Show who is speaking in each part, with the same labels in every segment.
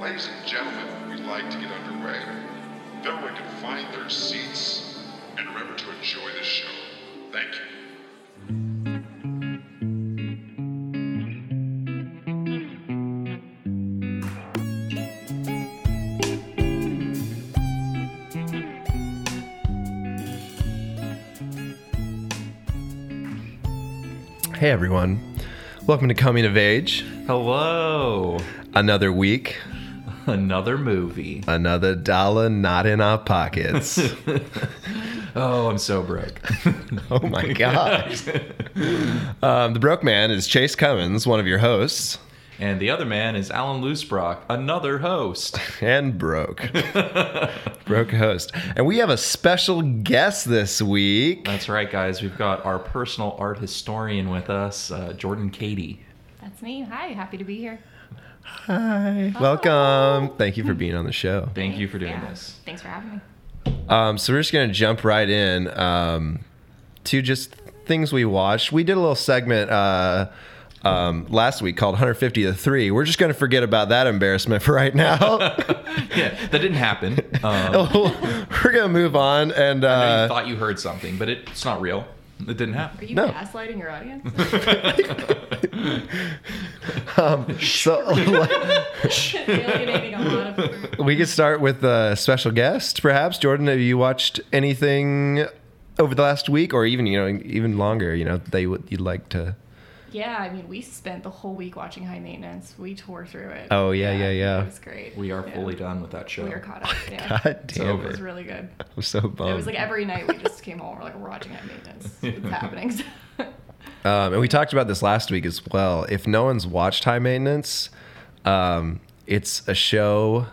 Speaker 1: Ladies and gentlemen, we'd like to get underway. If everyone can find their seats and remember to enjoy the show. Thank you.
Speaker 2: Hey everyone. Welcome to Coming of Age.
Speaker 3: Hello.
Speaker 2: Another week,
Speaker 3: Another movie.
Speaker 2: another dollar not in our pockets.
Speaker 3: Oh, I'm so broke.
Speaker 2: oh my gosh. Um, the Broke Man is Chase Cummins, one of your hosts,
Speaker 3: and the other man is Alan Loosebrock, another host.
Speaker 2: and Broke. broke host. And we have a special guest this week.
Speaker 3: That's right, guys. We've got our personal art historian with us, uh, Jordan Katie.
Speaker 4: That's me. Hi, happy to be here.
Speaker 2: Hi. Welcome. Thank you for being on the show.
Speaker 3: Thank you for doing
Speaker 4: Yeah.
Speaker 3: this.
Speaker 4: Thanks for having me.
Speaker 2: Um, so we're just gonna jump right in um, to just things we watched. We did a little segment uh, um, last week called 150 to three. We're just gonna forget about that embarrassment for right now.
Speaker 3: Yeah, that didn't happen. Um,
Speaker 2: we're gonna move on and
Speaker 3: I
Speaker 2: uh,
Speaker 3: thought you heard something, but it, it's not real. It didn't
Speaker 4: Are
Speaker 3: happen.
Speaker 4: you
Speaker 2: No.
Speaker 4: gaslighting your audience?
Speaker 2: um, so
Speaker 4: Alienating a lot of
Speaker 2: we could start with a special guest, perhaps. Jordan, have you watched anything over the last week, or even you know even longer? You know they would you'd like to.
Speaker 4: Yeah, I mean, we spent the whole week watching High Maintenance. We tore through it.
Speaker 2: Oh, yeah, yeah, yeah.
Speaker 4: It was great.
Speaker 3: We are
Speaker 4: Yeah.
Speaker 3: fully done with that show.
Speaker 4: We are caught up. Yeah.
Speaker 2: God damn
Speaker 4: It
Speaker 3: over.
Speaker 4: was really good.
Speaker 2: I'm so bummed.
Speaker 4: it was
Speaker 3: Um.
Speaker 4: like every night we just came home. We're like, we're watching High Maintenance. It's happening.
Speaker 2: Um, and we talked about this last week as well. If no one's watched High Maintenance, um, it's a show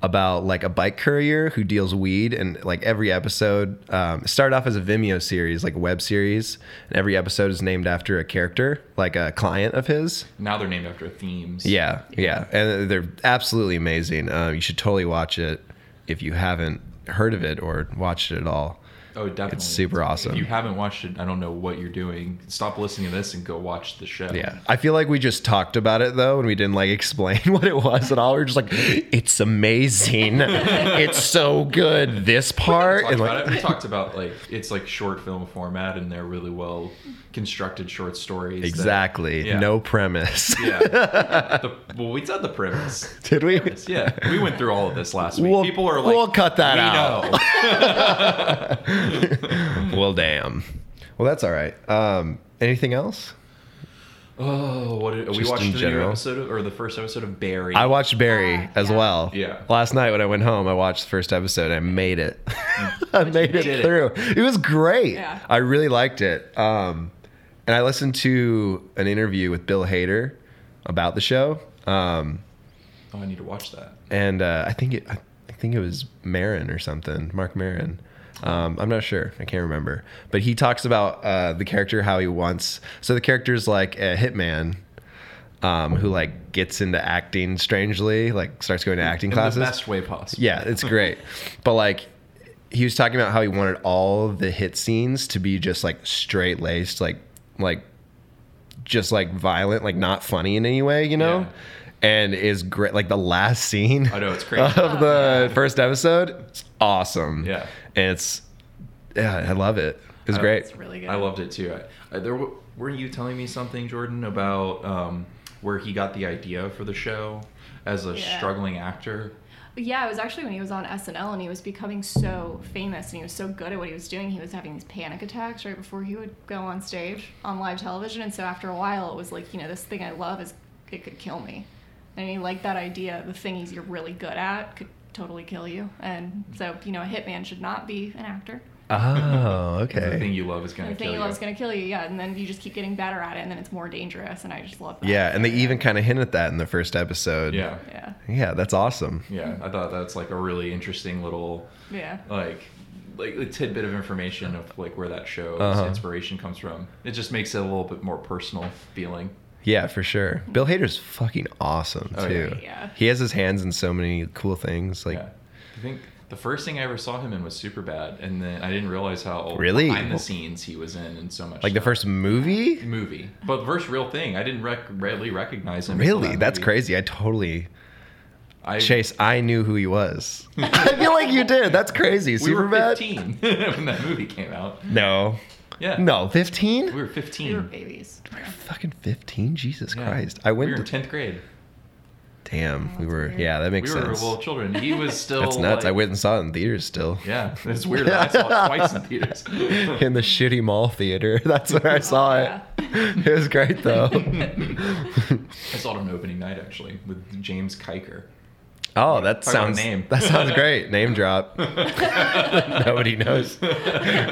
Speaker 2: about like a bike courier who deals weed, and like every episode um, it started off as a Vimeo series, like a web series, and every episode is named after a character, like a client of his.
Speaker 3: Now they're named after themes.
Speaker 2: Yeah, yeah, and they're absolutely amazing. Um, you should totally watch it if you haven't heard of it or watched it at all.
Speaker 3: Oh, definitely.
Speaker 2: It's super awesome.
Speaker 3: If you haven't watched it, I don't know what you're doing. Stop listening to this and go watch the show.
Speaker 2: Yeah. I feel like we just talked about it though, and we didn't like explain what it was at all. We are just like, it's amazing. it's so good. This part.
Speaker 3: talked
Speaker 2: And
Speaker 3: about
Speaker 2: like,
Speaker 3: it. We talked about like it's like short film format, and they're really well constructed short stories. that-
Speaker 2: exactly.
Speaker 3: Yeah.
Speaker 2: No premise.
Speaker 3: yeah. The- well, we said the premise.
Speaker 2: Did we?
Speaker 3: Yeah, we went through all of this last week.
Speaker 2: We'll-
Speaker 3: People are like,
Speaker 2: we'll cut that
Speaker 3: "We
Speaker 2: out."
Speaker 3: know."
Speaker 2: well, damn. Well, that's all right. Um, anything else?
Speaker 3: Oh, what did, we
Speaker 2: Just
Speaker 3: watched
Speaker 2: in
Speaker 3: the new
Speaker 2: general.
Speaker 3: episode of, or the first episode of Barry.
Speaker 2: I watched Barry
Speaker 4: Ah,
Speaker 2: as
Speaker 4: yeah.
Speaker 2: well.
Speaker 3: Yeah.
Speaker 2: Last night when I went home, I watched the first episode and I made it. I made it
Speaker 3: did it.
Speaker 2: through. It was great.
Speaker 4: Yeah.
Speaker 2: I really liked it. Um, and I listened to an interview with Bill Hader about the show. Um,
Speaker 3: oh, I need to watch that.
Speaker 2: and uh, I think it, I think it was Marin or something, Mark Marin. Um, I'm not sure. I can't remember. But he talks about uh, the character how he wants. So the character is like a hitman um, who like gets into acting strangely, like starts going to acting
Speaker 3: In
Speaker 2: classes.
Speaker 3: the best way possible.
Speaker 2: Yeah, it's great. but like he was talking about how he wanted all the hit scenes to be just like straight laced, like like just like violent, like not funny in any way, you know?
Speaker 3: Yeah.
Speaker 2: And is great like the last scene
Speaker 3: I know it's crazy.
Speaker 2: of the first episode. It's awesome.
Speaker 3: Yeah. Uh,
Speaker 2: And it's yeah, I love it. It's
Speaker 3: I-
Speaker 2: great.
Speaker 4: It's really good.
Speaker 3: I loved it too. I, I, there were, were you telling me something, Jordan, about um, where he got the idea for the show as a
Speaker 4: Yeah.
Speaker 3: struggling actor?
Speaker 4: Yeah, it was actually when he was on SNL and he was becoming so famous and he was so good at what he was doing. He was having these panic attacks right before he would go on stage on live television. And so after a while, it was like, you know, this thing I love is, it could kill me. And he liked that idea. The thing he's, you're really good at could totally kill you. And so, you know, a hitman should not be an actor.
Speaker 2: Oh,
Speaker 3: The
Speaker 2: okay.
Speaker 3: thing you love is going
Speaker 4: The
Speaker 3: to
Speaker 4: thing
Speaker 3: kill
Speaker 4: you
Speaker 3: you.
Speaker 4: love is going to kill you. Yeah. And then you just keep getting better at it and then it's more dangerous. And I just love that.
Speaker 2: Yeah, and they even kind of hint at that in the first episode.
Speaker 3: yeah.
Speaker 4: Yeah.
Speaker 2: Yeah, that's awesome.
Speaker 3: Yeah, I thought that's like a really interesting little
Speaker 4: Yeah.
Speaker 2: Oh.
Speaker 3: like like a tidbit of information of like where that show's
Speaker 2: Uh-huh.
Speaker 3: inspiration comes from. It just makes it a little bit more personal feeling.
Speaker 2: Yeah, for sure. Bill Hader's fucking awesome
Speaker 3: Oh,
Speaker 2: too.
Speaker 4: yeah. Yeah.
Speaker 2: He has his hands in so many cool things. Like,
Speaker 3: yeah. I think the first thing I ever saw him in was Super Bad and then I didn't realize how
Speaker 2: Really?
Speaker 3: behind the scenes he was in and so much
Speaker 2: like the
Speaker 3: stuff.
Speaker 2: first movie.
Speaker 3: movie. But the first real thing, I didn't rec- really recognize him. until
Speaker 2: Really,
Speaker 3: that
Speaker 2: that's
Speaker 3: movie.
Speaker 2: crazy. I totally,
Speaker 3: I
Speaker 2: Chase, I knew who he was. I feel like you did. That's crazy.
Speaker 3: we were
Speaker 2: Superbad?
Speaker 3: 15 when that movie came out.
Speaker 2: No.
Speaker 3: Yeah.
Speaker 2: No, 15?
Speaker 3: We were
Speaker 4: We were
Speaker 3: 15.
Speaker 4: babies.
Speaker 2: fucking 15? Jesus
Speaker 3: Yeah.
Speaker 2: Christ. I went
Speaker 3: We were in
Speaker 2: to
Speaker 3: 10th grade.
Speaker 2: Damn, we
Speaker 4: that's
Speaker 2: were
Speaker 4: weird.
Speaker 2: Yeah, that makes
Speaker 3: we were
Speaker 2: sense.
Speaker 3: well children. He was still
Speaker 2: That's nuts. I
Speaker 3: like-
Speaker 2: went and saw it in theaters still.
Speaker 3: Yeah, it's weird. that I saw it twice in theaters.
Speaker 2: in the shitty mall theater. That's where I saw
Speaker 4: yeah.
Speaker 2: it. It was great though.
Speaker 3: I saw it on opening night actually with James Kiker.
Speaker 2: oh, that
Speaker 3: about
Speaker 2: sounds
Speaker 3: name.
Speaker 2: that sounds great. Name drop. Nobody knows.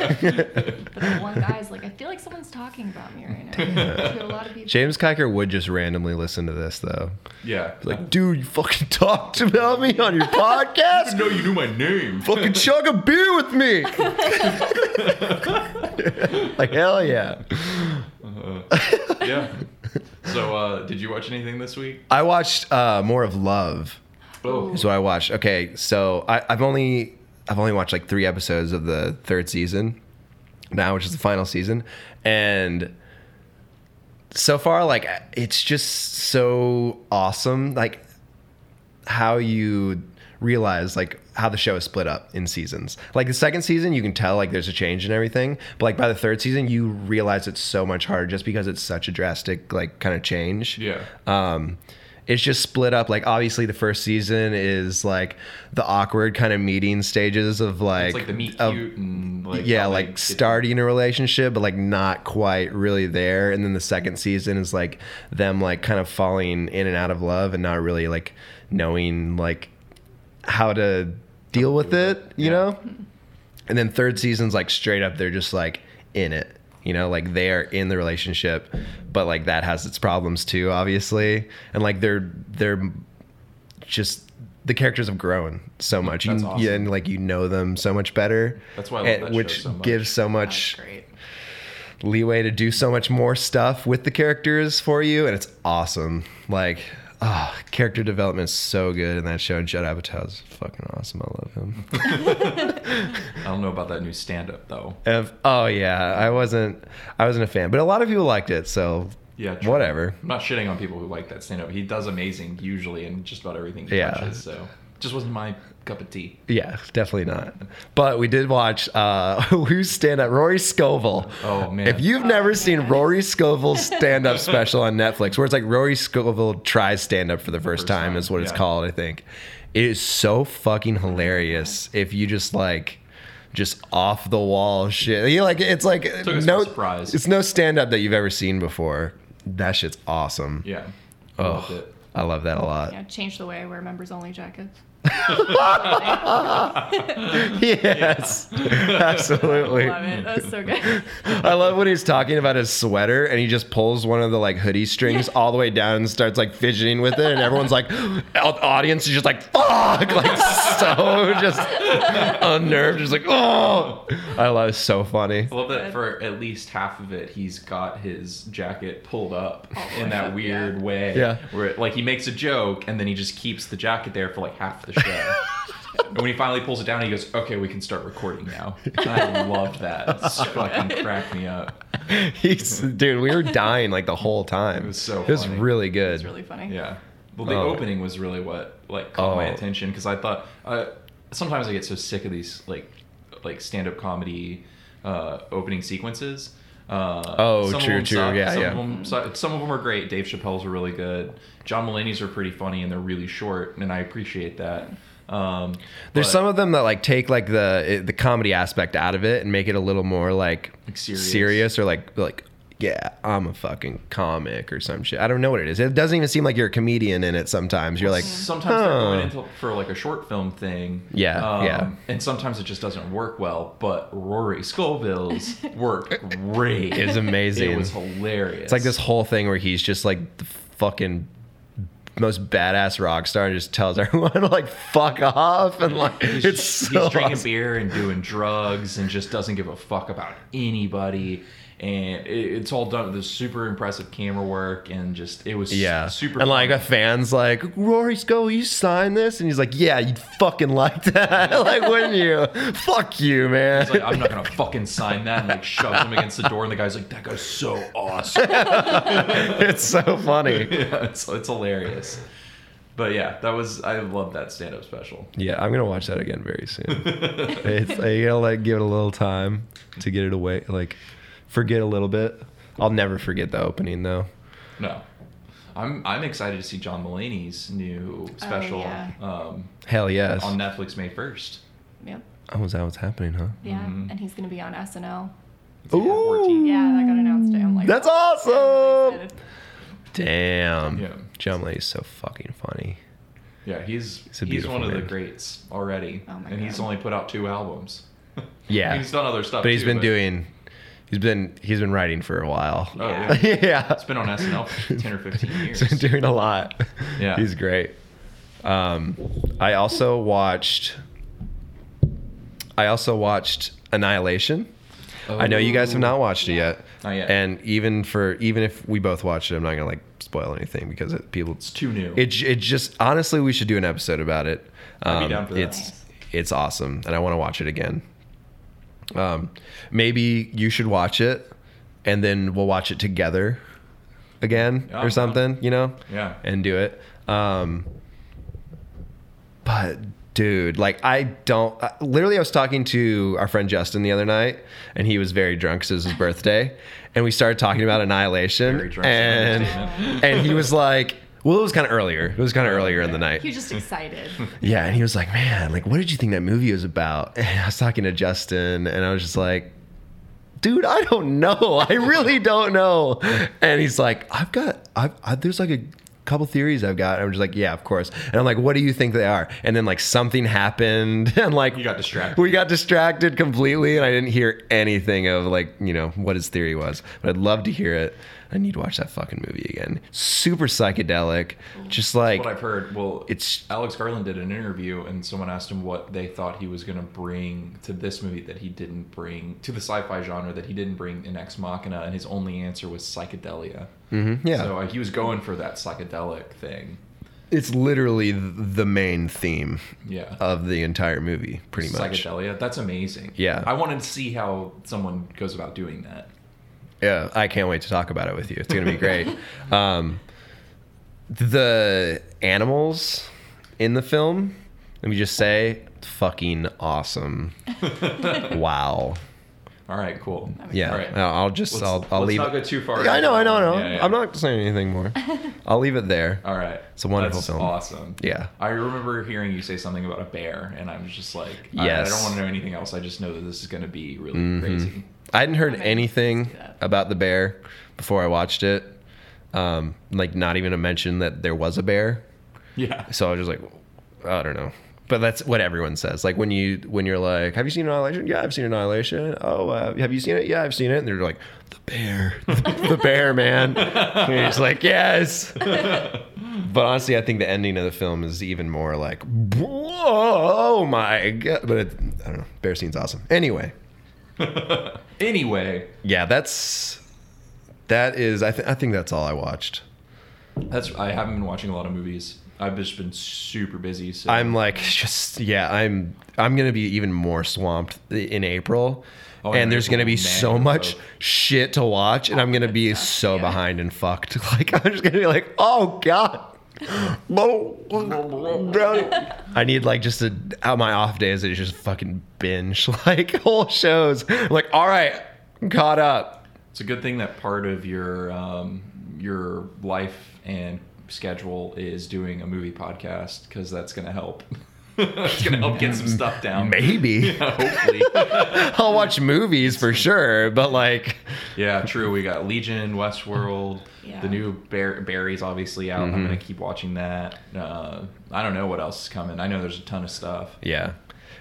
Speaker 4: But the one guy's like, I feel like someone's talking about me right now. to a lot of people.
Speaker 2: James Kiker would just randomly listen to this though.
Speaker 3: Yeah,
Speaker 2: Like, dude, you fucking talked about me on your podcast.
Speaker 3: no, you knew my name.
Speaker 2: fucking chug a beer with me. like hell yeah.
Speaker 3: yeah. So, uh, did you watch anything this week?
Speaker 2: I watched uh, more of Love.
Speaker 3: Oh,
Speaker 2: is what I watched. Okay, so I, I've only I've only watched like three episodes of the third season now, which is the final season, and so far, like it's just so awesome, like how you realize like how the show is split up in seasons. Like the second season, you can tell like there's a change and everything, but like by the third season, you realize it's so much harder just because it's such a drastic like kind of change
Speaker 3: yeah.
Speaker 2: um it's just split up like obviously the first season is like the awkward kind of meeting stages of like,
Speaker 3: It's like the meet
Speaker 2: of-
Speaker 3: cute and like
Speaker 2: yeah
Speaker 3: how they
Speaker 2: like
Speaker 3: get-
Speaker 2: starting a relationship but like not quite really there and then the second season is like them like kind of falling in and out of love and not really like knowing like how to deal with it you
Speaker 3: Yeah.
Speaker 2: know and then third season's like straight up they're just like in it you know like they are in the relationship but like that has its problems too obviously and like they're they're just the characters have grown so much
Speaker 3: That's
Speaker 2: you,
Speaker 3: awesome.
Speaker 2: yeah, and like you know them so much better
Speaker 3: That's why I love
Speaker 2: and-
Speaker 3: that show
Speaker 2: which
Speaker 3: so much.
Speaker 2: gives so
Speaker 4: That's
Speaker 2: much
Speaker 4: great.
Speaker 2: leeway to do so much more stuff with the characters for you and it's awesome like ah, character development is so good in that show and Judd Apatow is fucking awesome I love him
Speaker 3: I don't know about that new stand-up though.
Speaker 2: If- oh yeah, I wasn't I wasn't a fan, but a lot of people liked it, so
Speaker 3: Yeah, true.
Speaker 2: whatever.
Speaker 3: I'm not shitting on people who like that stand-up. He does amazing usually in just about everything he
Speaker 2: Yeah.
Speaker 3: touches. So, just wasn't my cup of tea.
Speaker 2: Yeah, definitely not. But we did watch uh who's stand up Rory Scovel.
Speaker 3: Oh, man.
Speaker 2: If you've never seen Rory Scovel's stand up special on Netflix, where it's like Rory Scovel tries stand up for the first,
Speaker 3: first
Speaker 2: time,
Speaker 3: time,
Speaker 2: is what it's
Speaker 3: yeah.
Speaker 2: called, I think. It is so fucking hilarious if you just like just off the wall shit. You like it's like
Speaker 3: us by
Speaker 2: no
Speaker 3: surprise.
Speaker 2: It's no stand up that you've ever seen before. That shit's awesome.
Speaker 3: Yeah.
Speaker 2: Oh,
Speaker 3: Loved it.
Speaker 2: I love that a lot.
Speaker 4: Yeah, change the way I wear members only jackets.
Speaker 2: Yes, absolutely.
Speaker 4: Love it. That's so good.
Speaker 2: I love when he's talking about his sweater and he just pulls one of the like hoodie strings all the way down and starts like fidgeting with it, and everyone's like, au- audience is just like, fuck, like so just unnerved, just like, oh, I love it. It's so funny.
Speaker 3: I love that
Speaker 4: Good.
Speaker 3: for at least half of it, he's got his jacket pulled up
Speaker 4: All the
Speaker 3: in
Speaker 4: way
Speaker 3: that
Speaker 4: up,
Speaker 3: weird
Speaker 4: Oh, yeah.
Speaker 3: way.
Speaker 2: Yeah.
Speaker 3: Where it, like he makes a joke and then he just keeps the jacket there for like half the show. and when he finally pulls it down, he goes, "Okay, we can start recording now." I love that. It fucking cracked me up.
Speaker 2: He's dude, we were dying like the whole time.
Speaker 3: It was so
Speaker 2: It was
Speaker 3: funny.
Speaker 2: really good.
Speaker 4: It's really funny.
Speaker 3: Yeah. Well, the
Speaker 2: Oh.
Speaker 3: opening was really what like caught my
Speaker 2: Oh.
Speaker 3: attention because I thought uh, sometimes I get so sick of these like like stand up comedy uh, opening sequences. Uh,
Speaker 2: Oh,
Speaker 3: some of
Speaker 2: true,
Speaker 3: them
Speaker 2: true.
Speaker 3: suck,
Speaker 2: Yeah,
Speaker 3: some
Speaker 2: yeah.
Speaker 3: Of them, su- some of them are great. Dave Chappelle's are really good. John Mulaney's are pretty funny and they're really short, and I appreciate that. Um,
Speaker 2: There's
Speaker 3: but-
Speaker 2: some of them that like take like the the comedy aspect out of it and make it a little more like,
Speaker 3: Like, serious.
Speaker 2: or like like yeah, I'm a fucking comic or some shit. I don't know what it is. It doesn't even seem like you're a comedian in it. Sometimes you're like,
Speaker 3: sometimes they're
Speaker 2: huh.
Speaker 3: going into for like a short film thing. Um,
Speaker 2: Yeah, yeah.
Speaker 3: And sometimes it just doesn't work well. But Rory Scoville's worked great.
Speaker 2: It was amazing.
Speaker 3: It was hilarious.
Speaker 2: it's like this whole thing where he's just like the fucking most badass rock star and just tells everyone to like fuck off and like
Speaker 3: He's,
Speaker 2: it's
Speaker 3: he's
Speaker 2: so
Speaker 3: drinking
Speaker 2: awesome.
Speaker 3: beer and doing drugs and just doesn't give a fuck about anybody. And it, it's all done with this super impressive camera work and just it was
Speaker 2: Yeah.
Speaker 3: super
Speaker 2: and like
Speaker 3: funny.
Speaker 2: a fan's like, Rory Scovel, you sign this? And he's like, Yeah, you'd fucking like that. like, wouldn't you? Fuck you, man.
Speaker 3: He's like, I'm not gonna fucking sign that, and like shoves him against the door, and the guy's like, "That guy's so awesome."
Speaker 2: it's so funny.
Speaker 3: yeah, it's, it's hilarious. But yeah, that was I love that stand up special.
Speaker 2: Yeah, I'm gonna watch that again very soon. it's I gotta like give it a little time to get it away, like forget a little bit. I'll never forget the opening though.
Speaker 3: No. I'm I'm excited to see John Mulaney's new special
Speaker 4: yeah.
Speaker 3: um,
Speaker 2: Hell yes.
Speaker 3: on Netflix May first.
Speaker 4: Yep.
Speaker 2: oh, is that what's happening, huh?
Speaker 4: Yeah.
Speaker 3: Mm-hmm.
Speaker 4: And he's gonna be on SNL.
Speaker 2: Ooh.
Speaker 4: Yeah, that got announced today. I'm like, "Oh,
Speaker 2: That's
Speaker 4: I'm really
Speaker 2: awesome.
Speaker 4: excited.
Speaker 2: Damn.
Speaker 3: Yeah.
Speaker 2: John Mulaney is so fucking funny.
Speaker 3: Yeah,
Speaker 2: a
Speaker 3: he's he's
Speaker 2: beautiful
Speaker 3: one of
Speaker 2: man.
Speaker 3: the greats already,
Speaker 4: Oh my
Speaker 3: and he's
Speaker 4: God.
Speaker 3: only put out two albums.
Speaker 2: Yeah.
Speaker 3: he's done other stuff,
Speaker 2: But he's
Speaker 3: too,
Speaker 2: been doing, he's been he's been writing for a while.
Speaker 3: Oh,
Speaker 4: Yeah.
Speaker 3: yeah.
Speaker 2: yeah.
Speaker 3: It's been on SNL for 10 or 15 years.
Speaker 2: He's been doing a lot.
Speaker 3: Yeah.
Speaker 2: He's great. Um, I also watched. I also watched Annihilation. I know you
Speaker 3: Oh,
Speaker 2: guys have not watched it yet.
Speaker 3: Not yet.
Speaker 2: And even for even if we both watched it, I'm not gonna like spoil anything because it, people.
Speaker 3: It's too new.
Speaker 2: It j- it just honestly, we should do an episode about it. Um,
Speaker 3: I'd be down for that.
Speaker 2: It's it's awesome, and I want to watch it again. Um, maybe you should watch it, and then we'll watch it together again
Speaker 3: Yeah, I'm
Speaker 2: or
Speaker 3: down.
Speaker 2: something. You know
Speaker 3: yeah.
Speaker 2: and do it. Um, but dude, like I don't. I, literally, I was talking to our friend Justin the other night, and he was very drunk because it was his birthday, and we started talking about Annihilation,
Speaker 3: Very drunk,
Speaker 2: and
Speaker 3: understatement.
Speaker 2: and he was like. Well, it was kind of earlier. It was kind of earlier in the night.
Speaker 4: He was just excited.
Speaker 2: Yeah, and he was like, "Man, like, what did you think that movie was about?" And I was talking to Justin, and I was just like, "Dude, I don't know. I really don't know." And he's like, "I've got, I've, I, there's like a couple theories I've got." And I'm just like, "Yeah, of course." And I'm like, "What do you think they are?" And then like something happened, and like
Speaker 3: You got distracted.
Speaker 2: We got distracted completely, and I didn't hear anything of like you know what his theory was. But I'd love to hear it. I need to watch that fucking movie again. Super psychedelic, just like
Speaker 3: what I've heard, well,
Speaker 2: It's-
Speaker 3: Alex Garland did an interview, and someone asked him what they thought he was going to bring to this movie that he didn't bring to the sci-fi genre that he didn't bring in Ex Machina, and his only answer was psychedelia.
Speaker 2: Mhm, yeah.
Speaker 3: So uh, he was going for that psychedelic thing.
Speaker 2: it's literally th- the main theme
Speaker 3: Yeah.
Speaker 2: of the entire movie, pretty much.
Speaker 3: Psychedelia. That's amazing.
Speaker 2: Yeah.
Speaker 3: I wanted to see how someone goes about doing that.
Speaker 2: Yeah, I can't wait to talk about it with you. It's gonna be great. um, the animals in the film, let me just say, fucking awesome. wow.
Speaker 3: All right, cool.
Speaker 2: Yeah,
Speaker 3: All right.
Speaker 2: I'll I'll just
Speaker 3: Let's,
Speaker 2: I'll, I'll
Speaker 3: let's
Speaker 2: leave.
Speaker 3: not go
Speaker 2: it.
Speaker 3: too far.
Speaker 2: Yeah, I know, I know, I know.
Speaker 3: Yeah, yeah.
Speaker 2: I'm not saying anything more. I'll leave it there.
Speaker 3: All right.
Speaker 2: It's a wonderful
Speaker 3: That's
Speaker 2: film.
Speaker 3: Awesome.
Speaker 2: Yeah.
Speaker 3: I remember hearing you say something about a bear, and I'm just like, I- I,
Speaker 2: Yes. Mm-hmm.
Speaker 3: don't want to know anything else. I just know that this is going to be really crazy.
Speaker 2: I hadn't heard
Speaker 4: Okay.
Speaker 2: anything
Speaker 4: Let's do that.
Speaker 2: about the bear before I watched it. Um, like not even a mention that there was a bear.
Speaker 3: Yeah.
Speaker 2: So I was just like, I don't know. But that's what everyone says. Like when you when you're like, have you seen Annihilation? Yeah, I've seen Annihilation. Oh, uh, have you seen it? Yeah, I've seen it. And they're like, the bear, the bear, man. And you're just like, yes. but honestly, I think the ending of the film is even more like, whoa, oh my god. But it, I don't know. Bear scene's awesome. Anyway,
Speaker 3: Anyway,
Speaker 2: yeah, that's that is. I think I think that's all I watched.
Speaker 3: that's I haven't been watching a lot of movies. I've just been super busy. So
Speaker 2: I'm like just yeah, I'm I'm gonna be even more swamped in April.
Speaker 3: Oh,
Speaker 2: and
Speaker 3: and
Speaker 2: there's gonna be
Speaker 3: April, man,
Speaker 2: so much
Speaker 3: so-
Speaker 2: shit to watch, and I'm gonna be so
Speaker 4: yeah.
Speaker 2: behind and fucked. Like I'm just gonna be like, oh god, I need like just a out my off days is just fucking binge like whole shows. Like all right, caught up.
Speaker 3: It's a good thing that part of your um, your life and schedule is doing a movie podcast because that's going to help. it's going to help get some stuff down.
Speaker 2: Maybe
Speaker 3: Hopefully.
Speaker 2: I'll watch movies for sure, but like.
Speaker 3: Yeah, true. We got Legion, Westworld,
Speaker 4: Yeah.
Speaker 3: the new Bear, Barry's obviously out. I'm
Speaker 2: Mm-hmm.
Speaker 3: gonna keep watching that. Uh, I don't know what else is coming. I know there's a ton of stuff.
Speaker 2: Yeah.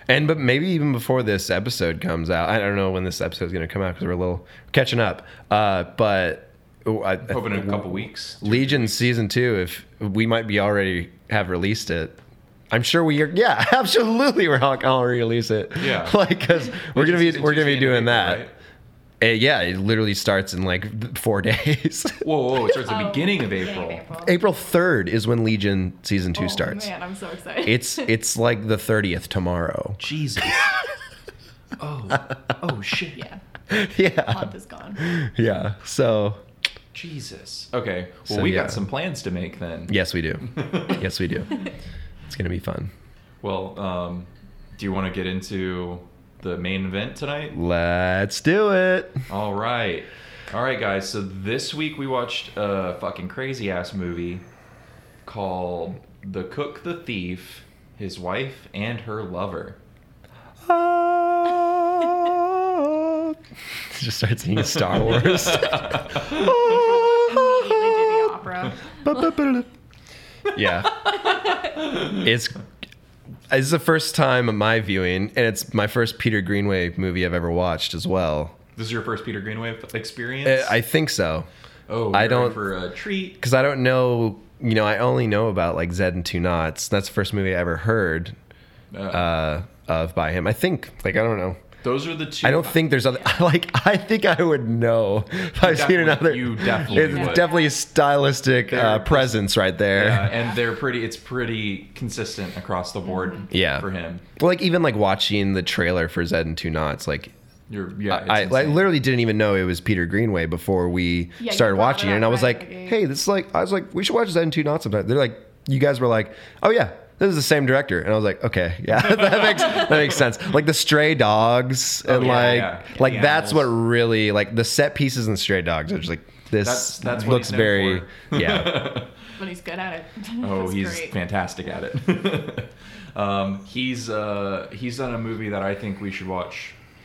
Speaker 2: And but maybe even before this episode comes out, I don't know when this episode is going to come out because we're a little catching up. Uh, but oh, I, I-
Speaker 3: Hoping in a couple weeks.
Speaker 2: Legion season two, if we might be already have released it. I'm sure we are. Yeah, absolutely, we're not gonna release it.
Speaker 3: Yeah.
Speaker 2: like because we're gonna be
Speaker 3: Season
Speaker 2: we're
Speaker 3: two's
Speaker 2: gonna be
Speaker 3: the end
Speaker 2: doing
Speaker 3: of
Speaker 2: that.
Speaker 3: April, right?
Speaker 2: Uh, yeah, it literally starts in like four days.
Speaker 3: Whoa, whoa! It starts at the
Speaker 4: Oh,
Speaker 3: beginning of
Speaker 4: beginning
Speaker 3: April.
Speaker 2: April third is when Legion season two
Speaker 4: Oh,
Speaker 2: starts.
Speaker 4: Man, I'm so excited.
Speaker 2: It's it's like the thirtieth tomorrow.
Speaker 3: Jesus. oh, oh shit!
Speaker 4: yeah.
Speaker 2: Yeah.
Speaker 4: Month is gone.
Speaker 2: Yeah. So
Speaker 3: Jesus. Okay. Well,
Speaker 2: So,
Speaker 3: we
Speaker 2: yeah.
Speaker 3: got some plans to make then.
Speaker 2: Yes, we do. yes, we do. It's gonna be fun.
Speaker 3: Well, um, do you want to get into the main event tonight?
Speaker 2: Let's do it.
Speaker 3: All right. All right, guys. So this week we watched a fucking crazy ass movie called The Cook, the Thief, His Wife, and Her Lover.
Speaker 2: Just start singing Star Wars.
Speaker 4: Immediately do the opera.
Speaker 2: yeah, it's it's the first time of my viewing, and it's my first Peter Greenway movie I've ever watched as well.
Speaker 3: This is your first Peter Greenway f-
Speaker 2: I
Speaker 3: experience?
Speaker 2: Uh, I think so.
Speaker 3: oh,
Speaker 2: I
Speaker 3: you're in
Speaker 2: don't-
Speaker 3: for a treat.
Speaker 2: because I don't know. You know, I only know about like Zed and Two Knots. That's the first movie I ever heard
Speaker 3: Uh,
Speaker 2: uh, of by him. I think. Like I don't know.
Speaker 3: those are the two.
Speaker 2: I don't think there's other. Like I think I would know if I've seen
Speaker 3: Definitely-
Speaker 2: another.
Speaker 3: you definitely
Speaker 2: It's
Speaker 3: would.
Speaker 2: definitely a stylistic uh,
Speaker 3: They're-
Speaker 2: presence right there.
Speaker 3: Uh, and they're pretty. It's pretty consistent across the board.
Speaker 2: Yeah.
Speaker 3: For him,
Speaker 2: Well, like even like watching the trailer for Zed and Two Knots, like.
Speaker 3: you're yeah. it's
Speaker 2: I, I like,
Speaker 3: insane.
Speaker 2: literally didn't even know it was Peter Greenway before we
Speaker 4: Yeah, you
Speaker 2: started
Speaker 4: brought
Speaker 2: watching
Speaker 4: it
Speaker 2: it,
Speaker 4: up
Speaker 2: and I was
Speaker 4: right
Speaker 2: like,
Speaker 4: at the gate.
Speaker 2: "Hey, this is like," I was like, "We should watch Zen and Two Knots sometime." They're like, "You guys were like, oh yeah, this is the same director," and I was like, "Okay, yeah, that makes that makes sense." Like the stray dogs and
Speaker 3: Oh, yeah,
Speaker 2: like
Speaker 3: yeah.
Speaker 2: like
Speaker 3: The
Speaker 2: that's what
Speaker 3: animals.
Speaker 2: really like the set pieces in Stray Dogs are just like this
Speaker 3: That's- that's what
Speaker 2: looks
Speaker 3: he's known
Speaker 2: very
Speaker 3: for.
Speaker 2: yeah
Speaker 4: But he's good at it.
Speaker 3: Oh,
Speaker 4: It's
Speaker 3: he's
Speaker 4: great.
Speaker 3: fantastic at it. um, he's uh, he's done a movie that I think we should watch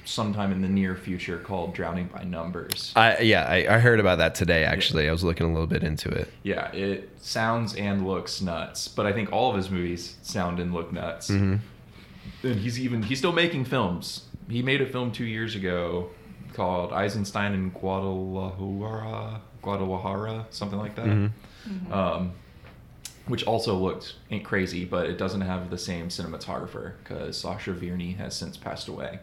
Speaker 3: sometime in the near future called Drowning by Numbers.
Speaker 2: I yeah I, I heard about that today actually I was looking a little bit into it
Speaker 3: Yeah, it sounds and looks nuts, but I think all of his movies sound and look nuts. And he's even he's still making films. He made a film two years ago called Eisenstein in Guadalajara, Guadalajara, something like that. Um, which also looked ain't crazy, but it doesn't have the same cinematographer because Sasha Vierney has since passed away.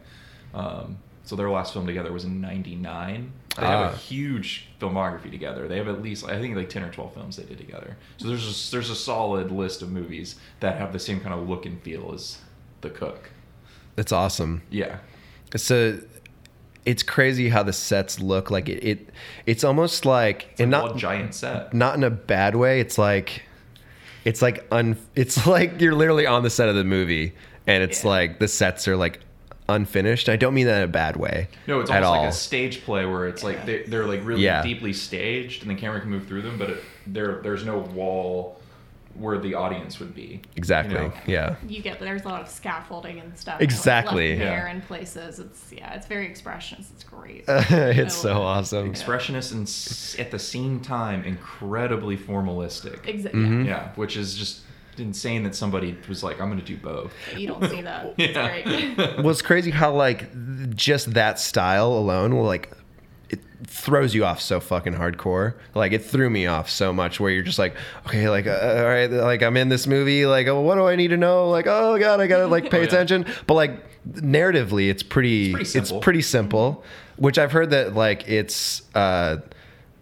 Speaker 3: Um, so their last film together was in '99. They have
Speaker 2: Ah.
Speaker 3: a huge filmography together. They have at least I think like ten or twelve films they did together. So there's a, there's a solid list of movies that have the same kind of look and feel as The Cook.
Speaker 2: that's awesome
Speaker 3: Yeah,
Speaker 2: So it's crazy how the sets look. Like it, it it's almost like and
Speaker 3: not
Speaker 2: not
Speaker 3: giant set.
Speaker 2: not in a bad way. It's like it's like un it's like you're literally on the set of the movie and it's
Speaker 4: Yeah.
Speaker 2: like the sets are like unfinished. I don't mean that in a bad way.
Speaker 3: No, it's
Speaker 2: at
Speaker 3: almost
Speaker 2: all.
Speaker 3: like a stage play where it's like they, they're like really
Speaker 2: Yeah.
Speaker 3: deeply staged, and the camera can move through them, but it, there there's no wall where the audience would be.
Speaker 2: exactly.
Speaker 3: You know?
Speaker 2: Yeah.
Speaker 4: You get there's a lot of scaffolding and stuff.
Speaker 2: Exactly.
Speaker 4: Like left
Speaker 3: Yeah.
Speaker 4: hair in places. It's yeah, it's very expressionist. It's great.
Speaker 2: it's
Speaker 4: I
Speaker 2: so
Speaker 4: love
Speaker 2: awesome.
Speaker 3: Expressionist and s- at the same time incredibly formalistic.
Speaker 4: it. Exa- yeah,
Speaker 2: Mm-hmm. Hmm?
Speaker 3: Yeah, which is just insane that somebody was like, "I'm gonna do both."
Speaker 4: You don't see that. It's
Speaker 3: Yeah.
Speaker 4: great.
Speaker 2: Well, it's crazy how like th- just that style alone will like it throws you off so fucking hardcore. Like it threw me off so much where you're just like, okay, like uh, all right, like I'm in this movie. Like, oh, what do I need to know? Like, oh god, I gotta like pay
Speaker 3: yeah.
Speaker 2: attention. But like narratively, it's pretty,
Speaker 3: pretty
Speaker 2: it's pretty,
Speaker 3: simple.
Speaker 2: simple. Which I've heard that like it's uh,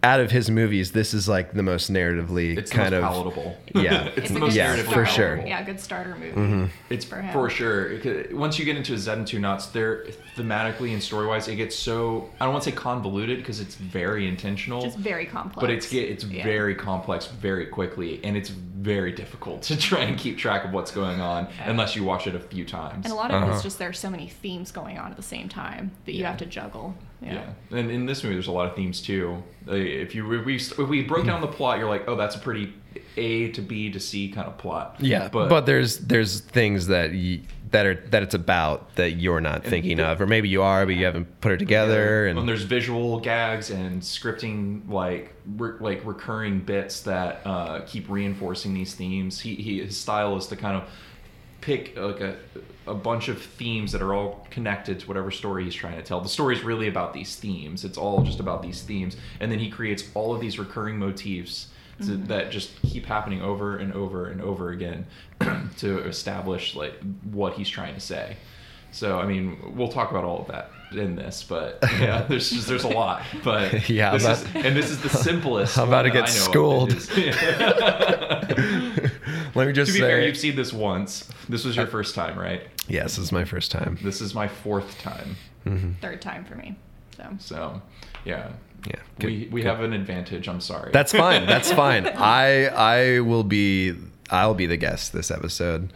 Speaker 2: out of his movies, this is like the most narratively
Speaker 3: It's
Speaker 2: kind
Speaker 3: the most
Speaker 2: of
Speaker 3: palatable.
Speaker 2: yeah,
Speaker 3: it's the
Speaker 4: a
Speaker 3: most
Speaker 4: good
Speaker 2: yeah,
Speaker 3: narratively
Speaker 2: for
Speaker 4: starter-
Speaker 2: sure. Mm-hmm.
Speaker 3: palatable.
Speaker 4: Yeah, good starter movie.
Speaker 3: It's
Speaker 4: For
Speaker 3: for,
Speaker 4: him.
Speaker 3: sure. It could- Once you get into Zed and Two Knots, they're thematically and story wise, it gets so I don't want to say convoluted because it's very intentional.
Speaker 4: Just very complex.
Speaker 3: but it's get- it's
Speaker 4: Yeah.
Speaker 3: very complex very quickly, and it's very difficult to try and keep track of what's going on unless you watch it a few times.
Speaker 4: And a lot of
Speaker 2: Uh-huh.
Speaker 4: it is just there's so many themes going on at the same time that you
Speaker 3: Yeah.
Speaker 4: have to juggle. Yeah.
Speaker 3: Yeah. and in this movie, there's a lot of themes too. Uh, If you if we if we broke down the plot, you're like, oh, that's a pretty A to B to C kind of plot.
Speaker 2: Yeah, but, there's there's things that y that are that it's about that you're not thinking of, or maybe you are, but you haven't put it together.
Speaker 3: and
Speaker 2: And
Speaker 3: there's visual gags and scripting like re- like recurring bits that uh, keep reinforcing these themes. He, he his style is to kind of pick like a a bunch of themes that are all connected to whatever story he's trying to tell. The story's really about these themes. It's all just about these themes, and then he creates all of these recurring motifs. to- That just keep happening over and over and over again to establish like what he's trying to say. So I mean, we'll talk about all of that in this, but yeah, there's just there's a lot, but
Speaker 2: Yeah,
Speaker 3: this
Speaker 2: I'm
Speaker 3: is-
Speaker 2: about-
Speaker 3: and this is the simplest.
Speaker 2: I'm about
Speaker 3: one
Speaker 2: to
Speaker 3: that
Speaker 2: get
Speaker 3: I know of.
Speaker 2: schooled.
Speaker 3: It is- to
Speaker 2: let me just
Speaker 3: be
Speaker 2: say, Uh,
Speaker 3: fair, you've seen this once. This was your first time, right?
Speaker 2: yes, this is my first time.
Speaker 3: This is my fourth time.
Speaker 4: Third time for me. So
Speaker 3: So, yeah,
Speaker 2: Yeah.
Speaker 3: we we have an advantage. I'm sorry.
Speaker 2: That's fine. That's fine. I I will be I'll be the guest this episode.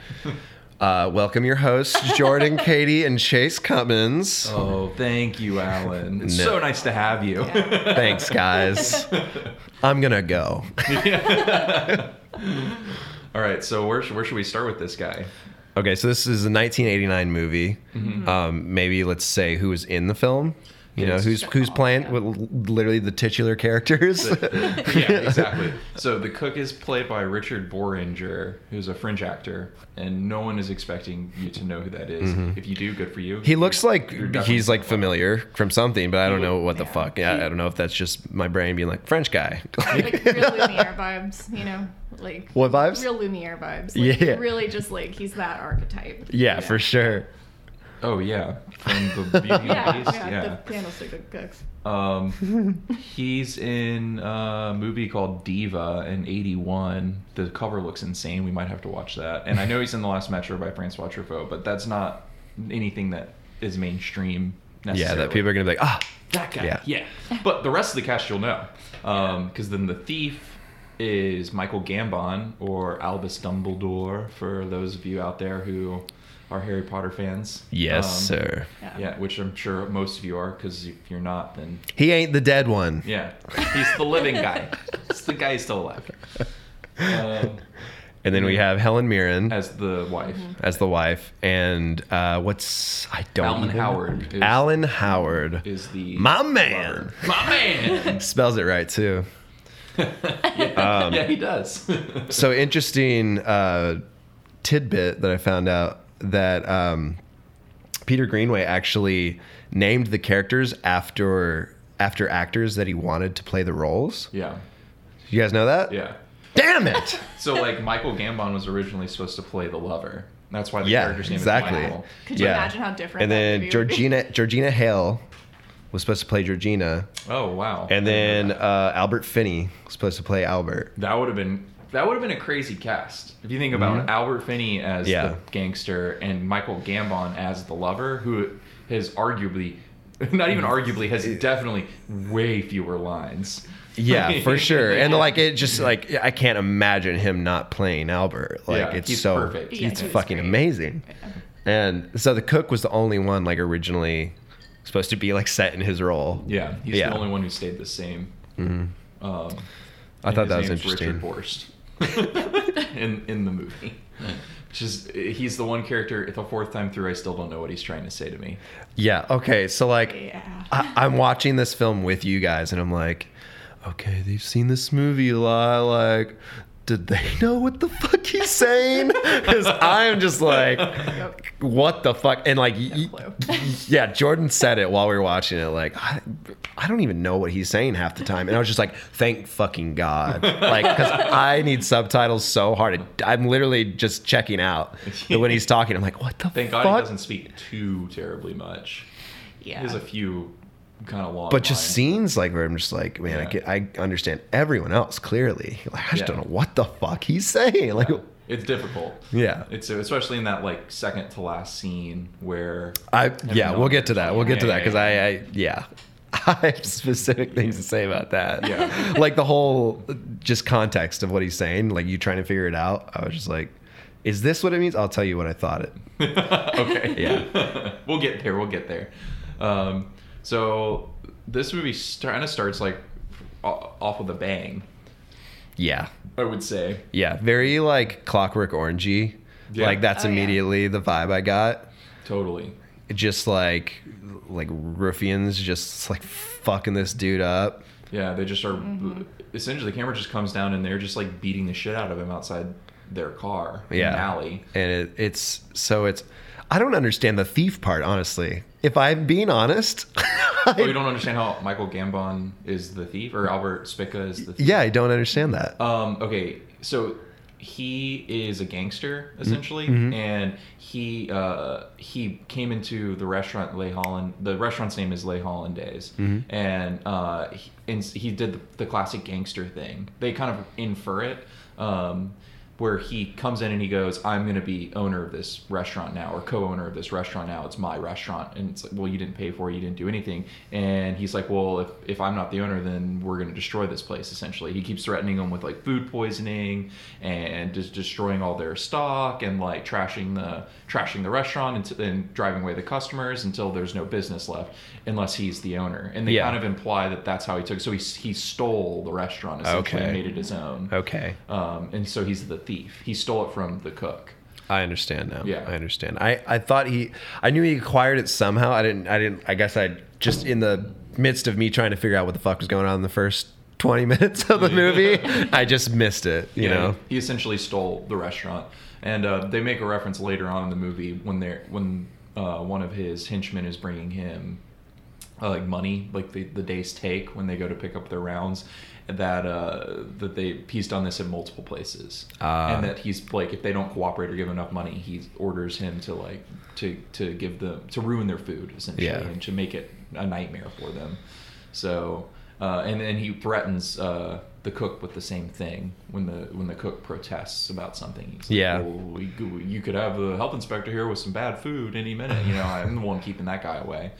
Speaker 2: Uh, welcome your hosts, Jordan, Katie, and Chase Cummins.
Speaker 3: oh, thank you, Alan. It's
Speaker 2: No.
Speaker 3: so nice to have you.
Speaker 4: Yeah.
Speaker 2: Thanks, guys. I'm gonna go.
Speaker 3: All right, so where should, where should we start with this guy?
Speaker 2: Okay, so this is a 1989 movie. Um, maybe let's say who was in the film. You know
Speaker 3: Mm-hmm.
Speaker 2: who's
Speaker 3: Yes.
Speaker 2: who's playing
Speaker 4: Oh, Yeah.
Speaker 2: with literally the titular characters.
Speaker 3: yeah, exactly. So the cook is played by Richard Boringer, who's a fringe actor, and no one is expecting you to know who that is. If you do, good for you.
Speaker 2: Mm-hmm. He looks like
Speaker 3: You're definitely
Speaker 2: he's like familiar from something, but I don't
Speaker 3: He
Speaker 2: know what the
Speaker 4: yeah.
Speaker 2: fuck. Yeah, I don't know if that's just my brain being like French guy.
Speaker 4: like real Lumiere vibes, you know, like
Speaker 2: What vibes?
Speaker 4: real Lumiere vibes. Like,
Speaker 2: Yeah.
Speaker 4: really just like he's that archetype.
Speaker 2: yeah,
Speaker 4: you know?
Speaker 2: for sure.
Speaker 3: Oh yeah, from the Beauty and
Speaker 4: Yeah,
Speaker 3: the
Speaker 4: yeah,
Speaker 3: Beast.
Speaker 4: the
Speaker 3: Yeah.
Speaker 4: candlestick that cooks.
Speaker 3: Um, he's in a movie called Diva in '81. The cover looks insane. We might have to watch that. And I know he's in The Last Metro by Francois Truffaut, but that's not anything that is mainstream.
Speaker 2: Yeah,
Speaker 3: Necessarily.
Speaker 2: that people are gonna be like, ah,
Speaker 3: that guy.
Speaker 2: Yeah.
Speaker 3: Yeah. But the rest of the cast you'll know. Because then the thief is Michael Gambon or Albus Dumbledore for those of you out there who are Harry Potter fans.
Speaker 2: yes,
Speaker 3: Um,
Speaker 2: sir.
Speaker 4: Yeah.
Speaker 3: Yeah, which I'm sure most of you are, because if you're not, then
Speaker 2: He ain't the dead one.
Speaker 3: yeah, he's the living guy. It's the guy still alive. Um,
Speaker 2: And then we have Helen Mirren as,
Speaker 3: as the wife.
Speaker 2: the wife, and uh, what's I don't
Speaker 3: Alan
Speaker 2: even-
Speaker 3: Howard is-
Speaker 2: Alan Howard
Speaker 3: Is the
Speaker 2: My man.
Speaker 3: lover. my man.
Speaker 2: spells it right too.
Speaker 3: yeah,
Speaker 2: Um,
Speaker 3: yeah, he does.
Speaker 2: So interesting uh, tidbit that I found out that um, Peter Greenway actually named the characters after after actors that he wanted to play the roles.
Speaker 3: yeah,
Speaker 2: You guys know that?
Speaker 3: yeah.
Speaker 2: Damn it!
Speaker 3: So like Michael Gambon was originally supposed to play the lover. That's why the
Speaker 2: yeah,
Speaker 3: character's name is
Speaker 2: exactly.
Speaker 3: Michael.
Speaker 4: Could you imagine how different
Speaker 2: And
Speaker 4: that
Speaker 2: then
Speaker 4: movie would be?
Speaker 2: Georgina Georgina Hale was supposed to play Georgina,
Speaker 3: Oh wow.
Speaker 2: and then uh, Albert Finney was supposed to play Albert.
Speaker 3: that would have been that would have been a crazy cast if you think about it, Albert Finney as
Speaker 2: Mm-hmm. Yeah.
Speaker 3: the gangster and Michael Gambon as the lover, who has arguably. Not even arguably has definitely way fewer lines.
Speaker 2: Yeah, for sure. And like it just like I can't imagine him not playing Albert. Like
Speaker 3: Yeah,
Speaker 2: it's
Speaker 3: he's
Speaker 2: so
Speaker 3: perfect.
Speaker 4: Yeah,
Speaker 2: it's
Speaker 4: he's
Speaker 2: fucking
Speaker 4: great.
Speaker 2: amazing. And so the cook was the only one like originally supposed to be like set in his role.
Speaker 3: Yeah, he's
Speaker 2: Yeah. Mm-hmm.
Speaker 3: the only one who stayed the same. Um,
Speaker 2: I
Speaker 3: and
Speaker 2: thought that was
Speaker 3: his name's
Speaker 2: interesting.
Speaker 3: Richard Borst in in the movie, which is he's the one character. The fourth time through, I still don't know what he's trying to say to me.
Speaker 2: Yeah. Okay. So like
Speaker 4: Yeah.
Speaker 2: I, I'm watching this film with you guys, and I'm like, okay, they've seen this movie a lot. Like, did they know what the fuck he's saying? Because I'm just like, what the fuck? And like, y-
Speaker 4: clue.
Speaker 2: y- yeah, Jordan said it while we were watching it. Like, I, I don't even know what he's saying half the time. And I was just like, thank fucking God. Like, because I need subtitles so hard. I'm literally just checking out. But when he's talking, I'm like, what the
Speaker 3: Thank
Speaker 2: fuck?
Speaker 3: God he doesn't speak too terribly much.
Speaker 4: Yeah.
Speaker 3: He has a few kind of long.
Speaker 2: but just
Speaker 3: lines.
Speaker 2: scenes like where I'm just like, man, I,
Speaker 3: Yeah.
Speaker 2: get, I understand everyone else clearly. Like, I just
Speaker 3: Yeah.
Speaker 2: don't know what the fuck he's saying. Like,
Speaker 3: It's difficult.
Speaker 2: Yeah.
Speaker 3: It's especially in that like second to last scene where
Speaker 2: I yeah,
Speaker 3: no
Speaker 2: we'll get to that. We'll get to
Speaker 3: Yeah,
Speaker 2: that because I, I yeah, I have specific things to say about that.
Speaker 3: Yeah.
Speaker 2: like the whole just context of what he's saying. Like you trying to figure it out. I was just like, is this what it means? I'll tell you what I thought it.
Speaker 3: okay.
Speaker 2: Yeah.
Speaker 3: we'll get there. We'll get there. Um, so this movie kind of starts like o- off with a bang,
Speaker 2: Yeah,
Speaker 3: I would say.
Speaker 2: yeah, very like Clockwork Orangey.
Speaker 3: Yeah.
Speaker 2: Like that's
Speaker 4: Oh, yeah.
Speaker 2: immediately the vibe I got.
Speaker 3: Totally.
Speaker 2: just like like ruffians just like fucking this dude up.
Speaker 3: Yeah, they just are. Essentially, the camera just comes down and they're just like beating the shit out of him outside their car in
Speaker 2: Yeah.
Speaker 3: an alley.
Speaker 2: And it, it's so it's I don't understand the thief part honestly. If I'm being honest,
Speaker 3: Oh, you don't understand how Michael Gambon is the thief or Albert Spica is the thief?
Speaker 2: yeah, I don't understand that.
Speaker 3: Um, okay, so he is a gangster essentially, and he uh, he came into the restaurant Lay Holland. The restaurant's name is Lay Hollandaise, and uh, he, and he did the, the classic gangster thing. They kind of infer it. Um, where he comes in and he goes, "I'm going to be owner of this restaurant now, or co-owner of this restaurant now. It's my restaurant." And it's like, "Well, you didn't pay for it. You didn't do anything." And he's like, "Well, if, if I'm not the owner, then we're going to destroy this place." Essentially, he keeps threatening them with like food poisoning and just destroying all their stock and like trashing the trashing the restaurant and, t- and driving away the customers until there's no business left unless he's the owner. And they
Speaker 2: Yeah.
Speaker 3: kind of imply that that's how he took. So he he stole the restaurant essentially and
Speaker 2: Okay.
Speaker 3: made it his own.
Speaker 2: Okay.
Speaker 3: Um, and so he's the thief. He stole it from the cook.
Speaker 2: I understand now.
Speaker 3: Yeah.
Speaker 2: I understand. I, I thought he I knew he acquired it somehow. I didn't I didn't I guess I just in the midst of me trying to figure out what the fuck was going on in the first 20 minutes of the movie, I just missed it, you
Speaker 3: Yeah,
Speaker 2: know.
Speaker 3: he essentially stole the restaurant. And uh, they make a reference later on in the movie when they're when uh, one of his henchmen is bringing him uh, like money, like the, the day's take when they go to pick up their rounds. That uh, that they he's done this at multiple places,
Speaker 2: Ah.
Speaker 3: and that he's like if they don't cooperate or give enough money, he orders him to like to to give them to ruin their food essentially
Speaker 2: Yeah.
Speaker 3: and to make it a nightmare for them. So uh, and then he threatens uh, the cook with the same thing when the when the cook protests about something. He's like,
Speaker 2: Yeah.
Speaker 3: "Well, we, could- you could have the health inspector here with some bad food any minute. You know, I'm the one keeping that guy away.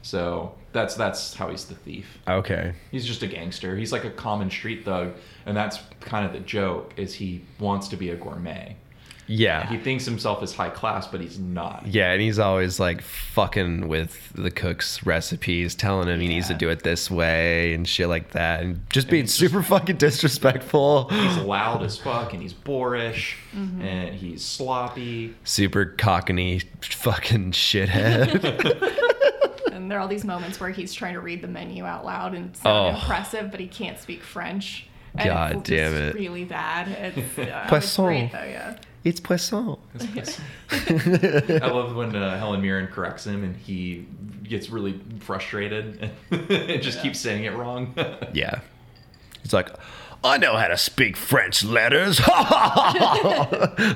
Speaker 3: So that's that's how he's the thief.
Speaker 2: Okay.
Speaker 3: He's just a gangster. He's like a common street thug, and that's kind of the joke. Is he wants to be a gourmet? He
Speaker 2: Yeah.
Speaker 3: thinks himself as high class, but he's not.
Speaker 2: Yeah, and he's always like fucking with the cook's recipes, telling him he needs to
Speaker 3: Yeah.
Speaker 2: do it this way and shit like that, and just being super fucking disrespectful,
Speaker 3: He's loud as fuck, and he's boorish, and he's sloppy.
Speaker 2: super cockney fucking shithead.
Speaker 4: And there are all these moments where he's trying to read the menu out loud and sound
Speaker 2: Oh.
Speaker 4: impressive, but he can't speak French. And
Speaker 2: God
Speaker 4: it's
Speaker 2: damn
Speaker 4: just
Speaker 2: it.
Speaker 4: Really bad. It's, uh, it's
Speaker 2: Poisson.
Speaker 4: great though, yeah.
Speaker 2: it's poisson.
Speaker 3: I love when uh, Helen Mirren corrects him and he gets really frustrated and just keeps saying it wrong.
Speaker 2: Yeah. He's like, I know how to speak French letters.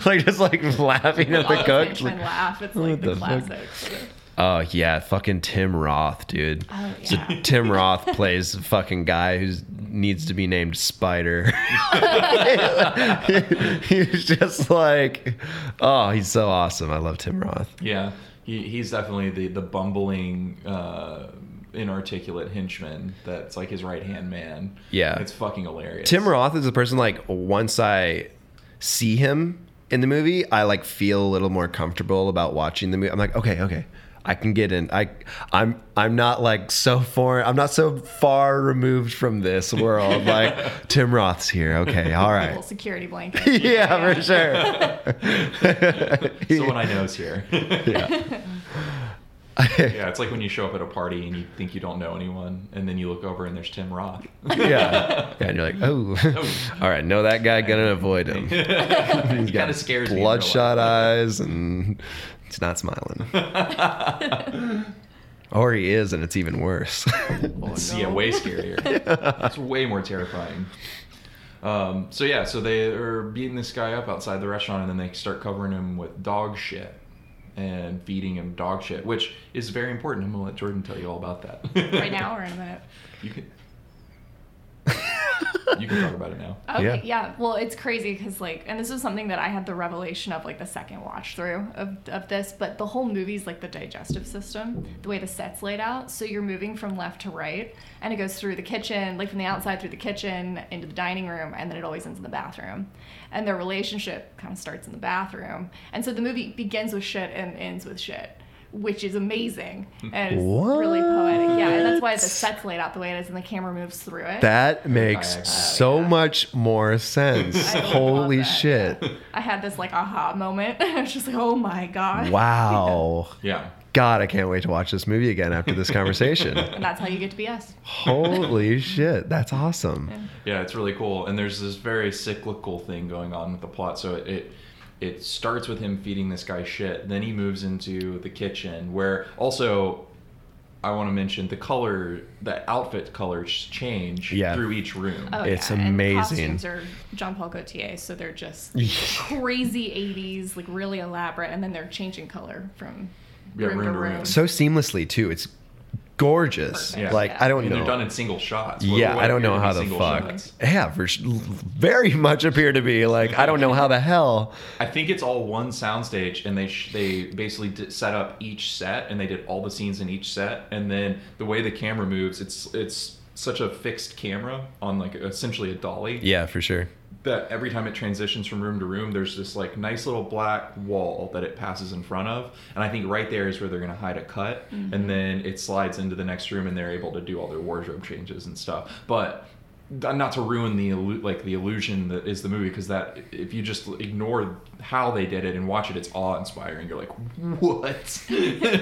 Speaker 2: like just like laughing at the
Speaker 4: All
Speaker 2: cook.
Speaker 4: Frenchmen
Speaker 2: Like,
Speaker 4: laugh. It's
Speaker 2: what
Speaker 4: like the,
Speaker 2: the fuck?
Speaker 4: classic.
Speaker 2: oh yeah, fucking Tim Roth, dude.
Speaker 4: Oh,
Speaker 2: So
Speaker 4: yeah.
Speaker 2: Tim Roth plays a fucking guy who needs to be named Spider. he's just like, oh, he's so awesome. I love Tim Roth.
Speaker 3: yeah, he, he's definitely the, the bumbling, uh, inarticulate henchman that's like his right hand man.
Speaker 2: Yeah.
Speaker 3: It's fucking hilarious.
Speaker 2: Tim Roth is a person like once I see him in the movie, I like feel a little more comfortable about watching the movie. I'm like, okay, okay. I can get in. I I'm I'm not like so foreign. I'm not so far removed from this world. Like Tim Roth's here. Okay. All right.
Speaker 4: Little security blanket.
Speaker 2: Yeah, for sure.
Speaker 3: Someone I know's here.
Speaker 2: Yeah.
Speaker 3: yeah, it's like when you show up at a party and you think you don't know anyone, and then you look over and there's Tim Roth.
Speaker 2: yeah. And you're like, oh, all right. No, that guy gonna avoid him.
Speaker 3: he kind of scares me in real life.
Speaker 2: bloodshot eyes and he's not smiling or he is and it's even worse
Speaker 3: It's, yeah, way scarier. It's way more terrifying. Um, so yeah, so they are beating this guy up outside the restaurant, and then they start covering him with dog shit and feeding him dog shit, which is very important. I'm gonna let Jordan tell you all about that.
Speaker 4: Right now or in a minute.
Speaker 3: you can you can talk about it now.
Speaker 4: Okay,
Speaker 2: Yeah.
Speaker 4: yeah. Well, it's crazy because like, and this was something that I had the revelation of like the second watch through of, of this, but the whole movie's like the digestive system, the way the set's laid out. So you're moving from left to right, and it goes through the kitchen, like from the outside through the kitchen into the dining room, and then it always ends in the bathroom. And their relationship kind of starts in the bathroom, and so the movie begins with shit and ends with shit. Which is amazing and it's really poetic. Yeah, and that's why
Speaker 2: What?
Speaker 4: the set's laid out the way it is, and the camera moves through it.
Speaker 2: that makes
Speaker 3: Oh,
Speaker 2: so much more sense
Speaker 4: I love
Speaker 2: holy
Speaker 4: that.
Speaker 2: shit
Speaker 4: I had this like aha moment. I was just like, oh my god.
Speaker 2: wow
Speaker 3: Yeah.
Speaker 2: god i can't wait to watch this movie again after this conversation
Speaker 4: And that's how you get to be us.
Speaker 2: holy shit that's awesome
Speaker 3: Yeah, it's really cool. And there's this very cyclical thing going on with the plot. So it, it it starts with him feeding this guy shit. Then he moves into the kitchen where also I want to mention the color, the outfit colors change
Speaker 2: Yeah.
Speaker 3: through each room.
Speaker 4: Oh,
Speaker 2: It's
Speaker 4: yeah. And
Speaker 2: amazing.
Speaker 4: costumes are Jean Paul Gaultier, so they're just crazy 80s, like really elaborate, and then they're changing color from
Speaker 3: Yeah,
Speaker 4: room, to room.
Speaker 2: so seamlessly too it's gorgeous.
Speaker 4: Perfect.
Speaker 2: Like
Speaker 4: Yeah.
Speaker 2: I don't
Speaker 3: And they're
Speaker 2: know.
Speaker 3: done in single shots. What-
Speaker 2: yeah,
Speaker 3: what
Speaker 2: I don't
Speaker 3: appear
Speaker 2: know
Speaker 3: to be
Speaker 2: how the
Speaker 3: single
Speaker 2: fuck.
Speaker 3: shots.
Speaker 2: Yeah, for sh- very much appear to be like I don't know how the hell.
Speaker 3: I think it's all one soundstage, and they sh- they basically d- set up each set, and they did all the scenes in each set, and then the way the camera moves, it's it's such a fixed camera on like essentially a dolly
Speaker 2: Yeah, for sure.
Speaker 3: that every time it transitions from room to room, there's this like nice little black wall that it passes in front of, and I think right there is where they're gonna hide a cut, and then it slides into the next room, and they're able to do all their wardrobe changes and stuff. But th- not to ruin the illu- like the illusion that is the movie, because that if you just ignore how they did it and watch it, it's awe inspiring. You're like, what?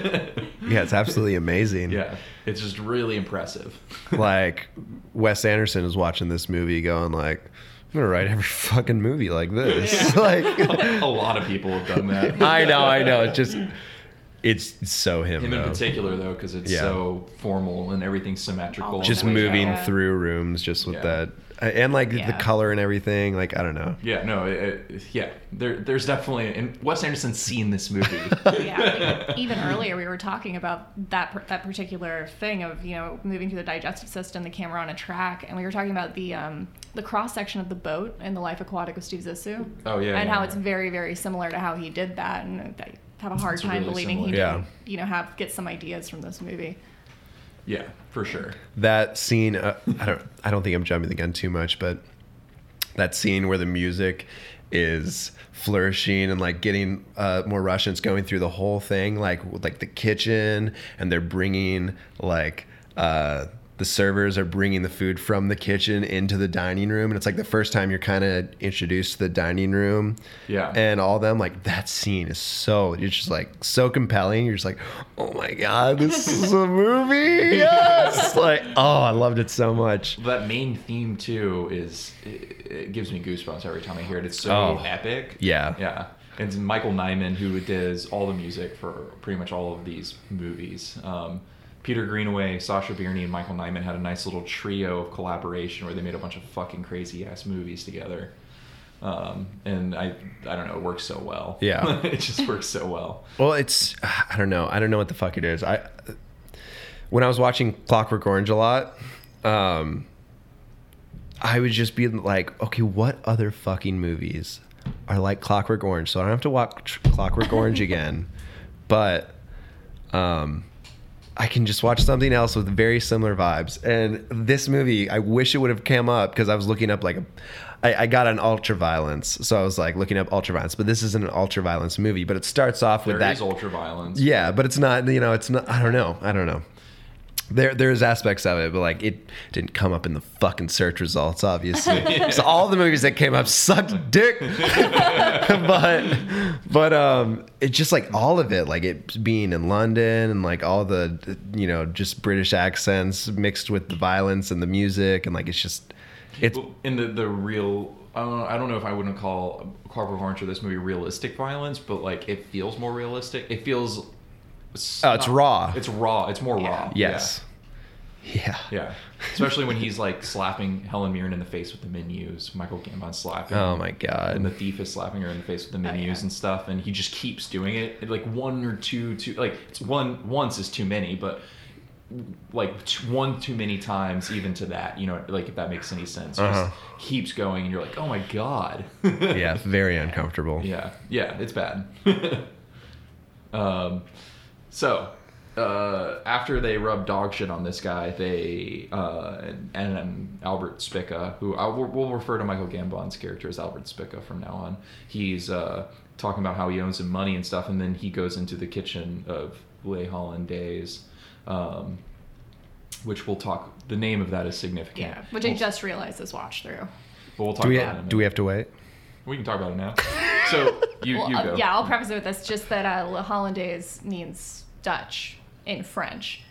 Speaker 2: Yeah, it's absolutely amazing.
Speaker 3: yeah, it's just really impressive.
Speaker 2: like Wes Anderson is watching this movie, going like, "I'm gonna write every fucking movie like this." like,
Speaker 3: a lot of people have done that.
Speaker 2: I know, I know. It's just, it's so him.
Speaker 3: Him
Speaker 2: though.
Speaker 3: in particular, though, because it's
Speaker 2: Yeah.
Speaker 3: so formal and everything's symmetrical.
Speaker 4: Oh,
Speaker 2: Just
Speaker 4: Yeah.
Speaker 2: moving
Speaker 4: Yeah.
Speaker 2: through rooms, just with
Speaker 3: Yeah.
Speaker 2: that, and like
Speaker 4: Yeah.
Speaker 2: the color and everything. Like, I don't know.
Speaker 3: Yeah, no, it, it- yeah. There, there's definitely. And Wes Anderson's seen this movie.
Speaker 4: yeah, like, even earlier we were talking about that per- that particular thing of you know moving through the digestive system, the camera on a track, and we were talking about the um, the cross section of the boat in the Life Aquatic with Steve Zissou.
Speaker 3: Oh, yeah,
Speaker 4: and
Speaker 3: yeah,
Speaker 4: how
Speaker 3: yeah.
Speaker 4: it's very very similar to how he did that, and I have a hard
Speaker 3: It's
Speaker 4: time
Speaker 3: really
Speaker 4: believing he
Speaker 3: similar.
Speaker 2: Yeah.
Speaker 4: didn't you know have get some ideas from this movie.
Speaker 3: yeah, for sure.
Speaker 2: that scene uh, i don't i don't think i'm jumping the gun too much but that scene where the music is flourishing and like getting uh, more russians going through the whole thing like like the kitchen and they're bringing like uh the servers are bringing the food from the kitchen into the dining room and it's like the first time you're kind of introduced to the dining room
Speaker 3: Yeah.
Speaker 2: and all them like that scene is so it's just like so compelling you're just like oh my god this is a movie yes like oh i loved it so much
Speaker 3: That main theme too is it, it gives me goosebumps every time I hear it. It's so
Speaker 2: Oh.
Speaker 3: epic.
Speaker 2: Yeah.
Speaker 3: yeah. It's Michael Nyman who does all the music for pretty much all of these movies. Um, Peter Greenaway, Sasha Bierney, and Michael Nyman had a nice little trio of collaboration where they made a bunch of fucking crazy ass movies together. Um, and I, I don't know, it works so well.
Speaker 2: Yeah.
Speaker 3: it just works so well.
Speaker 2: well it's i don't know i don't know what the fuck it is i when i was watching clockwork orange a lot um i would just be like okay what other fucking movies are like clockwork orange so i don't have to watch clockwork orange again but um I can just watch something else with very similar vibes. And this movie, I wish it would have come up because I was looking up like, I, I got an ultra violence, so I was like looking up ultra violence. But this isn't an ultra violence movie. But it starts off with
Speaker 3: There
Speaker 2: that.
Speaker 3: is ultra violence.
Speaker 2: yeah, but it's not. You know, it's not. I don't know. I don't know. There, there's aspects of it, but like it didn't come up in the fucking search results, obviously. So all the movies that came up sucked dick. but, but um, it's just like all of it, like it being in London and like all the, you know, just British accents mixed with the violence and the music and like it's just, it's
Speaker 3: Well, in the the real I don't, know, I don't know if I wouldn't call Carver Orange or this movie realistic violence, but like it feels more realistic. It feels it's,
Speaker 2: Oh, it's raw.
Speaker 3: It's raw. It's more raw.
Speaker 2: yes, yeah,
Speaker 3: Yeah. Yeah. Especially when he's like slapping Helen Mirren in the face with the menus. Michael Gambon slapping.
Speaker 2: Oh my
Speaker 3: And the
Speaker 2: god, Oh,
Speaker 3: thief is slapping her in the face with the
Speaker 4: yeah.
Speaker 3: menus and stuff, and he just keeps doing it. It, Like one or two, two like it's one once is too many, but like t- one too many times, even to that, you know, like if that makes any sense,
Speaker 2: Uh-huh.
Speaker 3: just keeps going, and you're like, oh my god,
Speaker 2: yeah, very uncomfortable.
Speaker 3: yeah, yeah, it's bad. um, so uh, after they rub dog shit on this guy, they uh, and, and Albert Spica, who I will we'll refer to Michael Gambon's character as Albert Spica from now on. He's uh, talking about how he owes him money and stuff, and then he goes into the kitchen of Le Hollandaise. Um, which we'll talk. The name of that is significant.
Speaker 4: Yeah, which I
Speaker 3: we'll,
Speaker 4: just realized this watch through.
Speaker 3: but we'll talk
Speaker 2: Do we,
Speaker 3: about it. in a
Speaker 2: do we
Speaker 3: minute.
Speaker 2: have to wait?
Speaker 3: We can talk about it now. So you
Speaker 4: Well,
Speaker 3: you
Speaker 4: uh,
Speaker 3: go.
Speaker 4: yeah, I'll preface it with this: just that uh, Le Hollandaise means Dutch in French,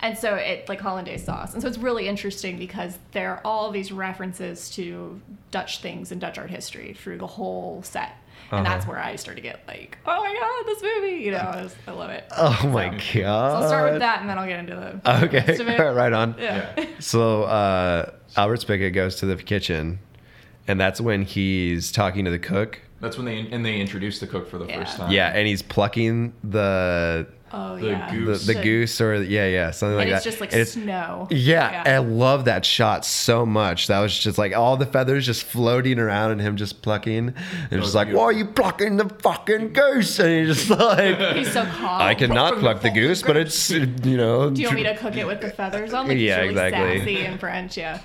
Speaker 4: and so it like Hollandaise sauce, and so it's really interesting because there are all these references to Dutch things and Dutch art history through the whole set, and that's
Speaker 2: Uh-huh.
Speaker 4: where I started to get like, oh my god, this movie, you know, I, was- I love it. So
Speaker 2: Oh my god.
Speaker 4: I'll start with that, and then I'll get into the rest of
Speaker 2: Uh, Okay,
Speaker 4: it.
Speaker 2: right on.
Speaker 4: Yeah.
Speaker 3: Yeah.
Speaker 2: So uh, Albert Spigot goes to the kitchen and that's when he's talking to the cook.
Speaker 3: That's when they and they introduced the cook for the
Speaker 4: Yeah.
Speaker 3: first time.
Speaker 2: Yeah, and he's plucking the
Speaker 4: Oh
Speaker 3: The
Speaker 4: yeah.
Speaker 2: the,
Speaker 3: goose.
Speaker 2: the
Speaker 4: So-
Speaker 2: goose or yeah yeah something
Speaker 4: And
Speaker 2: like
Speaker 4: it's
Speaker 2: that.
Speaker 4: just like
Speaker 2: And it's-
Speaker 4: snow.
Speaker 2: yeah, I love that shot so much. That was just like all the feathers just floating around and him just plucking. And
Speaker 3: was
Speaker 2: just like, why are you plucking the fucking goose? And he's just like,
Speaker 4: He's so calm.
Speaker 2: I cannot pluck the goose, but it's, you know.
Speaker 4: Do you want me to cook it with the feathers on? Like it's
Speaker 2: Yeah,
Speaker 4: really
Speaker 2: exactly.
Speaker 4: Sassy in French, yeah.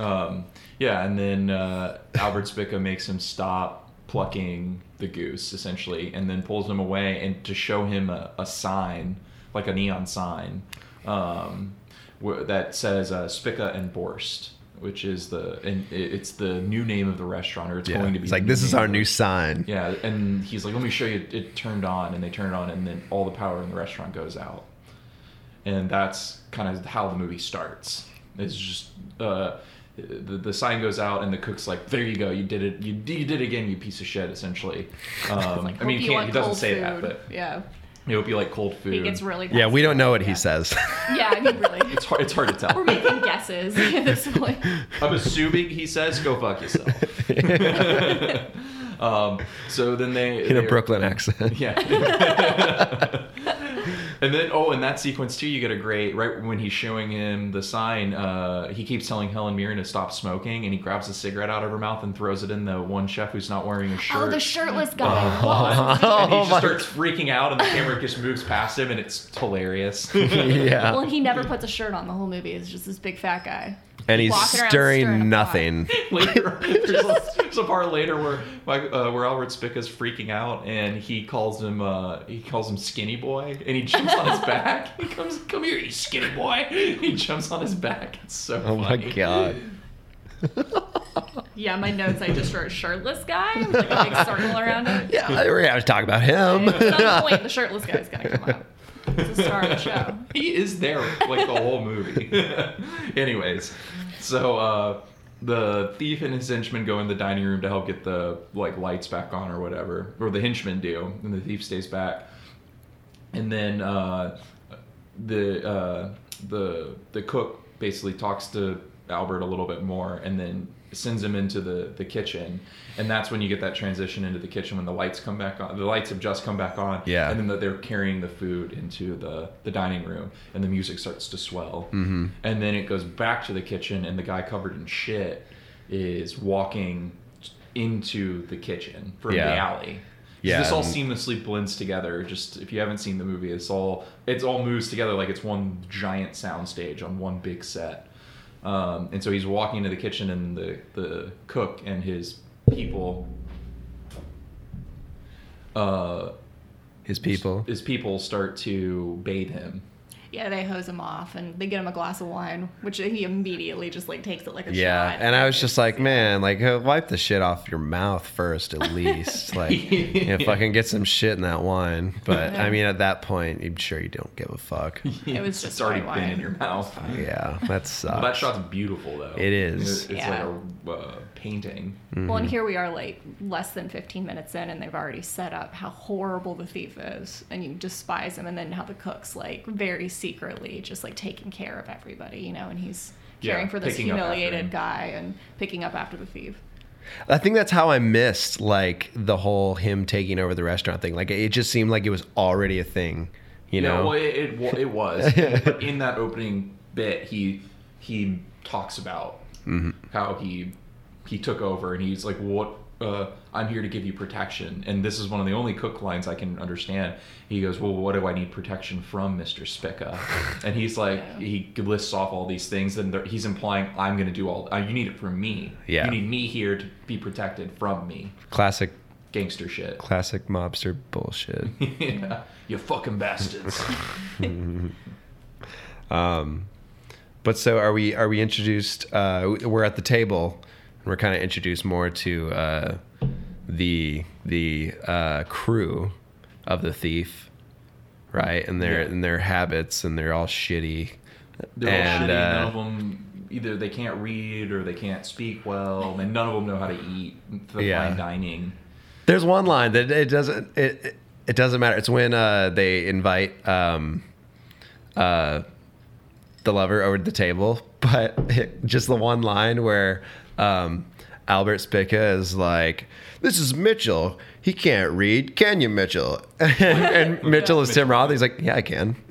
Speaker 3: Um, yeah, and then uh, Albert Spica makes him stop plucking the goose, essentially, and then pulls him away and to show him a, a sign, like a neon sign, um, where, that says uh, Spica and Borst, which is the and it- it's the new name of the restaurant, or it's
Speaker 2: Yeah.
Speaker 3: going to be.
Speaker 2: It's
Speaker 3: the
Speaker 2: like, this is
Speaker 3: name
Speaker 2: our
Speaker 3: of
Speaker 2: new
Speaker 3: it.
Speaker 2: sign.
Speaker 3: Yeah, and he's like, "Let me show you." It turned on, and they turn it on, and then all the power in the restaurant goes out, and that's kind of how the movie starts. It's just uh, the the sign goes out, and the cook's like, "There you go, you did it, you, you did it again, you piece of shit." Essentially, um, I mean,
Speaker 4: Hope
Speaker 3: he,
Speaker 4: you
Speaker 3: can't,
Speaker 4: want
Speaker 3: he doesn't
Speaker 4: cold
Speaker 3: say that,
Speaker 4: food.
Speaker 3: but
Speaker 4: yeah,
Speaker 3: it would be like cold food.
Speaker 4: he gets really.
Speaker 2: Yeah, we don't know what he
Speaker 4: Yeah.
Speaker 2: says.
Speaker 4: Yeah, I mean, really,
Speaker 3: It's hard. It's hard to tell.
Speaker 4: we're making guesses at this point.
Speaker 3: I'm assuming he says, "Go fuck yourself." um, so then they
Speaker 2: in a
Speaker 3: they-
Speaker 2: Brooklyn accent.
Speaker 3: Yeah. and then, oh, in that sequence too, you get a great right when he's showing him the sign. Uh, he keeps telling Helen Mirren to stop smoking, and he grabs a cigarette out of her mouth and throws it in the one chef who's not wearing a shirt.
Speaker 4: Oh, the shirtless guy. Whoa.
Speaker 3: and he
Speaker 2: Oh
Speaker 3: just
Speaker 2: my-
Speaker 3: starts freaking out, and the camera just moves past him, and it's hilarious.
Speaker 2: yeah.
Speaker 4: Well, and he never puts a shirt on the whole movie. It's just this big fat guy.
Speaker 2: and he's
Speaker 4: walking around
Speaker 2: stirring,
Speaker 4: stirring a pot.
Speaker 2: nothing.
Speaker 3: later, there's a, there's a part later where like, uh, where Albert Spica's freaking out and he calls him uh, he calls him skinny boy and he jumps on his back. He comes, come here, you skinny boy. He jumps on his back. It's so
Speaker 2: Oh my
Speaker 3: funny.
Speaker 2: god.
Speaker 4: Yeah, my notes. I just wrote shirtless guy, like a big circle around it.
Speaker 2: Yeah, we're gonna have to talk about him.
Speaker 4: At some point, the shirtless guy's gonna come out. He's the star of the show.
Speaker 3: He is there like the whole movie. Anyways, so uh, the thief and his henchman go in the dining room to help get the like lights back on or whatever, or the henchmen do, and the thief stays back. And then uh, the uh, the the cook basically talks to Albert a little bit more, and then sends him into the the kitchen, and that's when you get that transition into the kitchen when the lights come back on. The lights have just come back on,
Speaker 2: Yeah.
Speaker 3: and then that they're carrying the food into the the dining room, and the music starts to swell, mm-hmm. and then it goes back to the kitchen, and the guy covered in shit is walking into the kitchen from
Speaker 2: Yeah.
Speaker 3: the alley. 'Cause
Speaker 2: Yeah,
Speaker 3: this all
Speaker 2: and-
Speaker 3: seamlessly blends together. Just if you haven't seen the movie, it's all it's all moves together like it's one giant soundstage on one big set. Um, and so he's walking into the kitchen, and the the cook and his people, uh,
Speaker 2: His people.
Speaker 3: his people start to bathe him.
Speaker 4: Yeah, they hose him off and they get him a glass of wine, which he immediately just like takes it like a
Speaker 2: Yeah,
Speaker 4: shot.
Speaker 2: and I was just like, man, like uh, wipe the shit off your mouth first, at least. Like, you know, fucking get some shit in that wine. But I mean, at that point, I'm sure you don't give a fuck.
Speaker 4: It was
Speaker 3: it's
Speaker 4: just
Speaker 3: already
Speaker 4: white
Speaker 3: been
Speaker 4: wine.
Speaker 3: in your mouth.
Speaker 2: Yeah, that sucks.
Speaker 3: Well, that shot's beautiful though.
Speaker 2: It is.
Speaker 3: It's
Speaker 4: Yeah.
Speaker 3: like a uh, painting.
Speaker 4: Well, and here we are, like less than 15 minutes in, and they've already set up how horrible the thief is, and you despise him, and then how the cook's like very secretly just like taking care of everybody, you know, and he's
Speaker 3: Yeah,
Speaker 4: caring for this
Speaker 3: picking up after him.
Speaker 4: humiliated guy and picking up after the thief.
Speaker 2: I think that's how I missed like the whole him taking over the restaurant thing. Like, it just seemed like it was already a thing. You
Speaker 3: yeah,
Speaker 2: know,
Speaker 3: well, it, it, wa- it was. but in that opening bit, he he talks about
Speaker 2: Mm-hmm.
Speaker 3: how he he took over, and he's like, "What? Uh, I'm here to give you protection." And this is one of the only cook lines I can understand. He goes, "Well, what do I need protection from, Mister Spica?" And he's like, he lists off all these things, and they're- he's implying, "I'm going to do all. Uh, you need it from me.
Speaker 2: Yeah.
Speaker 3: You need me here to be protected from me."
Speaker 2: classic,
Speaker 3: Gangster shit.
Speaker 2: classic mobster bullshit.
Speaker 3: yeah. You fucking bastards.
Speaker 2: But so are we? Are we introduced? Uh, we're at the table, and we're kind of introduced more to uh, the the uh, crew of the thief, right? And their
Speaker 3: Yeah.
Speaker 2: and their habits, and they're all shitty.
Speaker 3: They're
Speaker 2: And,
Speaker 3: all shitty. none
Speaker 2: uh,
Speaker 3: of them either they can't read or they can't speak well, and none of them know how to eat. The
Speaker 2: Yeah.
Speaker 3: fine dining.
Speaker 2: There's one line that it doesn't it it- it doesn't matter. It's when uh, they invite um, uh, the lover over to the table, but it, just the one line where um, Albert Spica is like, "This is Mitchell. He can't read, can you, Mitchell?" and, Mitchell is Tim Roth. He's like, "Yeah, I can."
Speaker 4: I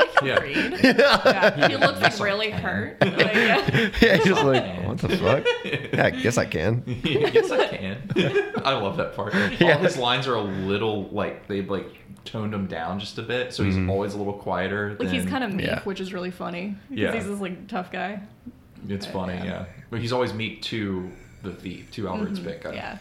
Speaker 3: Yeah.
Speaker 4: read. Yeah. He looked like really hurt. Like, yeah.
Speaker 2: yeah, he's just like, "What the fuck?" Yeah, I guess I can.
Speaker 3: yes, I can. I love that part.
Speaker 2: Yeah.
Speaker 3: All his lines are a little like they've like toned him down just a bit, so
Speaker 2: Mm-hmm.
Speaker 3: he's always a little quieter.
Speaker 4: Like he's
Speaker 3: than-
Speaker 4: kind of meek,
Speaker 2: Yeah.
Speaker 4: which is really funny. 'Cause
Speaker 3: Yeah.
Speaker 4: He's this like tough guy.
Speaker 3: It's funny, yeah. But he's always meek to the thief, to Albert Spica.
Speaker 4: Mm-hmm. Yeah.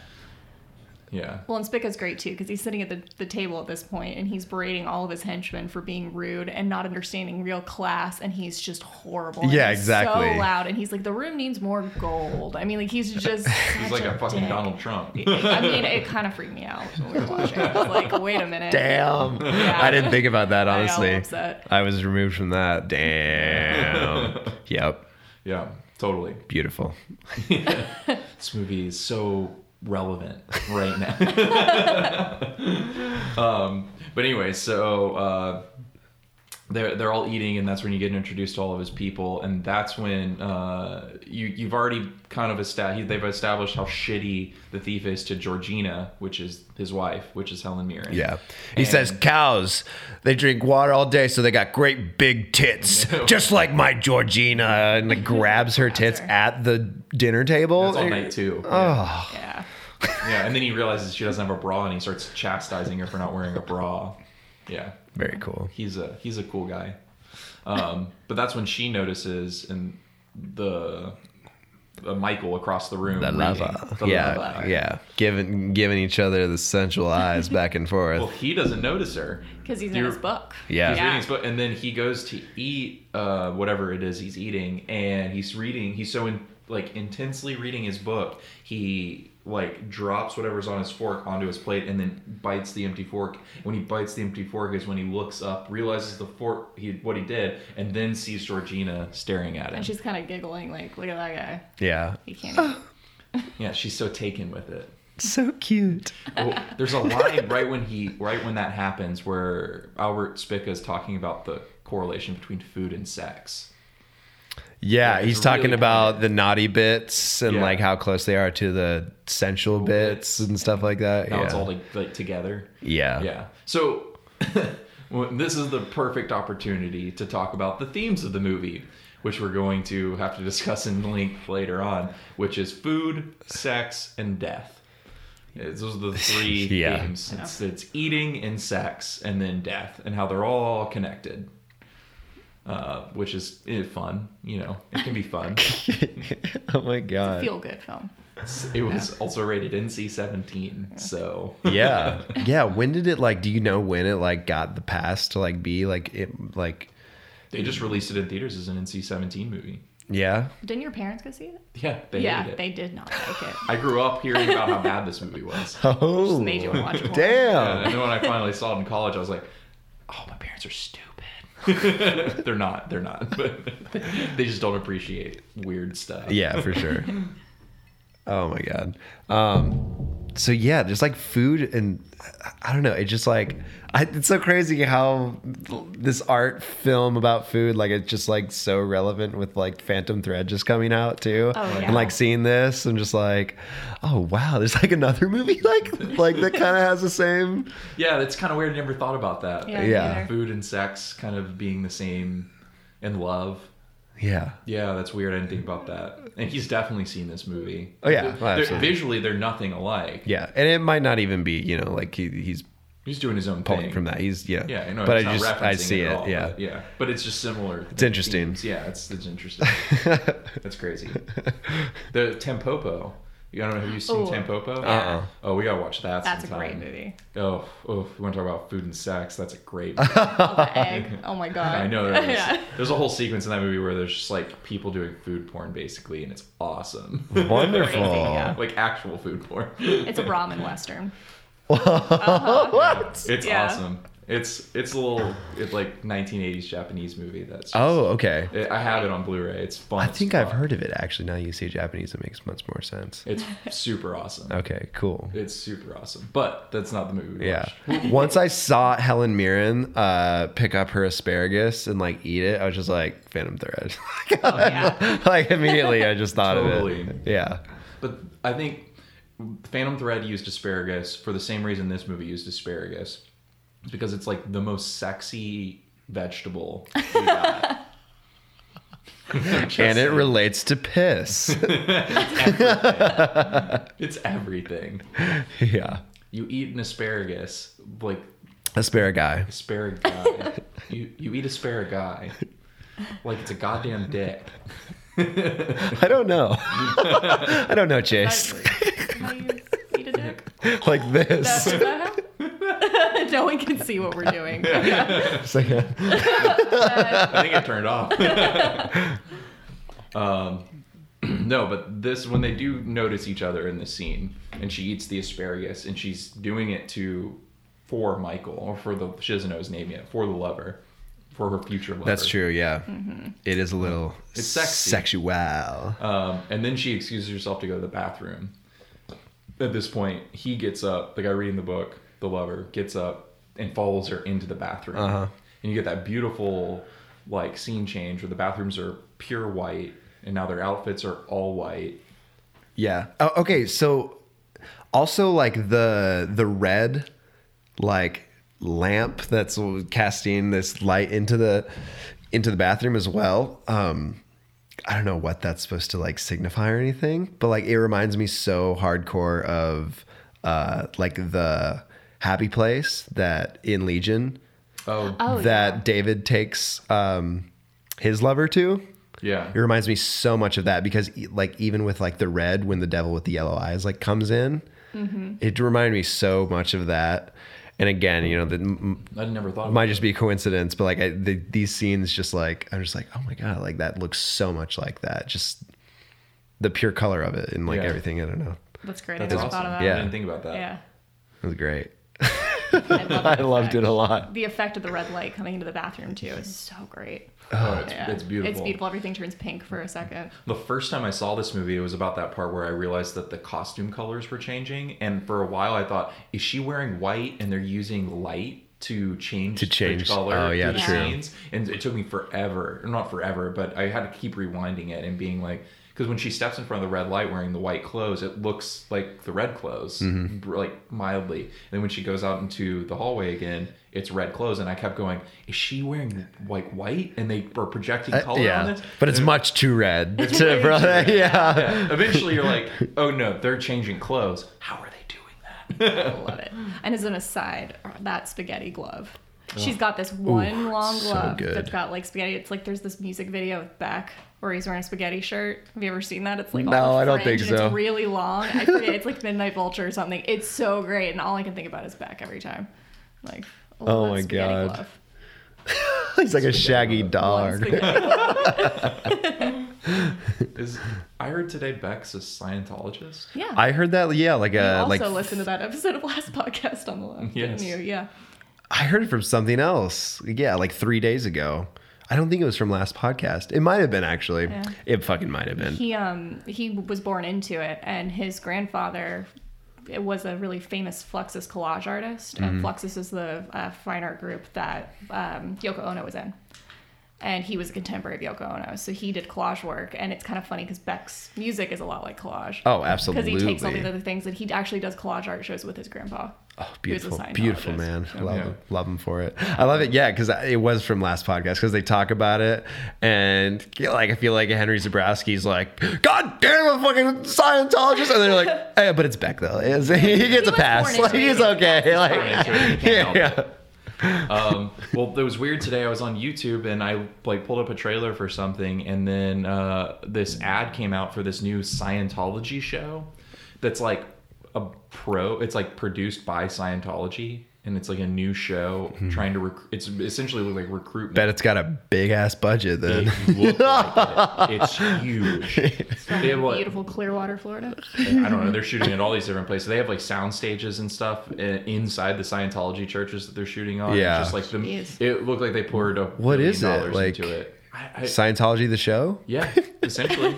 Speaker 3: Yeah.
Speaker 4: Well, and Spica's great too because he's sitting at the, the table at this point and he's berating all of his henchmen for being rude and not understanding real class, and he's just horrible. and
Speaker 2: Yeah,
Speaker 4: he's
Speaker 2: exactly.
Speaker 4: So loud, and he's like, "The room needs more gold." I mean, like he's just
Speaker 3: He's like a fucking Donald Trump.
Speaker 4: I mean, it kind of freaked me out when we were watching. I was like, "Wait a minute."
Speaker 2: Damn. I didn't think about that
Speaker 4: I got a little
Speaker 2: honestly.
Speaker 4: upset.
Speaker 2: I was removed from that. Damn. yep.
Speaker 3: Yeah, totally.
Speaker 2: Beautiful.
Speaker 3: This movie is so relevant right now. um, but anyway, so uh, they're they're all eating, and that's when you get introduced to all of his people, and that's when uh, you you've already kind of established they've established how shitty the thief is to Georgina, which is his wife, which is Helen Mirren.
Speaker 2: Yeah. He says cows, they drink water all day, so they got great big tits, just like my Georgina, and like grabs her tits
Speaker 4: her.
Speaker 2: at the dinner table.
Speaker 3: That's all night too. Yeah.
Speaker 4: Yeah.
Speaker 3: yeah, and then he realizes she doesn't have a bra, and he starts chastising her for not wearing a bra. Yeah.
Speaker 2: Very cool.
Speaker 3: he's a he's a cool guy. Um, but that's when she notices and the uh, Michael across the room.
Speaker 2: The
Speaker 3: reading.
Speaker 2: lover.
Speaker 3: The
Speaker 2: yeah.
Speaker 3: lover.
Speaker 2: Yeah. Giving giving each other the sensual eyes back and forth.
Speaker 3: Well, he doesn't notice her.
Speaker 4: Because he's in
Speaker 3: You're-
Speaker 4: his book.
Speaker 2: Yeah.
Speaker 3: He's reading his book, and then he goes to eat uh, whatever it is he's eating, and he's reading. He's so in, like intensely reading his book, he like drops whatever's on his fork onto his plate, and then bites the empty fork. When he bites the empty fork, is when he looks up, realizes the fork he what he did, and then sees Georgina staring at him.
Speaker 4: And she's kind of giggling, like, "Look at that guy.
Speaker 2: yeah.
Speaker 4: He can't." eat."
Speaker 3: Yeah, she's so taken with it.
Speaker 2: So cute.
Speaker 3: Well, there's a line right when he right when that happens where Albert Spica is talking about the correlation between food and sex.
Speaker 2: Yeah,
Speaker 3: it's
Speaker 2: he's
Speaker 3: really
Speaker 2: talking about the naughty bits and
Speaker 3: Yeah.
Speaker 2: like how close they are to the sensual bits and stuff like that.
Speaker 3: Now
Speaker 2: yeah.
Speaker 3: it's all like, like together.
Speaker 2: yeah.
Speaker 3: Yeah. So well, this is the perfect opportunity to talk about the themes of the movie, which we're going to have to discuss in length later on, which is food, sex, and death. It's- Those are the three
Speaker 2: Yeah.
Speaker 3: themes. It's, it's eating and sex, and then death, and how they're all connected. Uh, which is eh, fun, you know. It can be fun.
Speaker 2: oh my god.
Speaker 4: Feel good film.
Speaker 3: it was also rated NC-17, so
Speaker 2: yeah yeah when did it like do you know when it like got the pass to like be like it like
Speaker 3: they just released it in theaters as an NC-17 movie.
Speaker 2: yeah
Speaker 4: Didn't your parents go see it?
Speaker 3: Yeah, they
Speaker 4: yeah,
Speaker 3: hated it.
Speaker 4: they did not like it.
Speaker 3: I grew up hearing about how bad this movie was.
Speaker 2: oh
Speaker 4: Just made you watch it. more.
Speaker 2: damn
Speaker 3: And then when I finally saw it in college, I was like, oh, my parents are stupid. they're not. They're not. But they just don't appreciate weird stuff.
Speaker 2: yeah for sure oh my god um so yeah there's like food and i don't know it just like I, it's so crazy how this art film about food like it's just like so relevant with like phantom thread just coming out too
Speaker 4: Oh, yeah.
Speaker 2: and like seeing this and just like oh wow there's like another movie like like that kind of has the same
Speaker 3: Yeah, that's kind of weird. I never thought about that.
Speaker 4: Yeah.
Speaker 2: Yeah.
Speaker 4: neither.
Speaker 3: Food and sex kind of being the same and love.
Speaker 2: yeah
Speaker 3: Yeah, that's weird. I didn't think about that. And he's definitely seen this movie.
Speaker 2: Oh, yeah.
Speaker 3: They're-
Speaker 2: Well, absolutely.
Speaker 3: visually, they're nothing alike.
Speaker 2: Yeah, and it might not even be you know like he, he's
Speaker 3: He's doing his own
Speaker 2: pulling
Speaker 3: thing.
Speaker 2: from that. He's yeah,
Speaker 3: Yeah, I know.
Speaker 2: but
Speaker 3: it's
Speaker 2: I
Speaker 3: not
Speaker 2: just
Speaker 3: referencing
Speaker 2: I see
Speaker 3: at
Speaker 2: it.
Speaker 3: all,
Speaker 2: yeah,
Speaker 3: but yeah, but it's just similar. It's
Speaker 2: interesting.
Speaker 3: Yeah, it's it's interesting. That's crazy. The Tempopo. You don't know? Have you seen
Speaker 4: Oh,
Speaker 2: Uh-uh.
Speaker 3: Tempopo?
Speaker 2: yeah.
Speaker 3: Oh, we gotta watch that.
Speaker 4: That's a
Speaker 3: sometime.
Speaker 4: great movie.
Speaker 3: Oh, oh, we want to talk about food and sex. That's a great. Movie.
Speaker 4: Oh, the egg. Oh my god.
Speaker 3: I know. There's,
Speaker 4: yeah.
Speaker 3: there's a whole sequence in that movie where there's just like people doing food porn basically, and it's awesome.
Speaker 2: wonderful.
Speaker 4: Yeah.
Speaker 3: like actual food porn.
Speaker 4: It's a ramen western.
Speaker 2: what?
Speaker 3: It's
Speaker 4: Yeah.
Speaker 3: awesome. It's it's a little it's like 1980s Japanese movie. That's just-
Speaker 2: Oh, okay.
Speaker 3: It- I have it on Blu-ray. It's fun.
Speaker 2: I
Speaker 3: as
Speaker 2: think I've
Speaker 3: fuck.
Speaker 2: heard of it actually. Now you say Japanese, it makes much more sense.
Speaker 3: It's super awesome.
Speaker 2: Okay, cool.
Speaker 3: It's super awesome. But that's not the movie. We
Speaker 2: Yeah.
Speaker 3: watched.
Speaker 2: Once I saw Helen Mirren uh, pick up her asparagus and like eat it, I was just like Phantom Thread.
Speaker 4: Oh, Yeah.
Speaker 2: like immediately, I just thought of
Speaker 3: Totally.
Speaker 2: it. Yeah.
Speaker 3: But I think Phantom Thread used asparagus for the same reason this movie used asparagus. It's because it's like the most sexy vegetable we got.
Speaker 2: and it relates to piss.
Speaker 3: it's everything.
Speaker 2: yeah.
Speaker 3: You eat an asparagus, like
Speaker 2: Asparagus.
Speaker 3: asparagus. you you eat asparagus like it's a goddamn dick.
Speaker 2: I don't know. I don't know, Chase.
Speaker 4: How do you eat a dick?
Speaker 2: like this.
Speaker 4: That's that how? no one can see what we're doing.
Speaker 2: It's like a-
Speaker 3: I think I turned off. um, no, but this when they do notice each other in the scene, and she eats the asparagus, and she's doing it to for Michael or for the she doesn't know his name yet for the lover, for her future lover.
Speaker 2: That's true, yeah. It is a little
Speaker 3: It's sexy.
Speaker 2: sexual.
Speaker 3: Um, and then she excuses herself to go to the bathroom. At this point, he gets up. The guy reading the book, the lover, gets up and follows her into the bathroom.
Speaker 2: Uh-huh.
Speaker 3: And you get that beautiful like scene change where the bathrooms are pure white, and now their outfits are all white.
Speaker 2: Yeah. Oh, okay. So, also like the the red, like lamp that's casting this light into the into the bathroom as well. Um, I don't know what that's supposed to like signify or anything, but like it reminds me so hardcore of uh like the happy place that in Legion
Speaker 3: Oh,
Speaker 4: Oh,
Speaker 2: that David takes um his lover to.
Speaker 3: yeah.
Speaker 2: It reminds me so much of that because e- like even with like the red when the devil with the yellow eyes like comes in,
Speaker 4: Mm-hmm.
Speaker 2: it reminded me so much of that. And again, you know, that m-
Speaker 3: I never thought.
Speaker 2: m-
Speaker 3: of
Speaker 2: might
Speaker 3: it.
Speaker 2: just be a coincidence, but like I, the, these scenes, just like I'm just like, oh my god, like that looks so much like that. Just the pure color of it and like
Speaker 3: Yeah.
Speaker 2: everything. I don't know,
Speaker 4: That's great.
Speaker 3: That's
Speaker 4: I never
Speaker 3: awesome.
Speaker 4: thought of that.
Speaker 2: Yeah.
Speaker 3: I didn't think about that.
Speaker 4: Yeah.
Speaker 2: it was great.
Speaker 4: I, love
Speaker 2: I
Speaker 4: that
Speaker 2: loved
Speaker 4: effect.
Speaker 2: it a lot.
Speaker 4: The effect of the red light coming into the bathroom too is so great.
Speaker 3: Oh, it's,
Speaker 4: Yeah.
Speaker 3: it's beautiful.
Speaker 4: It's beautiful. Everything turns pink for a second.
Speaker 3: The first time I saw this movie, it was about that part where I realized that the costume colors were changing, and for a while I thought, is she wearing white and they're using light to change
Speaker 2: To
Speaker 3: the
Speaker 2: change-
Speaker 3: color?
Speaker 2: oh, yeah,
Speaker 3: through the
Speaker 4: true.
Speaker 3: Scenes? And it took me forever, or not forever, but I had to keep rewinding it and being like, because when she steps in front of the red light wearing the white clothes, it looks like the red clothes,
Speaker 2: Mm-hmm.
Speaker 3: br- like mildly. And then when she goes out into the hallway again, it's red clothes, and I kept going, is she wearing like white? And they are projecting color on
Speaker 2: Uh, yeah,
Speaker 3: this,
Speaker 2: but it's
Speaker 3: And-
Speaker 2: much too red.
Speaker 4: way
Speaker 2: to,
Speaker 4: too red.
Speaker 2: yeah.
Speaker 3: Eventually, you're like, oh no, they're changing clothes. How are they doing that?
Speaker 4: I love it. And as an aside, that spaghetti glove. She's got this one
Speaker 2: Oh. Ooh,
Speaker 4: long
Speaker 2: so
Speaker 4: glove
Speaker 2: good.
Speaker 4: that's got like spaghetti. It's like there's this music video with Beck where he's wearing a spaghetti shirt. Have you ever seen that? It's like all
Speaker 2: No,
Speaker 4: the
Speaker 2: I don't
Speaker 4: fringe
Speaker 2: think
Speaker 4: and
Speaker 2: so.
Speaker 4: It's really long. I forget. it's like Midnight Vulture or something. It's so great, and all I can think about is Beck every time. Like, I love
Speaker 2: Oh
Speaker 4: that
Speaker 2: my
Speaker 4: spaghetti
Speaker 2: God.
Speaker 4: Glove.
Speaker 2: He's like a shaggy
Speaker 4: One
Speaker 2: dog.
Speaker 4: spaghetti glove.
Speaker 3: Is I heard today Beck's a Scientologist.
Speaker 4: Yeah.
Speaker 2: I heard that, yeah, like
Speaker 4: You
Speaker 2: a
Speaker 4: also
Speaker 2: like
Speaker 4: listened to that episode of last podcast on the left.
Speaker 3: Yes.
Speaker 4: Didn't you? Yeah.
Speaker 2: I heard it from something else. Yeah, like three days ago. I don't think it was from last podcast. It might have been actually.
Speaker 4: Yeah.
Speaker 2: It fucking might have been.
Speaker 4: he um he was born into it and his grandfather was a really famous Fluxus collage artist
Speaker 2: Mm-hmm.
Speaker 4: and Fluxus is the uh, fine art group that um, Yoko Ono was in and he was a contemporary of Yoko Ono so he did collage work and it's kind of funny because Beck's music is a lot like collage
Speaker 2: oh,
Speaker 4: because
Speaker 2: absolutely.
Speaker 4: he takes all these other things and he actually does collage art shows with his grandpa
Speaker 2: Oh,
Speaker 4: who is a
Speaker 2: beautiful,
Speaker 4: Scientologist.
Speaker 2: beautiful man. I love
Speaker 3: Yeah.
Speaker 2: him, love him for it. I love it. Yeah, because it was from last podcast because they talk about it, and you know, like I feel like Henry Zabrowski's like, God damn, a fucking Scientologist, and they're like, hey, but it's Beck though. It's- he gets
Speaker 4: was
Speaker 2: a pass.
Speaker 4: born
Speaker 2: Like
Speaker 4: into it.
Speaker 2: he's okay.
Speaker 3: He's
Speaker 2: Like
Speaker 3: born into it. He
Speaker 2: yeah,
Speaker 3: can't
Speaker 2: yeah.
Speaker 3: Um, well, it was weird today. I was on YouTube and I like pulled up a trailer for something, and then uh, this ad came out for this new Scientology show that's like a pro. It's like produced by Scientology. And it's like a new show trying to recruit. It's essentially like recruitment.
Speaker 2: Bet it's got a big ass budget then.
Speaker 3: It looked like it. It's huge. They have, like-
Speaker 4: beautiful Clearwater Florida
Speaker 3: I don't know. They're shooting at all these different places. They have like sound stages and stuff i- inside the Scientology churches that they're shooting on. It's
Speaker 2: Yeah.
Speaker 3: just like the,
Speaker 4: Jeez.
Speaker 3: it looked like they poured a
Speaker 2: What
Speaker 3: million
Speaker 2: is it?
Speaker 3: dollars
Speaker 2: Like-
Speaker 3: into it. I, I,
Speaker 2: Scientology the show?
Speaker 3: yeah, essentially.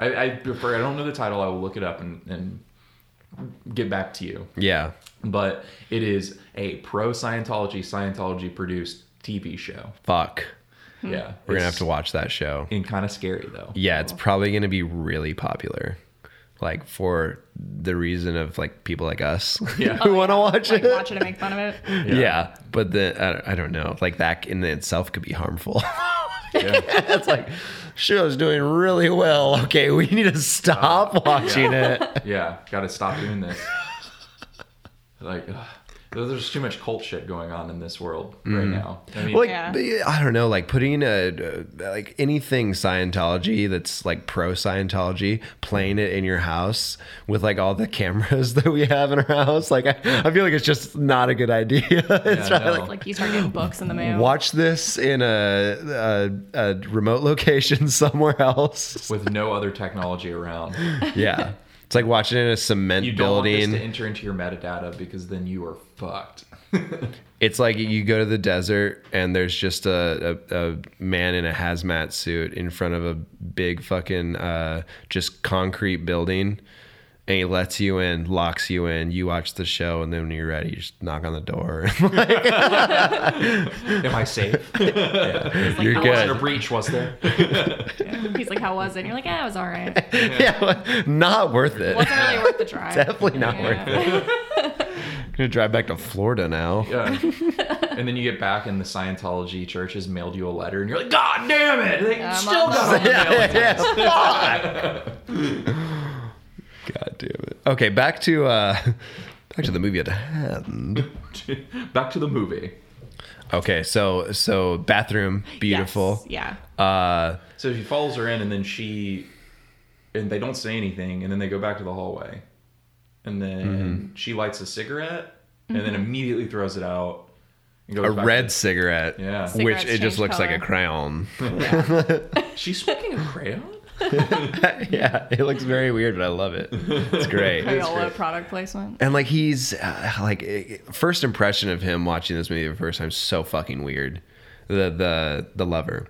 Speaker 3: I, I prefer. I don't know the title. I will look it up and, and get back to you.
Speaker 2: Yeah.
Speaker 3: But it is a pro Scientology Scientology produced TV show.
Speaker 2: Fuck.
Speaker 3: Yeah,
Speaker 2: We're going to
Speaker 3: It's-
Speaker 2: have to watch that show.
Speaker 3: And kind of scary though.
Speaker 2: Yeah, it's probably going to be really popular. like for the reason of like people like us
Speaker 3: Yeah.
Speaker 2: who
Speaker 4: Oh,
Speaker 2: want to
Speaker 4: yeah.
Speaker 2: watch
Speaker 4: like,
Speaker 2: it.
Speaker 4: Watch it and make fun of it.
Speaker 2: Yeah. but the I don't, I don't know. Like that in itself could be harmful.
Speaker 3: Yeah.
Speaker 2: it's like show's doing really well. Okay, we need to stop watching it.
Speaker 3: yeah, gotta stop doing this. like, ugh. there's too much cult shit going on in this world
Speaker 2: Mm-hmm.
Speaker 3: right now. I mean,
Speaker 2: Like
Speaker 4: Yeah.
Speaker 2: but yeah, I don't know, like putting a uh, like anything Scientology that's like pro Scientology playing it in your house with like all the cameras that we have in our house. Like I, I feel like it's just not a good idea. it's
Speaker 3: Yeah,
Speaker 2: probably
Speaker 3: no.
Speaker 2: like,
Speaker 4: Like you start getting books in the mail.
Speaker 2: watch this in a, a a remote location somewhere else.
Speaker 3: with no other technology around,
Speaker 2: Yeah. It's like watching it in a cement
Speaker 3: you don't want
Speaker 2: building.
Speaker 3: this to enter into your metadata because then you are fucked.
Speaker 2: It's like you go to the desert and there's just a, a, a man in a hazmat suit in front of a big fucking uh, just concrete building. And he lets you in, locks you in. You watch the show, and then when you're ready, you just knock on the door.
Speaker 3: Am I safe?
Speaker 2: you're
Speaker 3: There wasn't a
Speaker 2: good.
Speaker 3: breach, was there?
Speaker 4: He's like, "How was it?" And you're like, "Yeah, it was all right.
Speaker 2: Yeah, not worth it.
Speaker 4: Wasn't really worth the drive."
Speaker 2: Definitely not
Speaker 4: Yeah.
Speaker 2: worth it. I'm gonna drive back to Florida now.
Speaker 3: Yeah. and then you get back, and the Scientology church has mailed you a letter, and you're like, God damn it! They
Speaker 4: Yeah,
Speaker 3: still
Speaker 4: I'm
Speaker 3: got
Speaker 4: on
Speaker 3: it.
Speaker 2: yeah, yeah, fuck. God damn it. Okay, back to uh back to the movie at hand.
Speaker 3: back to the movie.
Speaker 2: Okay, so so bathroom, beautiful.
Speaker 4: Yes, Yeah.
Speaker 2: Uh
Speaker 3: So he follows her in, and then she, and they don't say anything, and then they go back to the hallway, and then
Speaker 2: Mm-hmm.
Speaker 3: she lights a cigarette, and then immediately throws it out. And goes
Speaker 2: a
Speaker 3: back
Speaker 2: red
Speaker 3: to-
Speaker 2: cigarette.
Speaker 3: Yeah.
Speaker 2: Which
Speaker 4: Cigarettes
Speaker 2: it just
Speaker 4: change
Speaker 2: looks like a
Speaker 4: color.
Speaker 2: crayon.
Speaker 3: She's smoking a crayon.
Speaker 2: yeah, it looks very weird, but I love it. It's great.
Speaker 4: Crayola product placement.
Speaker 2: And like he's uh, like it- first impression of him watching this movie the first time so fucking weird. The the the lover.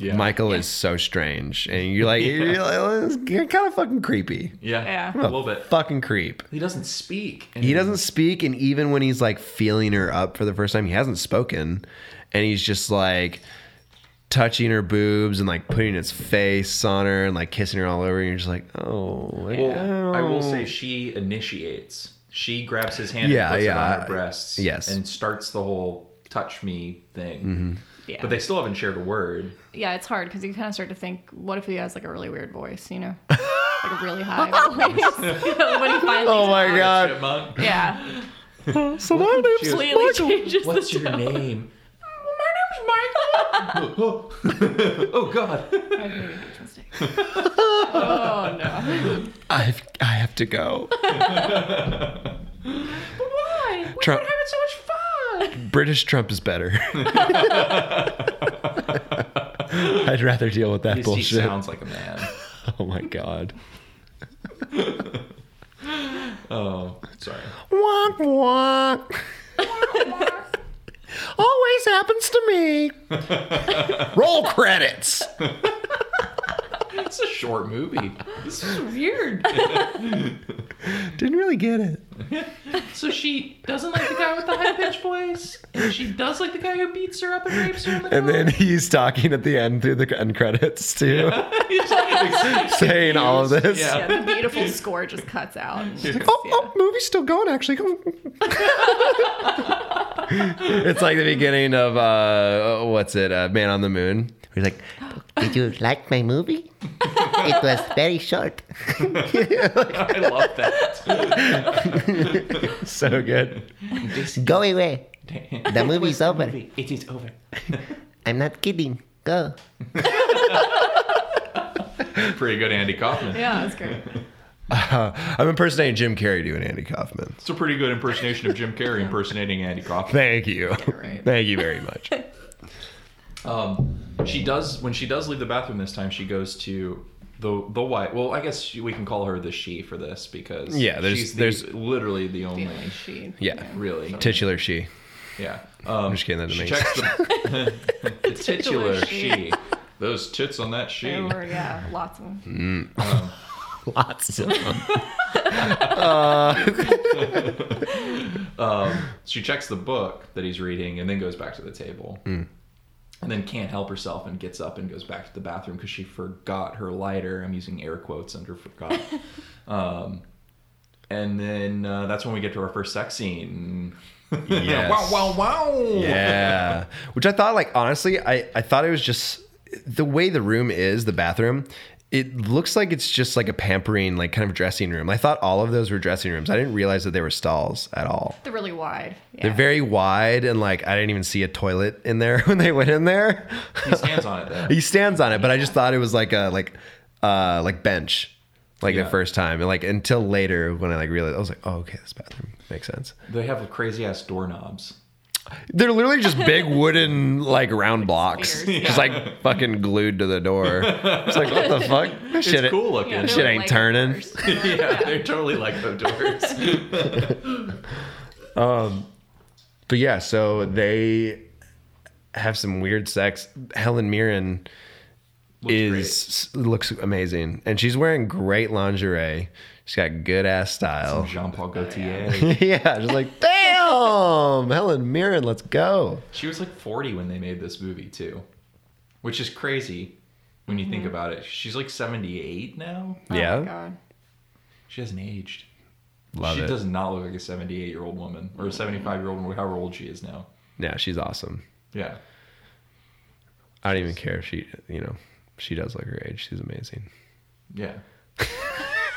Speaker 3: Yeah.
Speaker 2: Michael is so strange, and you're like, you're like "Oh, this is kind of fucking creepy.
Speaker 3: Yeah.
Speaker 4: Yeah.
Speaker 3: A little bit.
Speaker 2: Fucking creep.
Speaker 3: He doesn't speak. and-
Speaker 2: He doesn't speak, and even when he's like feeling her up for the first time, he hasn't spoken, and he's just like touching her boobs and like putting his face on her and like kissing her all over, and you're just like, oh,
Speaker 3: Well, I
Speaker 2: ow."
Speaker 3: will say she initiates. She grabs his hand
Speaker 2: Oh. Yeah,
Speaker 3: and puts it
Speaker 2: yeah,
Speaker 3: on her breasts.
Speaker 2: yes. Mm-hmm.
Speaker 3: And starts the whole touch me thing.
Speaker 4: Yeah.
Speaker 3: But they still haven't shared a word.
Speaker 4: yeah, it's hard because you kind of start to think, what if he has like a really weird voice, you know, like a really high voice. when he finally
Speaker 2: oh my god,
Speaker 3: Chipmunk.
Speaker 4: Yeah,
Speaker 2: so my name's
Speaker 4: completely
Speaker 2: Michael.
Speaker 4: changes
Speaker 3: What's
Speaker 4: the
Speaker 3: your
Speaker 4: tone.
Speaker 3: name? My name's Michael. oh God.
Speaker 4: I've made a huge mistake. oh no!
Speaker 2: I've, I have to go.
Speaker 4: Why? We
Speaker 2: Trump-
Speaker 4: were having so much fun.
Speaker 2: British Trump is better. I'd rather deal with that
Speaker 3: He
Speaker 2: bullshit.
Speaker 3: sounds like a man.
Speaker 2: Oh my god.
Speaker 3: Oh, sorry.
Speaker 2: Wonk wonk. Always happens to me. Roll credits.
Speaker 3: It's a short movie. This is
Speaker 4: Weird.
Speaker 2: Didn't really get it.
Speaker 3: So she doesn't like the guy with the high pitched voice, and she does like the guy who beats her up and rapes her. In the
Speaker 2: And then he's talking at the end through the end credits too, saying all of this.
Speaker 3: Yeah.
Speaker 4: yeah, the beautiful score just cuts out. and it's just-
Speaker 2: Oh,
Speaker 4: yeah.
Speaker 2: oh, movie's still going actually. Oh. it's like the beginning of uh, what's it? Uh, Man on the Moon. He's like,
Speaker 5: Did you like my movie? it was very short.
Speaker 3: I love that.
Speaker 2: so good.
Speaker 5: Go away.
Speaker 3: Damn.
Speaker 5: The movie's over.
Speaker 3: It is over.
Speaker 5: I'm not kidding. Go.
Speaker 3: Pretty good, Andy Kaufman.
Speaker 4: Yeah, that's great.
Speaker 2: I'm impersonating Jim Carrey doing Andy Kaufman.
Speaker 3: It's a pretty good impersonation of Jim Carrey impersonating Andy Kaufman.
Speaker 2: Thank you.
Speaker 4: right.
Speaker 2: Thank you very much.
Speaker 3: Um, she does when she does leave the bathroom this time. She goes to the the wife. Well, I guess she- we can call her the she for this because
Speaker 2: Yeah, there's-
Speaker 3: she's the-
Speaker 2: there's-
Speaker 3: literally the only
Speaker 4: Like she.
Speaker 2: Yeah.
Speaker 3: really
Speaker 2: Titular she.
Speaker 3: Yeah. Um,
Speaker 2: just kidding, that
Speaker 3: she
Speaker 2: doesn't make
Speaker 3: checks the, the
Speaker 4: Titular
Speaker 3: titular
Speaker 4: she.
Speaker 3: she. Those tits on that she.
Speaker 4: There were, yeah, lots of them.
Speaker 2: Lots of them.
Speaker 3: She checks the book that he's reading and then goes back to the table.
Speaker 2: Hmm.
Speaker 3: And then can't help herself and gets up and goes back to the bathroom because she forgot her lighter. I'm using air quotes under forgot. Um, and then uh, that's when we get to our first sex scene.
Speaker 2: Yes.
Speaker 3: wow, wow, wow.
Speaker 2: Yeah. Which I thought, like, honestly, I, I thought it was just the way the room is, the bathroom, it looks like it's just like a pampering, like kind of dressing room. I thought all of those were dressing rooms. I didn't realize that they were stalls at all.
Speaker 4: They're really wide. Yeah.
Speaker 2: They're very wide, and like, I didn't even see a toilet in there when they went in there.
Speaker 3: He stands on it though.
Speaker 2: he stands on it, but I just thought it was like a, like, uh, like bench. Like
Speaker 3: Yeah.
Speaker 2: the first time, and like until later when I like realized, I was like, oh, okay, this bathroom makes sense.
Speaker 3: They have crazy ass doorknobs.
Speaker 2: They're literally just big wooden like round blocks,
Speaker 4: Spears.
Speaker 2: just like fucking glued to the door. It's like what the fuck? This shit,
Speaker 3: It's cool looking.
Speaker 4: Yeah,
Speaker 3: Yeah,
Speaker 4: they're
Speaker 2: shit
Speaker 4: like
Speaker 2: ain't turning.
Speaker 4: doors.
Speaker 3: they're totally like the doors.
Speaker 2: But yeah, so they have some weird sex. Helen Mirren is looks amazing, and she's wearing great lingerie. She's got good ass style.
Speaker 3: Jean Paul Gaultier.
Speaker 2: Oh. yeah, just like damn, Helen Mirren, let's go.
Speaker 3: She was like 40 when they made this movie too, which is crazy when you think about it. She's like 78 now.
Speaker 4: Oh my
Speaker 2: yeah,
Speaker 4: God.
Speaker 3: She hasn't aged.
Speaker 2: love
Speaker 3: she
Speaker 2: it.
Speaker 3: does not look like a 78 year old woman or a 75 year old, woman, however old she is now.
Speaker 2: Yeah, she's awesome.
Speaker 3: Yeah.
Speaker 2: I don't even care if she, you know, she does look her age. She's amazing.
Speaker 3: Yeah.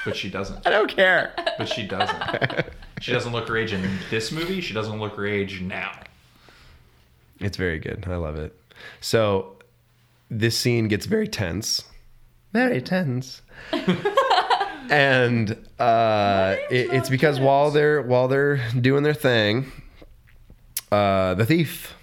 Speaker 3: but she doesn't.
Speaker 2: I don't care.
Speaker 3: But she doesn't. She doesn't look her age in this movie. She doesn't look her age now.
Speaker 2: It's very good. I love it. So this scene gets very tense. Very tense. and uh, it, it's because while they're while they're doing their thing, uh, the thief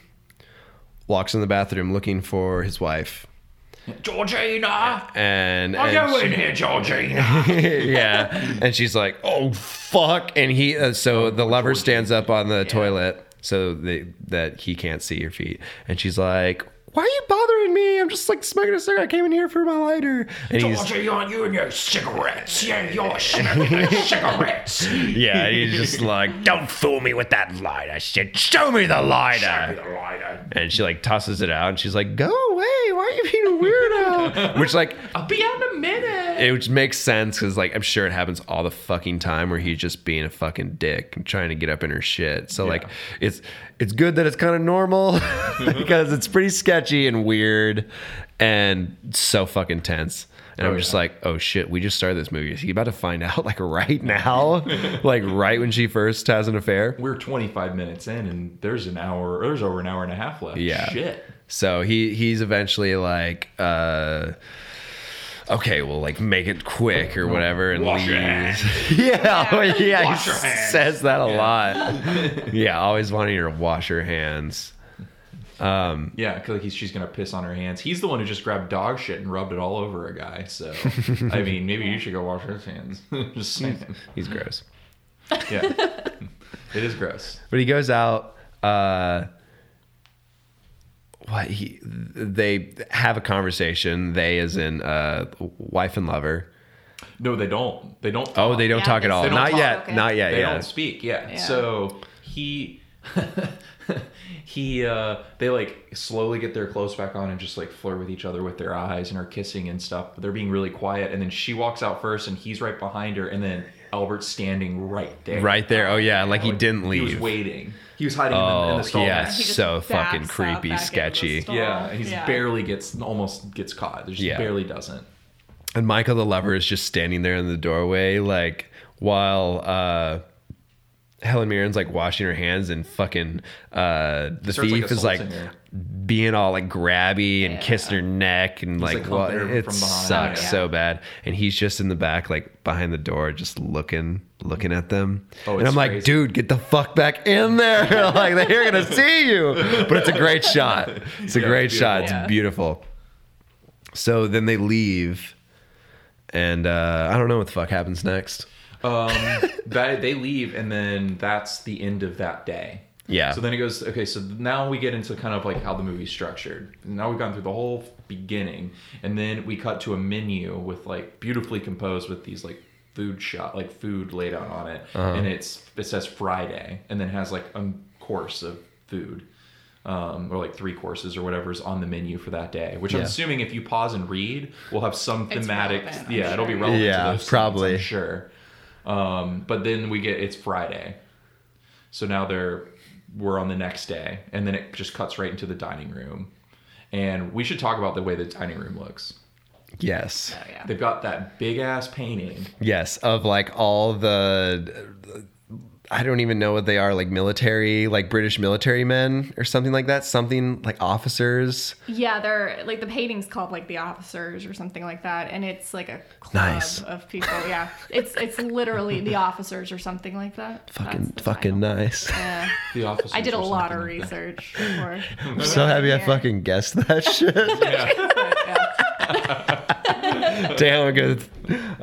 Speaker 2: walks in the bathroom looking for his wife.
Speaker 3: Georgina!
Speaker 2: And,
Speaker 3: Are
Speaker 2: and
Speaker 3: you
Speaker 2: she-
Speaker 3: in here, Georgina?
Speaker 2: yeah. And she's like, "Oh fuck!" And he, uh, so the lover stands up on the toilet so they, that he can't see your feet. And she's like, "Why are you bothering me? I'm just like smoking a cigarette. I came in here for my lighter." And he's,
Speaker 3: Georgina, you and your cigarettes. Yeah, you're smoking the cigarettes.
Speaker 2: yeah, and he's just like, "Don't fool me with that lighter shit. Show me the lighter."
Speaker 3: I'll
Speaker 2: And she like tosses it out, and she's like, "Go away! Why are you being a weirdo?" Which like
Speaker 3: be out in a minute.
Speaker 2: It which makes sense because like I'm sure it happens all the fucking time where he's just being a fucking dick and trying to get up in her shit. So like it's it's good that it's kind of normal
Speaker 3: Mm-hmm.
Speaker 2: because it's pretty sketchy and weird and so fucking tense. And I'm just
Speaker 3: yeah.
Speaker 2: like, oh shit, we just started this movie. Is he about to find out like right now? like right when she first has an affair?
Speaker 3: We're 25 minutes in, and there's an hour, there's over an hour and a half left.
Speaker 2: Yeah.
Speaker 3: Shit.
Speaker 2: So he he's eventually like, uh, okay, we'll like make it quick or whatever and
Speaker 3: Wash
Speaker 2: leave.
Speaker 3: your hands.
Speaker 2: yeah, oh, yeah,
Speaker 3: Wash
Speaker 2: he
Speaker 3: your hands.
Speaker 2: says that a lot. yeah, always wanting her to wash her hands.
Speaker 3: Yeah, 'cause, like he's, she's gonna piss on her hands. He's the one who just grabbed dog shit and rubbed it all over a guy. So, I mean, maybe you should go wash his hands. just saying.
Speaker 2: He's gross.
Speaker 3: Yeah, it is gross.
Speaker 2: But he goes out. Uh, what he they have a conversation. They as in uh, wife and lover.
Speaker 3: No, they don't. They don't.
Speaker 2: Oh, they don't
Speaker 4: Yeah,
Speaker 2: talk at
Speaker 4: they
Speaker 2: all.
Speaker 4: don't
Speaker 2: Not
Speaker 4: talk,
Speaker 2: yet.
Speaker 4: okay.
Speaker 2: Not yet.
Speaker 3: they
Speaker 2: yeah.
Speaker 3: don't speak yeah,
Speaker 4: Yeah.
Speaker 3: so he he uh they like slowly get their clothes back on and just like flirt with each other with their eyes and are kissing and stuff but they're being really quiet and then she walks out first and he's right behind her and then albert's standing right there
Speaker 2: Right there. Oh yeah. Like he didn't leave.
Speaker 3: he was waiting he was hiding in, the, in
Speaker 2: Oh
Speaker 3: the stall
Speaker 2: yeah,
Speaker 3: back.
Speaker 4: He just
Speaker 2: so fucking
Speaker 4: backs up back
Speaker 2: creepy,
Speaker 4: into the
Speaker 2: sketchy.
Speaker 4: stall.
Speaker 3: yeah and he's
Speaker 4: Yeah.
Speaker 3: barely gets almost gets caught just
Speaker 2: Yeah.
Speaker 3: barely doesn't
Speaker 2: And Michael the lover is just standing there in the doorway, like while uh, Helen Mirren's like washing her hands, and fucking uh, the
Speaker 3: Starts, like,
Speaker 2: thief is like
Speaker 3: assaulting her.
Speaker 2: being all like grabby and kissing her neck, and like,
Speaker 3: like,
Speaker 2: well,
Speaker 3: humping her
Speaker 2: it
Speaker 3: from behind.
Speaker 2: sucks
Speaker 4: Yeah.
Speaker 2: so bad. And he's just in the back, like behind the door, just looking, looking at them.
Speaker 3: Oh,
Speaker 2: and
Speaker 3: it's
Speaker 2: I'm like,
Speaker 3: crazy.
Speaker 2: dude, get the fuck back in there! like they're gonna see you. But it's a great shot. It's a
Speaker 3: Yeah,
Speaker 2: great
Speaker 3: it's
Speaker 2: shot. It's
Speaker 4: beautiful. Yeah.
Speaker 2: beautiful. So then they leave, and uh, I don't know what the fuck happens next.
Speaker 3: um, that they leave, and then that's the end of that day.
Speaker 2: Yeah.
Speaker 3: So then it goes. Okay, so now we get into kind of like how the movie's structured. Now we've gone through the whole beginning, and then we cut to a menu with like beautifully composed with these like food shot like food laid out on it,
Speaker 2: Uh-huh.
Speaker 3: and it's it says Friday, and then has like a course of food. Um, or like three courses or whatever's on the menu for that day, which I'm
Speaker 2: Yeah.
Speaker 3: assuming if you pause and read, we'll have some
Speaker 4: It's
Speaker 3: thematic.
Speaker 4: relevant, I'm
Speaker 3: yeah, it'll be
Speaker 4: sure.
Speaker 3: relevant. to
Speaker 2: Yeah,
Speaker 3: those scenes, I'm
Speaker 2: probably.
Speaker 3: sure. Um, but then we get it's Friday, so now they're we're on the next day, and then it just cuts right into the dining room. And we should talk about the way the dining room looks.
Speaker 2: Yes.
Speaker 4: Oh, yeah.
Speaker 3: They've got that big ass painting.
Speaker 2: Yes. Of like all the. I don't even know what they are, like military, like British military men or something like that. Something like officers.
Speaker 4: Yeah, they're like the painting's called like the officers or something like that, and it's like a club
Speaker 2: Nice.
Speaker 4: of people. Yeah, it's it's literally the officers or something like that.
Speaker 2: Fucking,
Speaker 4: That's the
Speaker 2: fucking
Speaker 4: title.
Speaker 2: nice.
Speaker 4: Yeah.
Speaker 3: The office.
Speaker 4: I did a lot of research for.
Speaker 2: I'm so happy I
Speaker 4: Yeah.
Speaker 2: fucking guessed that shit. Damn, I'm good.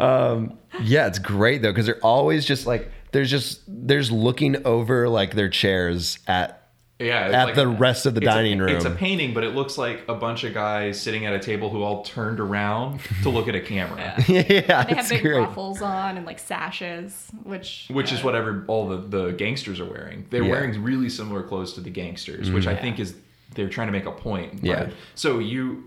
Speaker 2: Um, yeah, it's great though because they're always just like there's just there's looking over like their chairs at
Speaker 3: Yeah, it's
Speaker 2: at
Speaker 3: like-
Speaker 2: the rest of the
Speaker 3: it's a-
Speaker 2: dining room.
Speaker 3: It's a painting, but it looks like a bunch of guys sitting at a table who all turned around to look at a camera,
Speaker 2: yeah,
Speaker 4: They have
Speaker 2: it's
Speaker 4: big
Speaker 2: great.
Speaker 4: ruffles on and like sashes, which
Speaker 3: which is whatever all the, the gangsters are wearing. They're
Speaker 2: Yeah.
Speaker 3: wearing really similar clothes to the gangsters, which
Speaker 4: Mm-hmm.
Speaker 3: I think is they're trying to make a point.
Speaker 2: Yeah.
Speaker 3: right? So you,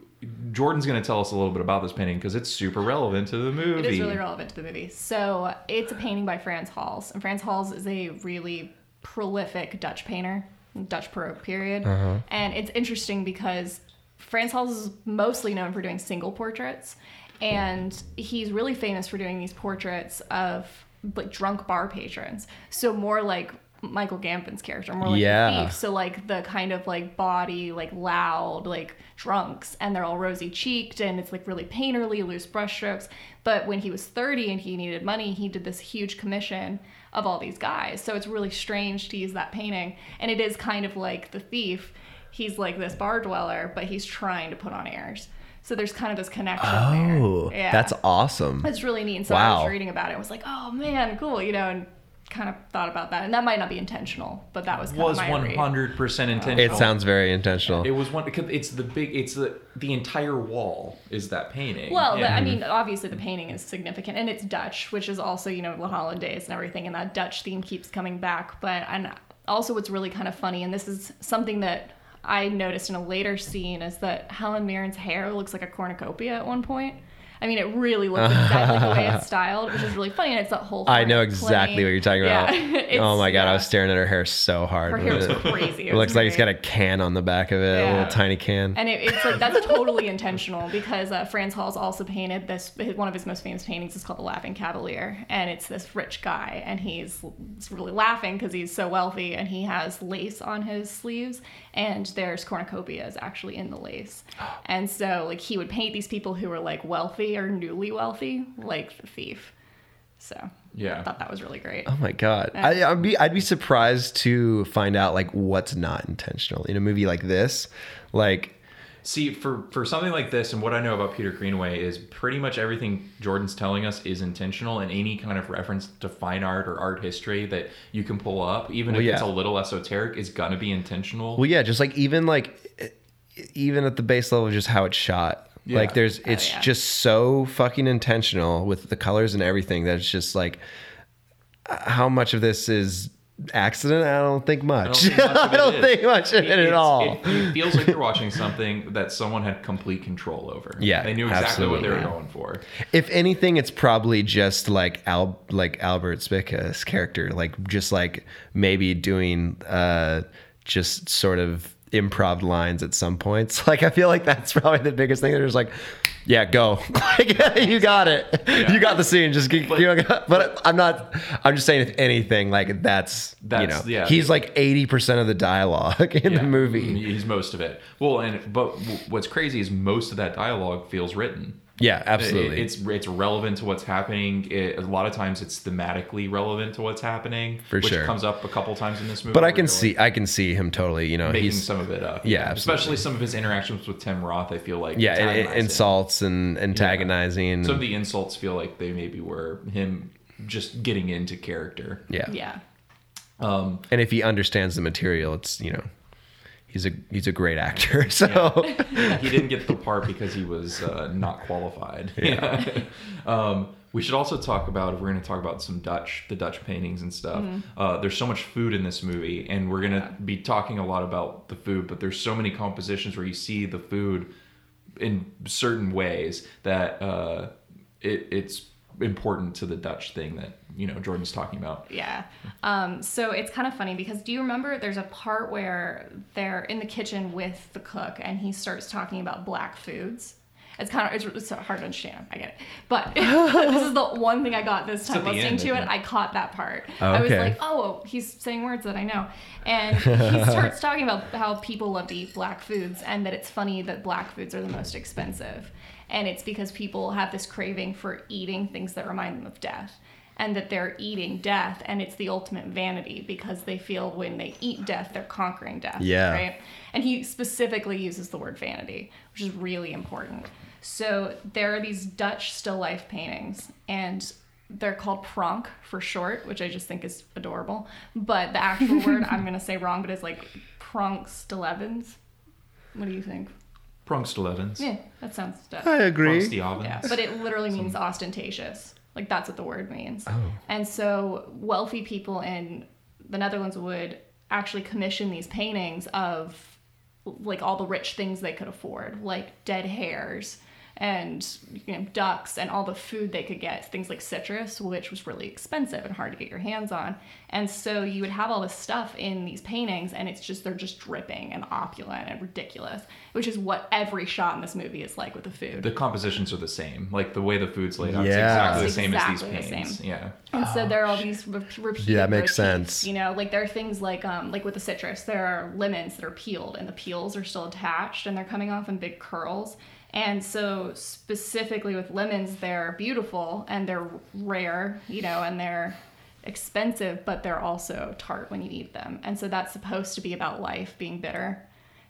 Speaker 3: Jordan's going to tell us a little bit about this painting because it's super relevant to the movie.
Speaker 4: It is really relevant to the movie. So it's a painting by Frans Hals, and Frans Hals is a really prolific Dutch painter, Dutch Baroque period, and it's interesting because Frans Hals is mostly known for doing single portraits, and he's really famous for doing these portraits of like drunk bar patrons. So more like. Michael Gambon's character, more like
Speaker 2: Yeah.
Speaker 4: the thief, so like the kind of like body, like loud, like drunks, and they're all rosy cheeked, and it's like really painterly, loose brushstrokes. But when he was 30 and he needed money, he did this huge commission of all these guys. So it's really strange to use that painting, and it is kind of like the thief. He's like this bar dweller, but he's trying to put on airs. So there's kind of this connection. there.
Speaker 2: Oh,
Speaker 4: Yeah.
Speaker 2: that's awesome.
Speaker 4: That's really neat. And so I
Speaker 2: Wow.
Speaker 4: was reading about it. I was like, oh man, cool, you know, and kind of thought about that. And that might not be intentional, but that was kind
Speaker 3: was
Speaker 4: of my
Speaker 3: one
Speaker 4: read.
Speaker 3: hundred percent
Speaker 2: It
Speaker 3: intentional.
Speaker 2: sounds very intentional.
Speaker 3: It was one. because It's the big. It's the the entire wall is that painting.
Speaker 4: Well, the,
Speaker 3: Yeah.
Speaker 4: I mean, obviously the painting is significant, and it's Dutch, which is also you know the holidays and everything, and that Dutch theme keeps coming back. But and also what's really kind of funny, and this is something that I noticed in a later scene, is that Helen Mirren's hair looks like a cornucopia at one point. I mean, it really looks exactly the way it's styled, which is really funny, and it's that whole.
Speaker 2: I know
Speaker 4: hornet
Speaker 2: exactly
Speaker 4: plane.
Speaker 2: what you're talking about.
Speaker 4: Yeah, it's-
Speaker 2: oh my god,
Speaker 4: yeah.
Speaker 2: I was staring at her hair so hard.
Speaker 4: Her hair
Speaker 2: with
Speaker 4: was
Speaker 2: it.
Speaker 4: crazy.
Speaker 2: It looks like it's got
Speaker 4: a.
Speaker 2: a can on the back of it, a
Speaker 4: Yeah.
Speaker 2: little tiny can.
Speaker 4: And it, it's like that's totally intentional because uh, Franz Hals also painted this. his- One of his most famous paintings is called The Laughing Cavalier, and it's this rich guy, and he's he's really laughing because he's so wealthy, and he has lace on his sleeves, and there's cornucopias actually in the lace, and so like he would paint these people who were like wealthy or newly wealthy, like the thief. So I
Speaker 3: yeah.
Speaker 4: thought that was really great.
Speaker 2: Oh my god, I, I'd be I'd be surprised to find out like what's not intentional in a movie like this. Like,
Speaker 3: See, for for something like this, and what I know about Peter Greenaway is pretty much everything Jordan's telling us is intentional, and any kind of reference to fine art or art history that you can pull up, even
Speaker 2: Well,
Speaker 3: if it's a
Speaker 2: Oh, yeah.
Speaker 3: little esoteric, is gonna be intentional.
Speaker 2: well, yeah, just like even like e- even at the base level, just how it's shot.
Speaker 3: Yeah.
Speaker 2: Like, there's it's
Speaker 4: yeah.
Speaker 2: just so fucking intentional with the colors and everything that it's just like uh, how much of this is accident? I don't think much. I don't think much of it,
Speaker 3: it's-
Speaker 2: at all.
Speaker 3: It, it feels like you're watching something that someone had complete control over.
Speaker 2: Yeah,
Speaker 3: they knew exactly what they were
Speaker 2: absolutely.
Speaker 3: going for.
Speaker 2: If anything, it's probably just like Al, like Albert Spica's character, like just like maybe doing uh, just sort of improv lines at some points. Like I feel like that's probably the biggest thing. They're just like, yeah, go, like you got it, you got the scene. Just keep, you know, but, I'm not. I'm just saying, if anything, like that's, you know,
Speaker 3: That's- yeah.
Speaker 2: he's like eighty percent of the dialogue in the
Speaker 3: Yeah. Mm-hmm. Mm,
Speaker 2: movie.
Speaker 3: He's most of it. Well, and but w- what's crazy is most of that dialogue feels written.
Speaker 2: Yeah,
Speaker 3: It-
Speaker 2: absolutely.
Speaker 3: it's it's relevant to what's happening. It, a lot of times, it's thematically relevant to what's happening,
Speaker 2: For
Speaker 3: which
Speaker 2: sure.
Speaker 3: comes up a couple times in this movie.
Speaker 2: but I
Speaker 3: where
Speaker 2: can
Speaker 3: they're, like,
Speaker 2: see, I can see him totally. You know,
Speaker 3: making
Speaker 2: he's
Speaker 3: some of it up.
Speaker 2: Yeah,
Speaker 3: especially some of his interactions with Tim Roth. I feel like
Speaker 2: yeah, and,
Speaker 3: antagonize
Speaker 2: and
Speaker 3: it.
Speaker 2: insults and antagonizing.
Speaker 3: Some of the insults feel like they maybe were him just getting into character.
Speaker 2: yeah.
Speaker 4: Yeah.
Speaker 2: and if he understands the material, it's you know, he's a he's a great actor. So
Speaker 3: he didn't get the part because he was uh, not qualified. Yeah. um, we should also talk about if we're going to talk about some Dutch, the Dutch paintings and stuff.
Speaker 4: Mm-hmm.
Speaker 3: Uh, there's so much food in this movie, and we're going to be talking a lot about the food. But there's so many compositions where you see the food in certain ways that uh, it, it's important to the Dutch thing that you know Jordan was talking about.
Speaker 4: Yeah. Um, so it's kind of funny because do you remember there's a part where they're in the kitchen with the cook and he starts talking about black foods? It's kind of it's, it's hard to understand. I get it, but this is the one thing I got this time
Speaker 3: at the
Speaker 4: listening
Speaker 3: end,
Speaker 4: to
Speaker 3: I
Speaker 4: it.
Speaker 3: think.
Speaker 4: I caught that part.
Speaker 2: Oh,
Speaker 4: I was
Speaker 2: okay.
Speaker 4: like, oh, he's saying words that I know, and he starts talking about how people love to eat black foods and that it's funny that black foods are the most expensive, and it's because people have this craving for eating things that remind them of death and that they're eating death and it's the ultimate vanity because they feel when they eat death they're conquering death
Speaker 2: Yeah.
Speaker 4: right and he specifically uses the word vanity which is really important so there are these dutch still life paintings and they're called pronk for short which i just think is adorable but the actual word i'm going to say wrong but it's like pronkstillevens what do you think
Speaker 3: Pronkstolevens.
Speaker 4: yeah that sounds dutch
Speaker 2: I agree.
Speaker 3: Pronkstiavens.
Speaker 4: yeah, but it literally means ostentatious. Like that's what the word means. And so wealthy people in the Netherlands would actually commission these paintings of like all the rich things they could afford, like dead hares and you know ducks and all the food they could get things like citrus which was really expensive and hard to get your hands on and so you would have all this stuff in these paintings and it's just they're just dripping and opulent and ridiculous which is what every shot in this movie is like with the food
Speaker 3: the compositions are the same. Like the way the food's laid out,
Speaker 2: Yeah.
Speaker 3: it's exactly the
Speaker 4: It's
Speaker 3: same
Speaker 4: exactly
Speaker 3: as
Speaker 4: the
Speaker 3: these paintings.
Speaker 4: same.
Speaker 3: Yeah.
Speaker 4: and so there are all these re- repeated.
Speaker 2: Yeah, that makes
Speaker 4: motifs,
Speaker 2: sense.
Speaker 4: You know, like there are things like um, like with the citrus, there are lemons that are peeled, and the peels are still attached, and they're coming off in big curls. And so specifically with lemons, they're beautiful and they're rare, you know, and they're expensive, but they're also tart when you eat them. And so that's supposed to be about life being bitter.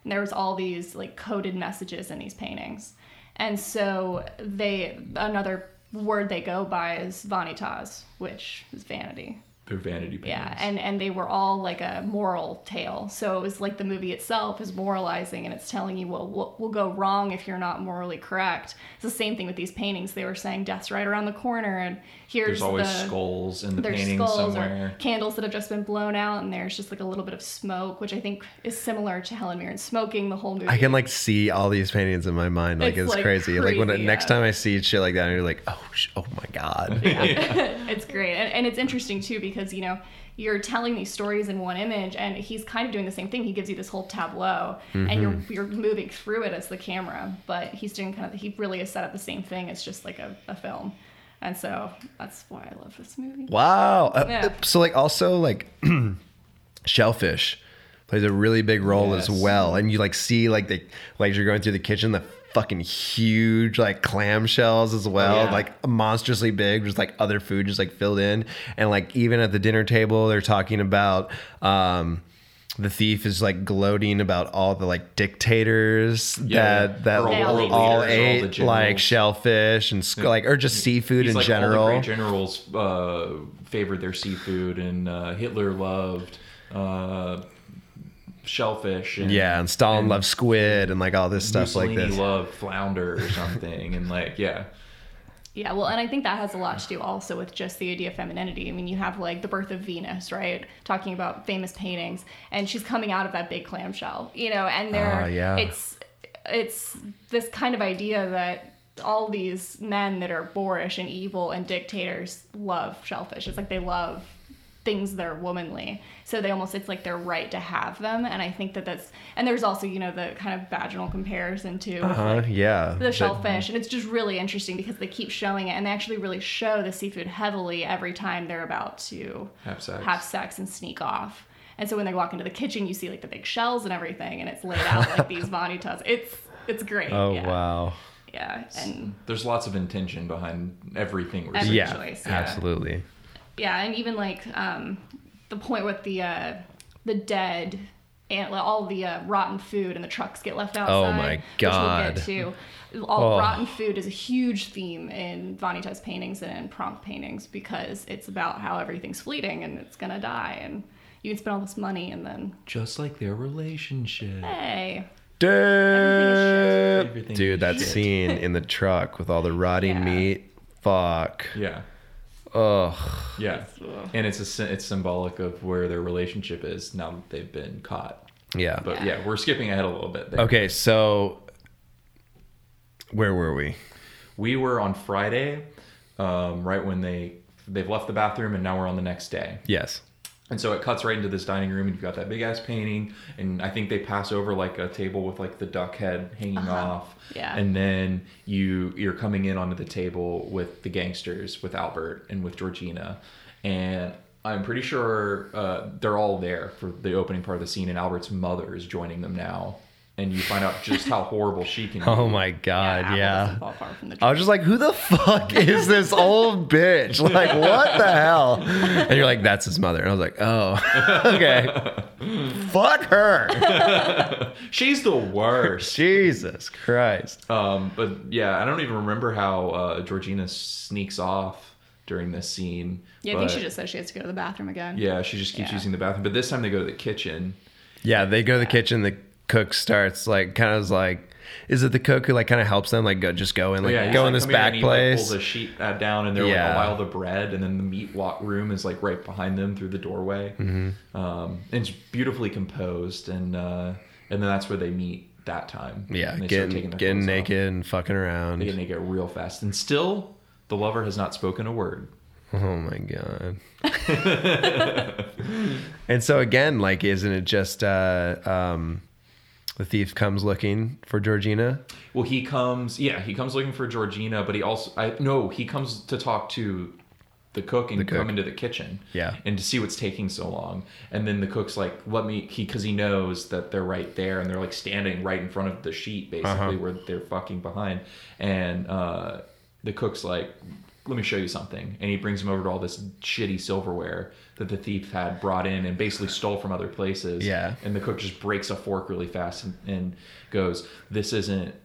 Speaker 4: And there was all these like coded messages in these paintings. And so they another word they go by is vanitas, which is vanity.
Speaker 3: They're vanity paintings.
Speaker 4: Yeah, and and they were all like a moral tale. So it was like the movie itself is moralizing and it's telling you what what will go wrong if you're not morally correct. It's the same thing with these paintings. They were saying death's right around the corner and here's
Speaker 3: There's always
Speaker 4: the
Speaker 3: skulls in the
Speaker 4: there's
Speaker 3: painting
Speaker 4: skulls
Speaker 3: somewhere.
Speaker 4: or candles that have just been blown out and there's just like a little bit of smoke, which I think is similar to Helen Mirren smoking the whole movie.
Speaker 2: I can like see all these paintings in my mind. Like
Speaker 4: It's,
Speaker 2: it's,
Speaker 4: like,
Speaker 2: crazy. Like when
Speaker 4: crazy,
Speaker 2: next
Speaker 4: yeah.
Speaker 2: time I see shit like that, I'm like, oh, sh- oh my god.
Speaker 4: it's great and, and it's interesting too because you know you're telling these stories in one image and he's kind of doing the same thing he gives you this whole tableau and you're you're moving through it as the camera but he's doing kind of he really has set up the same thing it's just like a, a film and so that's why i love this movie
Speaker 2: Wow. Uh,
Speaker 4: Yeah.
Speaker 2: So like also like shellfish plays a really big role as
Speaker 3: Yes.
Speaker 2: well, and you like see like the like you're going through the kitchen the fucking huge like clam shells
Speaker 4: Oh,
Speaker 2: as well
Speaker 3: yeah.
Speaker 2: like monstrously big just like other food just like filled in and like even at the dinner table they're talking about um the thief is like gloating about all the like dictators
Speaker 3: Yeah.
Speaker 2: that that
Speaker 3: Or
Speaker 4: all the
Speaker 2: all,
Speaker 4: leaders,
Speaker 3: all the
Speaker 2: ate like
Speaker 3: generals.
Speaker 2: shellfish and sc- like or just seafood
Speaker 3: He's
Speaker 2: in
Speaker 3: like all the
Speaker 2: general
Speaker 3: great generals uh, favored their seafood, and uh, Hitler loved uh, shellfish. And
Speaker 2: Yeah, and Stalin loved squid and like all this stuff
Speaker 3: Mussolini
Speaker 2: like this.
Speaker 3: loved flounder or something, and like yeah,
Speaker 4: Yeah, well, and I think that has a lot to do also with just the idea of femininity. I mean, you have like the birth of Venus, right? Talking about famous paintings, and she's coming out of that big clamshell, you know, and there,
Speaker 2: Ah, yeah.
Speaker 4: it's it's this kind of idea that all these men that are boorish and evil and dictators love shellfish. It's like they love things that are womanly. So they almost it's like their right to have them, and I think that that's and there's also you know the kind of vaginal comparison too. with,
Speaker 2: Huh? Yeah.
Speaker 4: the
Speaker 2: But-
Speaker 4: shellfish and it's just really interesting because they keep showing it and they actually really show the seafood heavily every time they're about to
Speaker 3: Have sex.
Speaker 4: have sex and sneak off and so when they walk into the kitchen you see like the big shells and everything and it's laid out like these vanitas it's it's great
Speaker 2: Oh
Speaker 4: yeah.
Speaker 2: wow.
Speaker 4: yeah and
Speaker 3: there's lots of intention behind everything we're
Speaker 4: Every
Speaker 3: seeing.
Speaker 2: Yeah,
Speaker 4: choice, yeah.
Speaker 2: Absolutely.
Speaker 4: yeah and even like um the point with the uh the dead and like, all the uh, rotten food and the trucks get left outside.
Speaker 2: Oh my God.
Speaker 4: Which we'll get to. All
Speaker 2: Oh.
Speaker 4: rotten food is a huge theme in Vanita's paintings and in prompt paintings because it's about how everything's fleeting and it's gonna die and you can spend all this money and then
Speaker 3: Just like their relationship.
Speaker 4: Eh. hey,
Speaker 2: Dude,
Speaker 3: Everything is
Speaker 2: Dude, that
Speaker 3: shit.
Speaker 2: scene in the truck with all the rotting
Speaker 4: Yeah.
Speaker 2: meat. Fuck.
Speaker 3: Yeah.
Speaker 2: Ugh.
Speaker 3: Yeah, and it's a sy- it's symbolic of where their relationship is now that they've been caught.
Speaker 2: Yeah.
Speaker 3: But yeah, we're skipping ahead a little bit. There.
Speaker 2: Okay, so where were we?
Speaker 3: We were on Friday. um, right when they they've left the bathroom and now we're on the next day.
Speaker 2: Yes.
Speaker 3: And so it cuts right into this dining room, and you've got that big ass painting, and I think they pass over like a table with like the duck head hanging off.
Speaker 4: Yeah.
Speaker 3: And then you you're coming in onto the table with the gangsters, with Albert and with Georgina, and I'm pretty sure uh, they're all there for the opening part of the scene, and Albert's mother is joining them now, and you find out just how horrible she can. be.
Speaker 2: Oh my god,
Speaker 4: Apple
Speaker 2: yeah.
Speaker 4: doesn't fall far from the
Speaker 2: I
Speaker 4: tree.
Speaker 2: was just like, who the fuck is this old bitch? Like, what the hell? And you're like, that's his mother. And I was like, oh, okay. fuck her.
Speaker 3: She's the worst.
Speaker 2: Jesus Christ.
Speaker 3: Um, but yeah, I don't even remember how uh, Georgina sneaks off during this scene.
Speaker 4: Yeah, I think she
Speaker 3: but-
Speaker 4: just says she has to go to the bathroom again.
Speaker 3: Yeah, she just keeps
Speaker 4: Yeah.
Speaker 3: using the bathroom. But this time they go to the kitchen.
Speaker 2: Yeah, they go to the kitchen. The cook starts like, kind of like, is it the cook who like kind of helps them like go just go in like
Speaker 3: he's
Speaker 2: go
Speaker 3: like,
Speaker 2: in this
Speaker 3: "Come here,"
Speaker 2: back
Speaker 3: and he, like,
Speaker 2: place?
Speaker 3: pulls a sheet uh, down, and they're like
Speaker 2: Yeah.
Speaker 3: a while the bread, and then the meat lot room is like right behind them through the doorway.
Speaker 2: Mm-hmm.
Speaker 3: Um, and it's beautifully composed, and uh, and then that's where they meet that time.
Speaker 2: yeah,
Speaker 3: And they
Speaker 2: getting
Speaker 3: start taking their
Speaker 2: getting
Speaker 3: clothes off.
Speaker 2: naked and fucking around.
Speaker 3: They get naked real fast, and still the lover has not spoken a word.
Speaker 2: Oh my god. and so again, like, isn't it just uh, um, the thief comes looking for Georgina?
Speaker 3: Well, he comes. Yeah, he comes looking for Georgina, but he also I no, he comes to talk to the cook and
Speaker 2: cook.
Speaker 3: come into the kitchen.
Speaker 2: Yeah.
Speaker 3: and to see what's taking so long. And then the cook's like, "Let me," he because he knows that they're right there and they're like standing right in front of the sheet,
Speaker 2: Uh-huh.
Speaker 3: basically where they're fucking behind. And uh, the cook's like. Let me show you something. And he brings him over to all this shitty silverware that the thief had brought in and basically stole from other places.
Speaker 2: Yeah.
Speaker 3: And the cook just breaks a fork really fast and, and goes, This isn't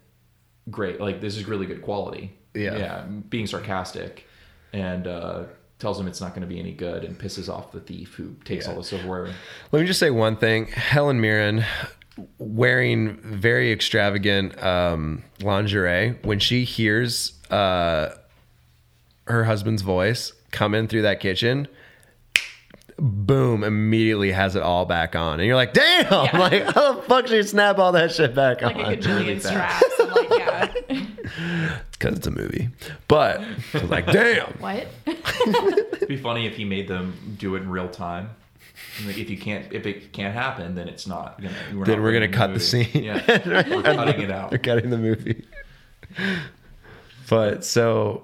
Speaker 3: great. Like this is really good quality.
Speaker 2: Yeah.
Speaker 3: Yeah. Being sarcastic and uh, tells him it's not going to be any good and pisses off the thief who takes all the silverware.
Speaker 2: Let me just say one thing: Helen Mirren wearing very extravagant um, lingerie when she hears uh, her husband's voice come in through that kitchen. Boom! Immediately has it all back on, and you're like, "Damn! Like, how the fuck did she snap all that shit back
Speaker 4: Like
Speaker 2: on?"
Speaker 4: a gajillion
Speaker 3: really fast.
Speaker 4: straps. I'm like, yeah.
Speaker 2: because it's a movie. But I was like, damn.
Speaker 4: what?
Speaker 3: It'd be funny if he made them do it in real time. And, like, If you can't, if it can't happen, then it's not. Gonna, we're
Speaker 2: Then
Speaker 3: not
Speaker 2: we're gonna
Speaker 3: making
Speaker 2: cut the scene.
Speaker 3: Yeah, we're cutting it out.
Speaker 2: They're cutting the movie. But so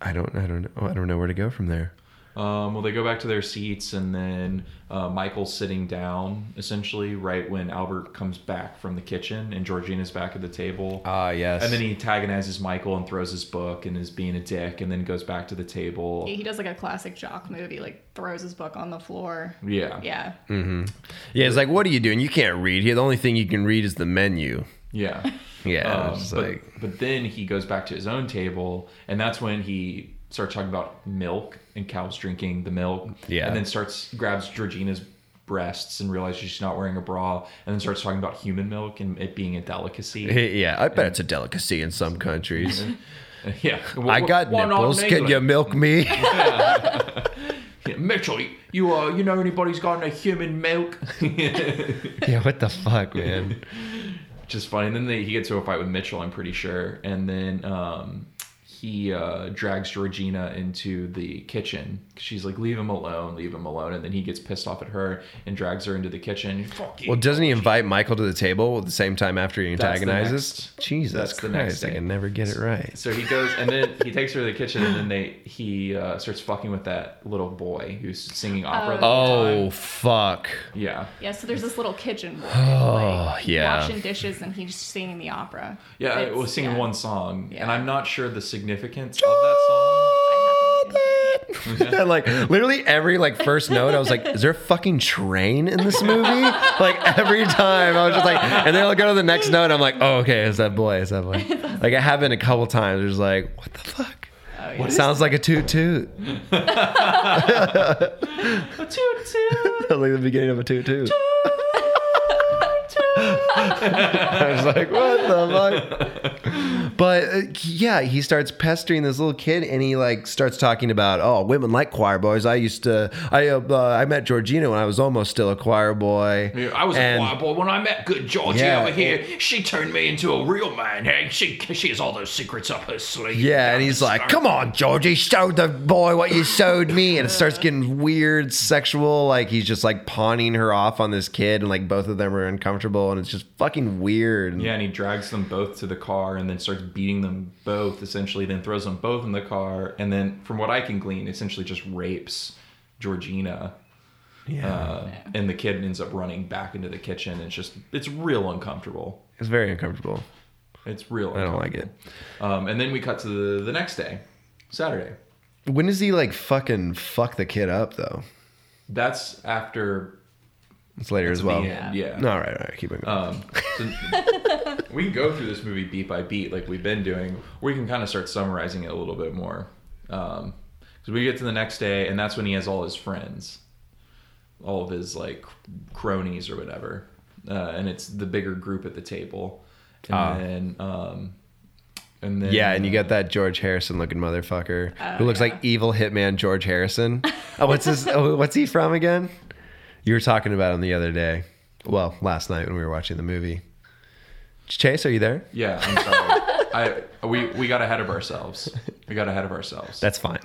Speaker 2: I don't I don't know I don't know where to go from there.
Speaker 3: Um, well, they go back to their seats, and then uh, Michael's sitting down essentially right when Albert comes back from the kitchen, and Georgina's back at the table.
Speaker 2: Ah, yes.
Speaker 3: And then he antagonizes Michael and throws his book and is being a dick, and then goes back to the
Speaker 4: Yeah,
Speaker 3: table.
Speaker 4: he does like a classic jock movie, like throws his book on the floor.
Speaker 3: Yeah.
Speaker 4: Yeah.
Speaker 2: Yeah, it's like, what are you doing? You can't read here. The only thing you can read is the menu.
Speaker 3: Yeah.
Speaker 2: Yeah,
Speaker 3: Um,
Speaker 2: it's just
Speaker 3: but,
Speaker 2: like
Speaker 3: but then he goes back to his own table, and that's when he starts talking about milk and cows drinking the milk.
Speaker 2: Yeah.
Speaker 3: And then starts grabs Georgina's breasts and realizes she's not wearing a bra, and then starts talking about human milk and it being a delicacy.
Speaker 2: yeah, I bet it's a delicacy in some countries.
Speaker 3: yeah.
Speaker 2: I got
Speaker 3: Well, not
Speaker 2: nipples.
Speaker 3: in
Speaker 2: Can you
Speaker 3: England.
Speaker 2: milk me?
Speaker 3: Yeah, Mitchell, you uh, you know anybody's got a human milk?
Speaker 2: yeah, what the fuck, man?
Speaker 3: just funny. And then they, he gets to a fight with Mitchell, I'm pretty sure. And then um, he uh, drags Georgina into the kitchen. She's like, leave him alone, leave him alone. And then he gets pissed off at her and drags her into the kitchen. Fuck you.
Speaker 2: Well, doesn't he invite Michael to the table at the same time after he
Speaker 3: That's the
Speaker 2: antagonizes?
Speaker 3: next-
Speaker 2: Jesus
Speaker 3: that's the next
Speaker 2: Christ, I
Speaker 3: thing.
Speaker 2: can never get it right.
Speaker 3: so he goes, and then he takes her to the kitchen, and then they he uh, starts fucking with that little boy who's singing opera.
Speaker 2: Oh fuck!
Speaker 3: yeah,
Speaker 4: Yeah, so there's this little kitchen boy. Oh,
Speaker 2: yeah.
Speaker 4: Washing dishes and he's singing the opera.
Speaker 3: yeah. It
Speaker 4: It's-
Speaker 3: was singing
Speaker 4: yeah.
Speaker 3: one song, and
Speaker 4: Yeah.
Speaker 3: I'm not sure the significance of that song.
Speaker 4: I have to listen.
Speaker 2: And, like literally every like first note, I was like, "Is there a fucking train in this movie?" like every time, I was just like, and then I'll go to the next note. I'm like, "Oh, okay, it's that boy? It's that boy?" Like it happened a couple times. It was like, "What the fuck?"
Speaker 4: Oh, yeah.
Speaker 2: What sounds like a toot toot,
Speaker 3: Toot toot.
Speaker 2: like the beginning of a toot toot. I was like, what the fuck? But uh, yeah, he starts pestering this little kid, and he like starts talking about, oh, women like choir boys. I used to, I uh, uh, I met Georgina when I was almost still a choir boy.
Speaker 3: Yeah, I was
Speaker 2: And-
Speaker 3: a choir boy when I met good Georgie
Speaker 2: Yeah,
Speaker 3: over here. she turned me into a real man. Hey, she she has all those secrets up her sleeve.
Speaker 2: Yeah, and he's like, "Come on, Georgie, show the boy what you showed me." And it starts getting weird, sexual. Like he's just like pawning her off on this kid, and like both of them are uncomfortable, and it's just fucking weird. And
Speaker 3: Yeah, and he drags them both to the car and then starts beating them both, essentially, then throws them both in the car. And then, from what I can glean, essentially just rapes Georgina. Yeah. Uh, and the kid ends up running back into the kitchen. It's just, it's real uncomfortable.
Speaker 2: It's very uncomfortable.
Speaker 3: It's real
Speaker 2: I don't
Speaker 3: uncomfortable.
Speaker 2: like it.
Speaker 3: Um, and then we cut to the, the next day, Saturday.
Speaker 2: When does he like fucking fuck the kid up though?
Speaker 3: That's after
Speaker 2: It's later as
Speaker 3: the
Speaker 2: well.
Speaker 3: end. Yeah.
Speaker 2: No, all right, all right, keep it going.
Speaker 3: Um, so- we can go through this movie beat by beat like we've been doing. We can kind of start summarizing it a little bit more. Because we get to the next day, and that's when he has all his friends, all of his like cronies or whatever, uh, and it's the bigger group at the table. And
Speaker 2: Ah.
Speaker 3: then, um, and then uh,
Speaker 2: yeah, and you got that George Harrison looking motherfucker who looks like evil hitman George Harrison. oh, what's his? Oh, what's he from again? You were talking about him the other day. Well, last night when we were watching the movie. Chase, are you there?
Speaker 3: yeah. I'm sorry. I we we got ahead of ourselves. We got ahead of ourselves.
Speaker 2: That's fine.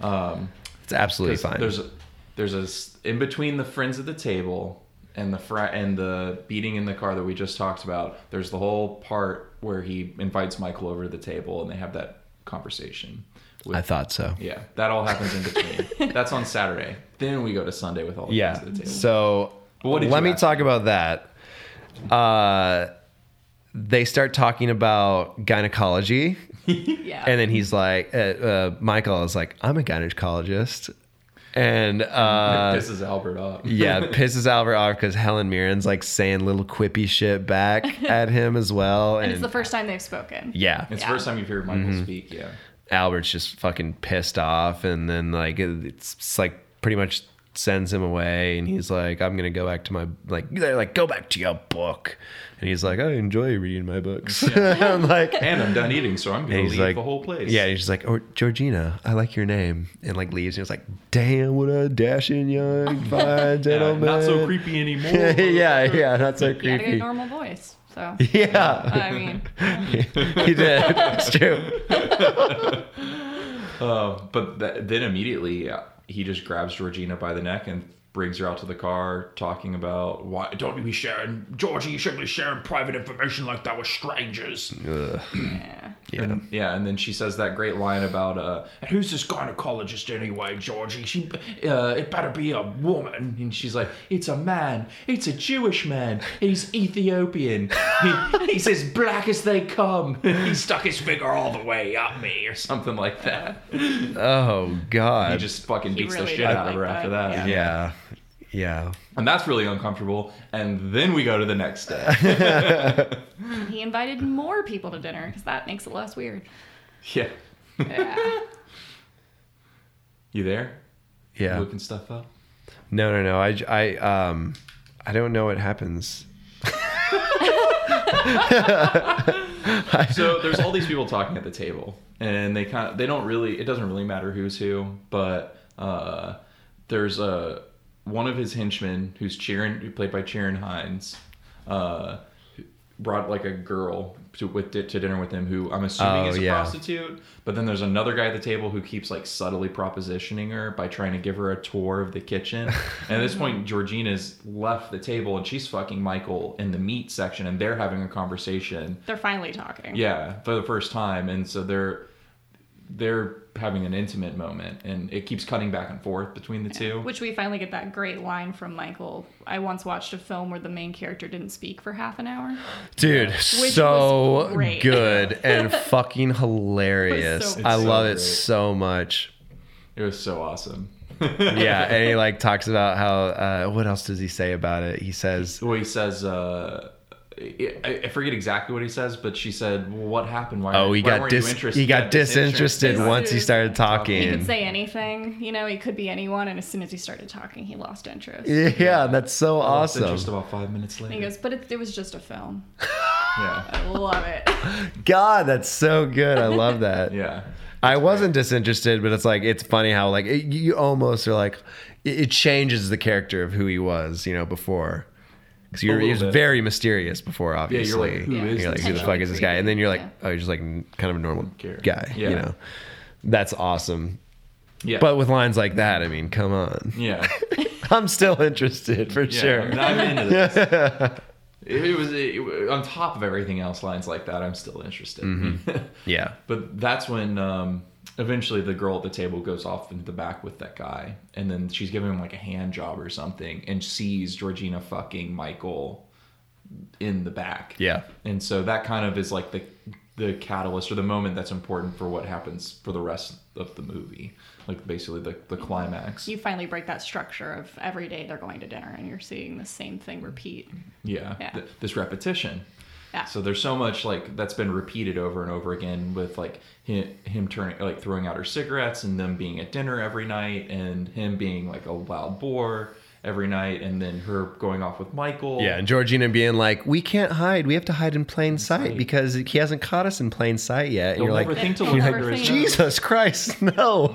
Speaker 2: Um, it's absolutely
Speaker 3: There's-
Speaker 2: fine.
Speaker 3: There's a, there's a s- in between the friends at the table and the fr- and the beating in the car that we just talked about. There's the whole part where he invites Michael over to the table and they have that conversation. With,
Speaker 2: I thought so.
Speaker 3: yeah, that all happens in between. That's on Saturday. Then we go to Sunday with all the
Speaker 2: Yeah.
Speaker 3: friends at the table.
Speaker 2: So
Speaker 3: What did
Speaker 2: let
Speaker 3: you
Speaker 2: me
Speaker 3: ask
Speaker 2: talk about that. Uh, they start talking about gynecology,
Speaker 4: Yeah.
Speaker 2: and then he's like, uh, uh, Michael is like, I'm a gynecologist. And uh,
Speaker 3: this is Albert up.
Speaker 2: yeah, pisses Albert off because Helen Mirren's like saying little quippy shit back at him as well. And,
Speaker 4: and it's the first time they've spoken.
Speaker 2: yeah,
Speaker 3: It's
Speaker 4: Yeah.
Speaker 3: the first time you've heard Michael
Speaker 2: Mm-hmm.
Speaker 3: speak. Yeah.
Speaker 2: Albert's just fucking pissed off, and then like it- it's, it's, like pretty much sends him away, and he's like, "I'm gonna go back to my like." They're like, "Go back to your book," and he's like, "I enjoy reading my books." I'm like,
Speaker 3: And I'm done eating, so I'm
Speaker 2: and
Speaker 3: gonna
Speaker 2: he's
Speaker 3: leave
Speaker 2: like,
Speaker 3: the whole place.
Speaker 2: Yeah, he's just like, "Oh, Georgina, I like your name," and like leaves. And he's like, "Damn, what a dashing young fine
Speaker 3: Yeah,
Speaker 2: gentleman!"
Speaker 3: not so creepy anymore.
Speaker 2: yeah, yeah, not so
Speaker 4: He had a
Speaker 2: creepy.
Speaker 4: good normal voice. So,
Speaker 2: Yeah,
Speaker 4: I mean,
Speaker 2: he did. It's true.
Speaker 3: Uh, but th- then immediately uh, he just grabs Georgina by the neck and brings her out to the car, talking about why don't you be sharing, Georgie? You shouldn't be sharing private information like that with strangers.
Speaker 4: yeah.
Speaker 2: Yeah.
Speaker 3: And, yeah, and then she says that great line about, uh, "And "Who's this gynecologist anyway, Georgie? She, uh, it better be a woman." And she's like, "It's a man. It's a Jewish man. He's Ethiopian. He, he's as black as they come. he stuck his finger all the way up me, or something like that."
Speaker 2: Oh God.
Speaker 3: He just fucking beats
Speaker 4: really
Speaker 3: the shit
Speaker 4: did
Speaker 3: out of
Speaker 4: like
Speaker 3: her after
Speaker 4: that,
Speaker 3: that.
Speaker 4: yeah.
Speaker 2: yeah. Yeah.
Speaker 3: And that's really uncomfortable. And then we go to the next day.
Speaker 4: He invited more people to dinner because that makes it less weird.
Speaker 3: yeah.
Speaker 4: Yeah.
Speaker 3: You there?
Speaker 2: Yeah.
Speaker 3: Looking stuff up?
Speaker 2: No, no, no. I, j- I, um, I don't know what happens.
Speaker 3: So there's all these people talking at the table. And they kind of, they don't really, it doesn't really matter who's who. But uh, there's a, one of his henchmen who's Cheerin, who played by Cheerin Hines, uh, who brought like a girl to, with, to dinner with him who I'm assuming
Speaker 2: Oh,
Speaker 3: is a
Speaker 2: yeah.
Speaker 3: prostitute. But then there's another guy at the table who keeps like subtly propositioning her by trying to give her a tour of the kitchen. and at this point, Georgina's left the table and she's fucking Michael in the meat section and they're having a conversation.
Speaker 4: They're finally talking.
Speaker 3: Yeah, for the first time, and so they're they're having an intimate moment, and it keeps cutting back and forth between the two.
Speaker 4: Which we finally get that great line from Michael. I once watched a film where the main character didn't speak for half an hour.
Speaker 2: Dude,
Speaker 4: Which was
Speaker 2: so
Speaker 4: great.
Speaker 2: good and fucking hilarious.
Speaker 4: so
Speaker 2: I
Speaker 3: good.
Speaker 2: love
Speaker 3: So
Speaker 2: it
Speaker 3: great.
Speaker 2: so much.
Speaker 3: It was so awesome.
Speaker 2: Yeah, and he like talks about how. Uh, what else does he say about it? He says,
Speaker 3: Well, he says, uh, I I forget exactly what he says, but she said, well, "What happened? Why?
Speaker 2: Oh, he
Speaker 3: why
Speaker 2: got
Speaker 3: weren't you
Speaker 2: dis-
Speaker 3: interested-
Speaker 2: he
Speaker 3: yeah,
Speaker 2: got disinterested
Speaker 4: disinterested.
Speaker 2: once he started
Speaker 4: He
Speaker 2: talking.
Speaker 4: could say anything, you know, he could be anyone, and as soon as he started talking, he lost interest.
Speaker 2: yeah, that's so
Speaker 3: Lost
Speaker 2: awesome.
Speaker 3: Interest about five minutes later.
Speaker 4: And he goes, "Ah." but it, it was just a film.
Speaker 3: yeah,
Speaker 4: I love it.
Speaker 2: God, that's so good. I love that.
Speaker 3: yeah.
Speaker 2: I wasn't disinterested, but it's like it's funny how like it, you almost are like it, it changes the character of who he was, you know, before because you're he
Speaker 3: little
Speaker 2: was
Speaker 3: bit.
Speaker 2: very mysterious before,
Speaker 3: Yeah,
Speaker 2: obviously.
Speaker 3: you're like, who
Speaker 4: Yeah.
Speaker 3: is
Speaker 2: You're like,
Speaker 3: this?
Speaker 2: who the
Speaker 4: Potentially
Speaker 2: fuck is this guy? And then you're like,
Speaker 4: creepy,
Speaker 2: oh, you're just like n- kind of a normal
Speaker 3: Care.
Speaker 2: guy, you
Speaker 3: Yeah.
Speaker 2: know. That's awesome.
Speaker 3: yeah,
Speaker 2: But with lines like that, I mean, come on.
Speaker 3: yeah,
Speaker 2: I'm still interested for
Speaker 3: yeah.
Speaker 2: sure.
Speaker 3: I mean, I'm into this. If it was it, on top of everything else, lines like that, I'm still interested.
Speaker 2: Mm-hmm. yeah.
Speaker 3: But that's when um, eventually the girl at the table goes off into the back with that guy, and then she's giving him like a hand job or something, and sees Georgina fucking Michael in the back.
Speaker 2: Yeah.
Speaker 3: And so that kind of is like the the catalyst or the moment that's important for what happens for the rest of the movie, like basically the the climax.
Speaker 4: you finally break that structure of every day they're going to dinner and you're seeing the same thing repeat.
Speaker 3: yeah,
Speaker 4: Yeah.
Speaker 3: Th- this repetition.
Speaker 4: Yeah.
Speaker 3: So there's so much like that's been repeated over and over again with like him, him turning like throwing out her cigarettes and them being at dinner every night and him being like a wild boar every night and then her going off with Michael.
Speaker 2: Yeah, and Georgina being like, "We can't hide. We have to hide in plain sight
Speaker 3: sight.
Speaker 2: because he hasn't caught us in plain sight yet." And
Speaker 3: You'll
Speaker 2: you're
Speaker 3: never
Speaker 2: like,
Speaker 3: think to
Speaker 4: You'll
Speaker 3: look
Speaker 4: never
Speaker 3: under his
Speaker 4: think.
Speaker 3: nose.
Speaker 2: "Jesus Christ, no!"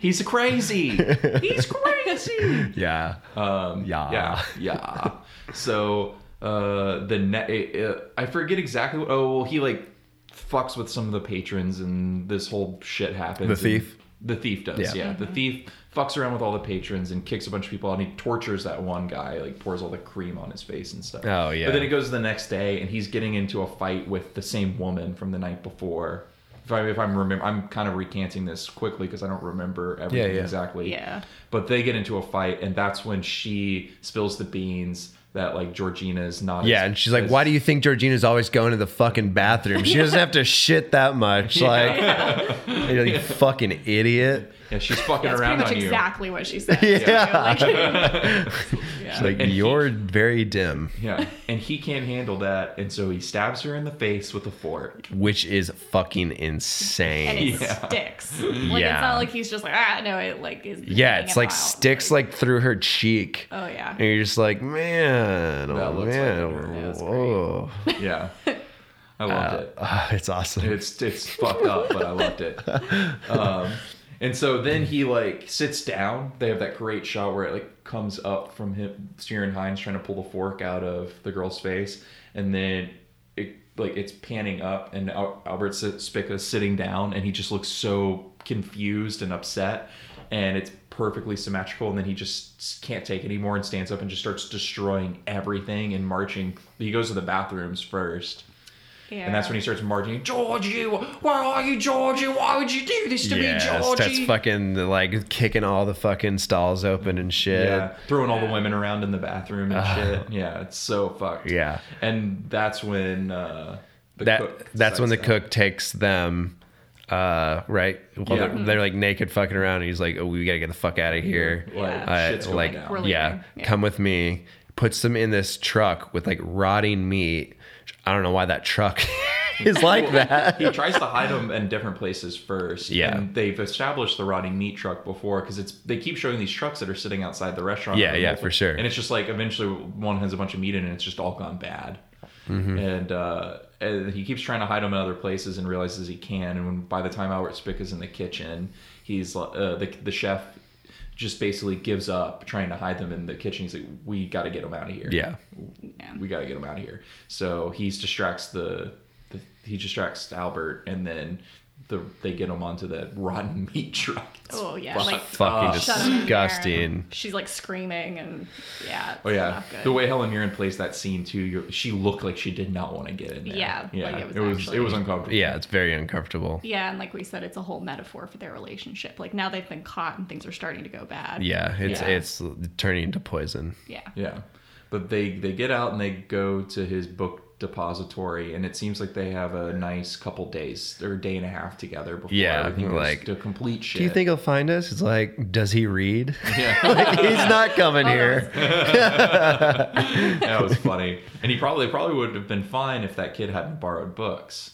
Speaker 3: He's crazy. He's crazy.
Speaker 2: yeah,
Speaker 3: Um,
Speaker 2: Yeah.
Speaker 3: yeah, yeah. So uh, the net, uh, I forget exactly. What, oh, well, he like fucks with some of the patrons, and this whole shit happens.
Speaker 2: The
Speaker 3: and-
Speaker 2: thief?
Speaker 3: The thief does.
Speaker 2: Yeah.
Speaker 3: Yeah, the thief fucks around with all the patrons and kicks a bunch of people out, and he tortures that one guy. Like pours all the cream on his face and stuff.
Speaker 2: Oh, yeah.
Speaker 3: But then it goes the next day, and he's getting into a fight with the same woman from the night before. If, I, if I'm remember, I'm kind of recanting this quickly because I don't remember everything
Speaker 2: yeah.
Speaker 3: exactly.
Speaker 4: Yeah.
Speaker 3: But they get into a fight, and that's when she spills the beans that like Georgina is not.
Speaker 2: yeah. And she's like, "Why do you think Georgina's always going to the fucking bathroom? She doesn't have to shit that much." Like, you're like, you fucking idiot.
Speaker 3: Yeah, she's fucking
Speaker 4: That's pretty
Speaker 3: around
Speaker 4: much
Speaker 3: on you.
Speaker 4: exactly what she said.
Speaker 2: Yeah.
Speaker 4: So, like,
Speaker 2: She's like,
Speaker 3: And he-
Speaker 2: "You're very dim,"
Speaker 3: Yeah, and he can't handle that, and so he stabs her in the face with a fork.
Speaker 2: which is fucking
Speaker 4: and
Speaker 2: insane.
Speaker 4: it sticks. Like
Speaker 2: Yeah.
Speaker 4: it's not like he's just like ah no it like is
Speaker 2: Yeah,
Speaker 4: hanging
Speaker 2: it's like
Speaker 4: out.
Speaker 2: sticks like through her cheek.
Speaker 4: oh yeah
Speaker 2: And you're just like, man, oh
Speaker 3: That looks like
Speaker 2: man,
Speaker 3: it.
Speaker 4: That was great.
Speaker 2: whoa,
Speaker 3: Yeah, I loved it.
Speaker 2: Ah, it's awesome.
Speaker 3: It's it's fucked up, but I loved it. Um, and so then he like sits down. They have that great shot where it like comes up from him, Steering Hines trying to pull the fork out of the girl's face, and then it like it's panning up, and Al- Albert Spica is sitting down, and he just looks so confused and upset, and it's perfectly symmetrical and then he just can't take anymore and stands up and just starts destroying everything and marching he goes to the bathrooms first
Speaker 4: yeah
Speaker 3: and that's when he starts marching, Georgie, where are you, Georgie? Why would you do this to me,
Speaker 2: Yes,
Speaker 3: Georgie?
Speaker 2: that's fucking like kicking all the fucking stalls open and shit.
Speaker 3: Yeah, throwing all the women around in the bathroom and shit. Yeah, it's so fucked.
Speaker 2: Yeah.
Speaker 3: and that's when uh, the
Speaker 2: That
Speaker 3: cook
Speaker 2: that's when the
Speaker 3: decides
Speaker 2: cook takes them, uh, right? Well,
Speaker 3: Yeah.
Speaker 2: they're, they're, like naked fucking around, and he's like, "Oh, we gotta get the fuck out of here."
Speaker 3: that, like,
Speaker 2: I-
Speaker 3: shit's going
Speaker 2: like,
Speaker 3: down.
Speaker 4: We're
Speaker 2: yeah,
Speaker 4: leaving. Yeah.
Speaker 2: come with me. Puts them in this truck with like rotting meat. I don't know why that truck is like that.
Speaker 3: he tries to hide them in different places first.
Speaker 2: Yeah.
Speaker 3: and they've established the rotting meat truck before because it's they keep showing these trucks that are sitting outside the restaurant.
Speaker 2: Yeah, yeah, for sure.
Speaker 3: And it's just like eventually one has a bunch of meat in it, and it's just all gone bad.
Speaker 2: Mm-hmm.
Speaker 3: And, uh, and he keeps trying to hide them in other places and realizes he can. And when, by the time Albert Spick is in the kitchen, he's li- uh, the the chef just basically gives up trying to hide them in the kitchen. He's like, "We got to get them out of here."
Speaker 2: Yeah,
Speaker 4: yeah.
Speaker 3: we got to get him out of here. So he distracts the, the he distracts Albert, and then the they get him onto that rotten meat truck. It's
Speaker 4: oh yeah
Speaker 3: fucked
Speaker 4: like
Speaker 2: fucking
Speaker 3: up.
Speaker 4: shut him in there, and
Speaker 2: disgusting.
Speaker 4: she's like screaming and yeah it's
Speaker 3: Oh yeah,
Speaker 4: not good.
Speaker 3: the way Helen Mirren plays that scene too, you she looked like she did not want to get in there.
Speaker 4: Yeah,
Speaker 3: yeah,
Speaker 4: like, it was
Speaker 3: it was
Speaker 4: actually-
Speaker 3: it was uncomfortable.
Speaker 2: Yeah, it's very uncomfortable.
Speaker 4: yeah and like we said it's a whole metaphor for their relationship like now they've been caught and things are starting to go bad
Speaker 2: Yeah, it's
Speaker 4: Yeah.
Speaker 2: it's turning into poison.
Speaker 4: yeah
Speaker 3: yeah. But they they get out and they go to his book depository, and it seems like they have a nice couple days or a day and a half together before
Speaker 2: Yeah,
Speaker 3: everything goes
Speaker 2: like,
Speaker 3: to complete shit.
Speaker 2: Do you think he'll find us? It's like, does he read?
Speaker 3: Yeah,
Speaker 2: He's not coming
Speaker 4: Oh,
Speaker 2: here.
Speaker 3: that was funny. And he probably probably would have been fine if that kid hadn't borrowed books.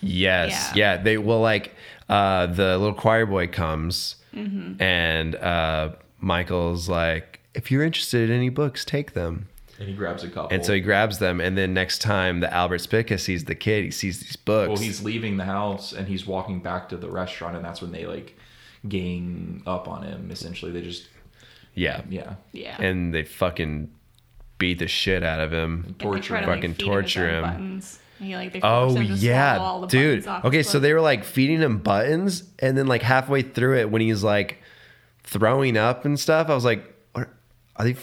Speaker 2: Yes. Yeah.
Speaker 4: Yeah.
Speaker 2: They well, like uh, the little choir boy comes, and uh, Michael's like, "If you're interested in any books, take them."
Speaker 3: And he grabs a couple.
Speaker 2: And so he grabs them, and then next time that Albert Spica sees the kid, he sees these books.
Speaker 3: Well, he's leaving the house and he's walking back to the restaurant, and that's when they like gang up on him. Essentially, they just
Speaker 2: yeah.
Speaker 3: yeah
Speaker 4: Yeah.
Speaker 2: And they fucking beat the shit out of him.
Speaker 4: They try to,
Speaker 3: torture.
Speaker 4: like,
Speaker 2: Fucking
Speaker 4: feed him his
Speaker 2: torture
Speaker 4: own
Speaker 2: him.
Speaker 4: buttons. He, like, they force
Speaker 2: Oh
Speaker 4: him to swallow
Speaker 2: yeah,
Speaker 4: all the
Speaker 2: dude.
Speaker 4: buttons off
Speaker 2: Okay,
Speaker 4: his
Speaker 2: so
Speaker 4: book.
Speaker 2: they were like feeding him buttons, and then like halfway through it, when he's like throwing up and stuff, I was like, "Are, are they?"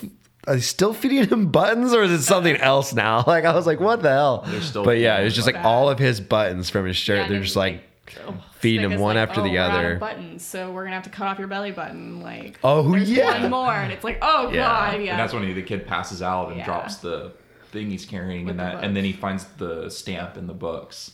Speaker 2: Are they still feeding him buttons, or is it something else now? Like I was like, "What the hell?"
Speaker 3: They're still
Speaker 2: but yeah,
Speaker 3: feeding
Speaker 2: it's
Speaker 3: him
Speaker 2: just like all of his buttons from his shirt.
Speaker 4: Yeah, and
Speaker 2: they're
Speaker 4: it's
Speaker 2: just like,
Speaker 4: oh,
Speaker 2: feeding him
Speaker 4: Spica's
Speaker 2: one
Speaker 4: like,
Speaker 2: after
Speaker 4: "Oh,
Speaker 2: the
Speaker 4: we're out of
Speaker 2: other."
Speaker 4: buttons, so we're gonna have to cut off your belly button. Like,
Speaker 2: "Oh
Speaker 4: there's
Speaker 2: yeah,
Speaker 4: one more, and it's like, oh
Speaker 2: Yeah.
Speaker 4: god, yeah.
Speaker 3: And that's when the kid passes out and
Speaker 4: Yeah.
Speaker 3: drops the thing he's carrying,
Speaker 4: With
Speaker 3: and
Speaker 4: the
Speaker 3: that,
Speaker 4: books.
Speaker 3: and then he finds the stamp in the books,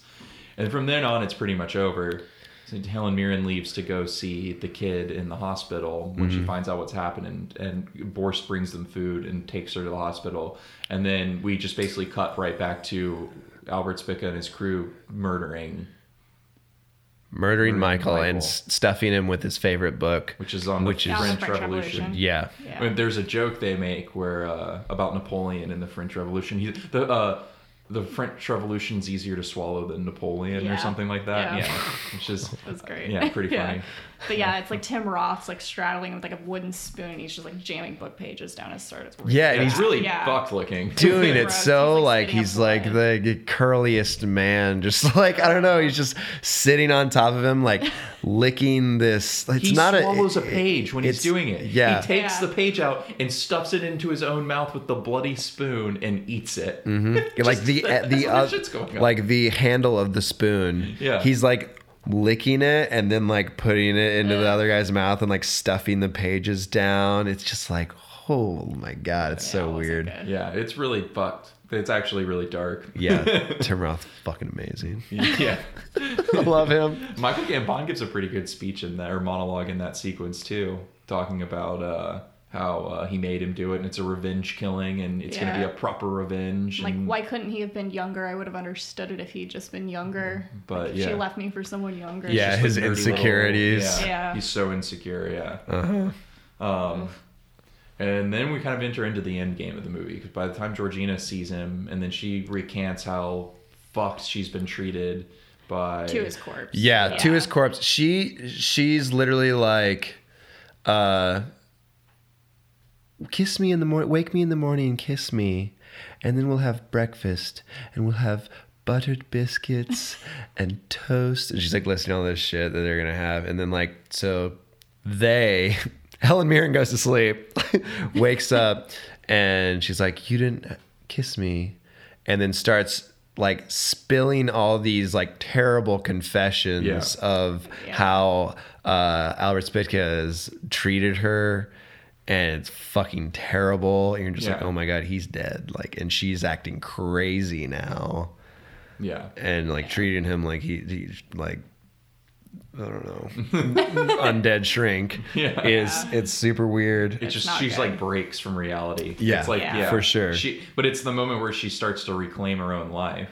Speaker 3: and from then on, it's pretty much over. So Helen Mirren leaves to go see the kid in the hospital when
Speaker 2: Mm-hmm.
Speaker 3: she finds out what's happened, and, and Boris brings them food and takes her to the hospital, and then we just basically cut right back to Albert Spica and his crew murdering,
Speaker 2: murdering Michael, and
Speaker 3: Michael.
Speaker 2: s- stuffing him with his favorite book."
Speaker 3: which is on
Speaker 2: Which
Speaker 3: the
Speaker 2: is-
Speaker 3: French,
Speaker 4: Yeah, the French
Speaker 3: Revolution.
Speaker 4: Revolution.
Speaker 2: Yeah,
Speaker 4: Yeah.
Speaker 3: I mean, there's a joke they make where uh, about Napoleon and the French Revolution. He, the uh, the French Revolution's easier to swallow than Napoleon
Speaker 4: Yeah.
Speaker 3: or something like that.
Speaker 4: Yeah.
Speaker 3: Yeah, which is
Speaker 4: That's great.
Speaker 3: Yeah, pretty funny.
Speaker 4: But yeah, it's like Tim Roth's like straddling with like a wooden spoon and he's just like jamming book pages down his throat. It's weird.
Speaker 2: yeah, and
Speaker 3: and he's
Speaker 2: he's
Speaker 3: really
Speaker 4: Yeah.
Speaker 3: fucked looking.
Speaker 2: doing it
Speaker 4: Gross.
Speaker 2: so
Speaker 4: He's, like,
Speaker 2: like
Speaker 4: spitting
Speaker 2: he's
Speaker 4: up
Speaker 2: like the, curliest man just like i don't know he's just sitting on top of him like licking this it's
Speaker 3: he
Speaker 2: not
Speaker 3: swallows a,
Speaker 2: it-
Speaker 3: page when he's
Speaker 2: it's-
Speaker 3: doing it.
Speaker 2: yeah
Speaker 3: he takes
Speaker 4: Yeah.
Speaker 3: the page out and stuffs it into his own mouth with the bloody spoon and eats it.
Speaker 2: Mm-hmm. like the
Speaker 3: that's
Speaker 2: the
Speaker 3: what
Speaker 2: uh,
Speaker 3: shit's going on.
Speaker 2: like the handle of the spoon
Speaker 3: Yeah.
Speaker 2: he's like licking it and then like putting it into the other guy's mouth and like stuffing the pages down it's just like oh my god it's
Speaker 4: Yeah, it
Speaker 2: so
Speaker 4: wasn't
Speaker 2: weird
Speaker 4: good.
Speaker 3: Yeah, it's really fucked. It's actually really dark.
Speaker 2: yeah tim roth fucking amazing
Speaker 3: yeah.
Speaker 2: i love him
Speaker 3: Michael Gambon gives a pretty good speech in that or monologue in that sequence too, talking about uh, how uh, he made him do it, and it's a revenge killing, and it's going to
Speaker 4: Yeah.
Speaker 3: be a proper revenge.
Speaker 4: Like,
Speaker 2: Mm.
Speaker 3: and-
Speaker 4: why couldn't he have been younger? I would have understood it if he'd just been younger.
Speaker 3: But,
Speaker 4: Like,
Speaker 3: yeah.
Speaker 4: she left me for someone younger.
Speaker 2: Mm-hmm. Yeah. his
Speaker 3: just a nerdy little-
Speaker 2: insecurities. Uh-huh.
Speaker 3: yeah,
Speaker 4: Yeah.
Speaker 3: he's so insecure. Yeah. Um, and then we kind of enter into the end game of the movie because by the time Georgina sees him, and then she recants how fucked she's been treated by
Speaker 4: To his corpse.
Speaker 2: Yeah, to his corpse. She she's literally like, uh, kiss me in the morning, wake me in the morning, and kiss me, and then we'll have breakfast, and we'll have buttered biscuits and toast. And she's like listing all this shit that they're gonna have, and then like so they. Helen Mirren goes to sleep, wakes up, and she's like, "You didn't kiss me," and then starts like spilling all these like terrible confessions
Speaker 3: Yeah.
Speaker 2: of
Speaker 4: Yeah.
Speaker 2: how uh, Albert Spitka has treated her, and it's fucking terrible. And you're just like,
Speaker 3: Yeah.
Speaker 2: oh my god, he's dead. Like, and she's acting crazy now,
Speaker 3: yeah.
Speaker 2: and like treating him like he, he like. I don't know. Undead shrink
Speaker 3: Yeah.
Speaker 2: is it's super weird.
Speaker 3: It just
Speaker 4: not
Speaker 3: she's
Speaker 4: good.
Speaker 3: like breaks from reality.
Speaker 2: Yeah,
Speaker 3: it's like yeah,
Speaker 4: Yeah.
Speaker 2: for sure.
Speaker 3: She, but it's the moment where she starts to reclaim her own life,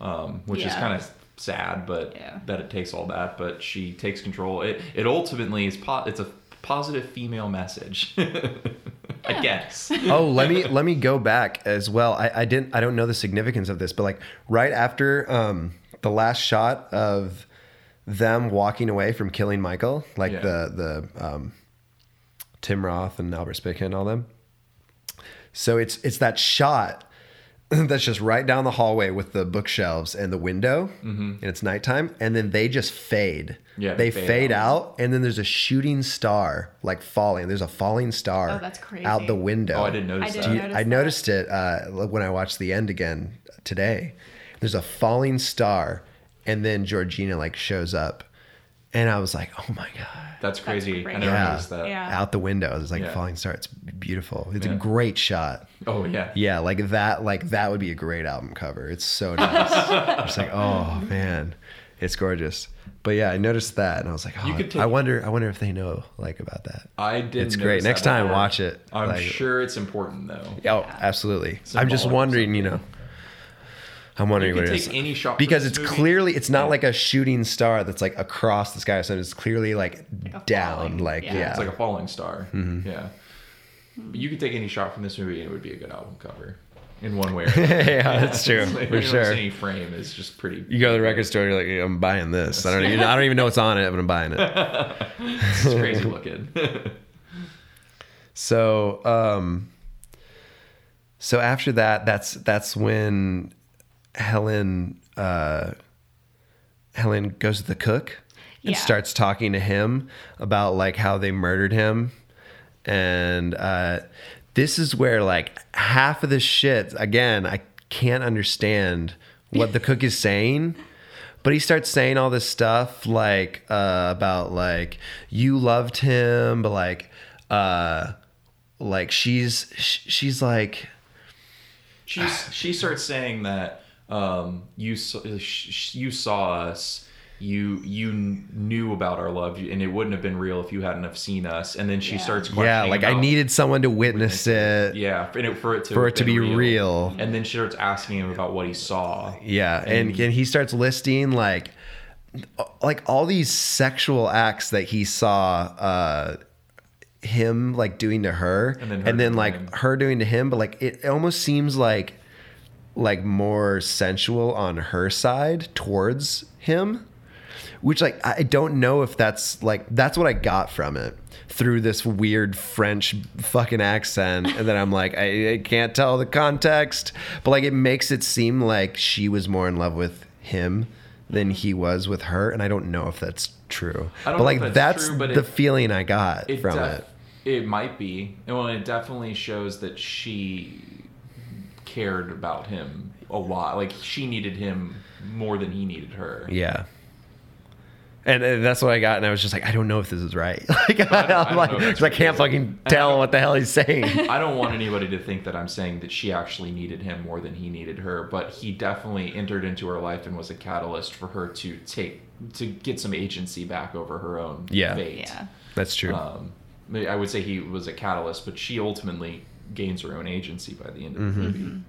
Speaker 3: um, which is
Speaker 4: Yeah.
Speaker 3: kind of sad, but
Speaker 4: Yeah.
Speaker 3: that it takes all that. But she takes control. It it ultimately is po- It's a positive female message, I guess.
Speaker 2: oh let me let me go back as well I, I didn't i don't know the significance of this but like right after um the last shot of them walking away from killing michael like
Speaker 3: Yeah.
Speaker 2: the the um tim roth and albert spica and all them so it's it's that shot that's just right down the hallway with the bookshelves and the window, and it's nighttime, and then they just fade.
Speaker 3: Yeah,
Speaker 2: Mm-hmm. they
Speaker 3: they
Speaker 2: fade,
Speaker 3: fade
Speaker 2: out. and then there's a shooting star like falling. There's a falling star
Speaker 4: Oh, that's crazy.
Speaker 2: out the window.
Speaker 3: Oh, I didn't notice
Speaker 4: I
Speaker 3: that.
Speaker 4: didn't notice
Speaker 2: I
Speaker 4: that.
Speaker 2: noticed it uh, when I watched the end again today. There's a falling star, and then Georgina like shows up, and I was like, oh my god,
Speaker 3: That's crazy.
Speaker 4: great.
Speaker 3: I never
Speaker 2: yeah,
Speaker 3: noticed that.
Speaker 4: Yeah.
Speaker 2: out the window. It's like
Speaker 3: Yeah.
Speaker 2: falling star. It's beautiful. It's
Speaker 3: Yeah.
Speaker 2: a great shot.
Speaker 3: Oh yeah.
Speaker 2: Yeah, like that. Like that would be a great album cover. It's so nice. I'm just like, oh man, it's gorgeous. But yeah, I noticed that, and I was like, oh,
Speaker 3: could
Speaker 2: I
Speaker 3: take-
Speaker 2: wonder, I wonder if they know like about that.
Speaker 3: I did.
Speaker 2: It's great. Next time, watch it.
Speaker 3: I'm
Speaker 2: Like-
Speaker 3: sure it's important though.
Speaker 2: Yeah, Oh, absolutely. I'm just
Speaker 3: Symbolic or
Speaker 2: wondering, you know. I'm wondering
Speaker 3: You
Speaker 2: what
Speaker 3: could
Speaker 2: it
Speaker 3: take
Speaker 2: is.
Speaker 3: any shot for
Speaker 2: because
Speaker 3: this
Speaker 2: it's
Speaker 3: movie.
Speaker 2: clearly it's not like a shooting star that's like across the sky. So it's clearly like,
Speaker 4: a
Speaker 2: down.
Speaker 4: falling-
Speaker 2: Like yeah, Mm-hmm.
Speaker 4: yeah.
Speaker 3: It's like a falling star. Yeah. You could take any shot from this movie and it would be a good album cover, in one way. Or another.
Speaker 2: yeah, that's true
Speaker 3: It's like,
Speaker 2: for
Speaker 3: you know,
Speaker 2: sure.
Speaker 3: Any frame is just pretty.
Speaker 2: You go to the record store, you're like, "Yeah, I'm buying this. I don't even I don't even know what's on it, but I'm buying it.
Speaker 3: It's crazy looking.
Speaker 2: So um so after that, that's that's when Helen uh Helen goes to the cook and
Speaker 4: Yeah.
Speaker 2: starts talking to him about like how they murdered him. And uh this is where like half of the shit again, I can't understand what the cook is saying. But he starts saying all this stuff like uh, about like you loved him, but like uh, like she's sh- she's like
Speaker 3: She's, she starts saying that um, you s- sh- sh- you saw us, you you kn- knew about our love, and it wouldn't have been real if you hadn't have seen us. And then she
Speaker 4: Yeah.
Speaker 3: starts questioning
Speaker 2: yeah, like I
Speaker 3: about-
Speaker 2: needed someone to witness it.
Speaker 3: yeah, and it, for it to
Speaker 2: For
Speaker 3: have
Speaker 2: it to
Speaker 3: been
Speaker 2: be real.
Speaker 3: And then she starts asking him about what he saw.
Speaker 2: Yeah, and and he starts listing like like all these sexual acts that he saw uh him like doing to her and
Speaker 3: then
Speaker 2: then,
Speaker 3: her doing to
Speaker 2: like
Speaker 3: him.
Speaker 2: her doing to him, but like it almost seems like like more sensual on her side towards him which like I don't know if that's like that's what I got from it through this weird French fucking accent, and then I'm like I, I can't tell the context, but like it makes it seem like she was more in love with him than he was with her, and I don't know if that's true.
Speaker 3: I
Speaker 2: but
Speaker 3: don't know
Speaker 2: like
Speaker 3: if that's
Speaker 2: that's,
Speaker 3: true, but
Speaker 2: the
Speaker 3: it-
Speaker 2: feeling I got from
Speaker 3: def-
Speaker 2: it.
Speaker 3: It might be. Well, it definitely shows that she cared about him a lot. Like she needed him more than he needed her.
Speaker 2: Yeah. And, and that's what I got, and I was just like, I don't know if this is right. Like, I,
Speaker 3: don't- I
Speaker 2: am
Speaker 3: don't
Speaker 2: like,
Speaker 3: know if that's
Speaker 2: 'cause I can't
Speaker 3: right.
Speaker 2: fucking tell what the hell he's saying.
Speaker 3: I don't want anybody to think that I'm saying that she actually needed him more than he needed her, but he definitely entered into her life and was a catalyst for her to take to get some agency back over her own
Speaker 2: Yeah.
Speaker 3: fate.
Speaker 4: Yeah.
Speaker 2: That's true.
Speaker 3: um, I would say he was a catalyst, but she ultimately gains her own agency by the end
Speaker 2: Mm-hmm.
Speaker 3: of the movie.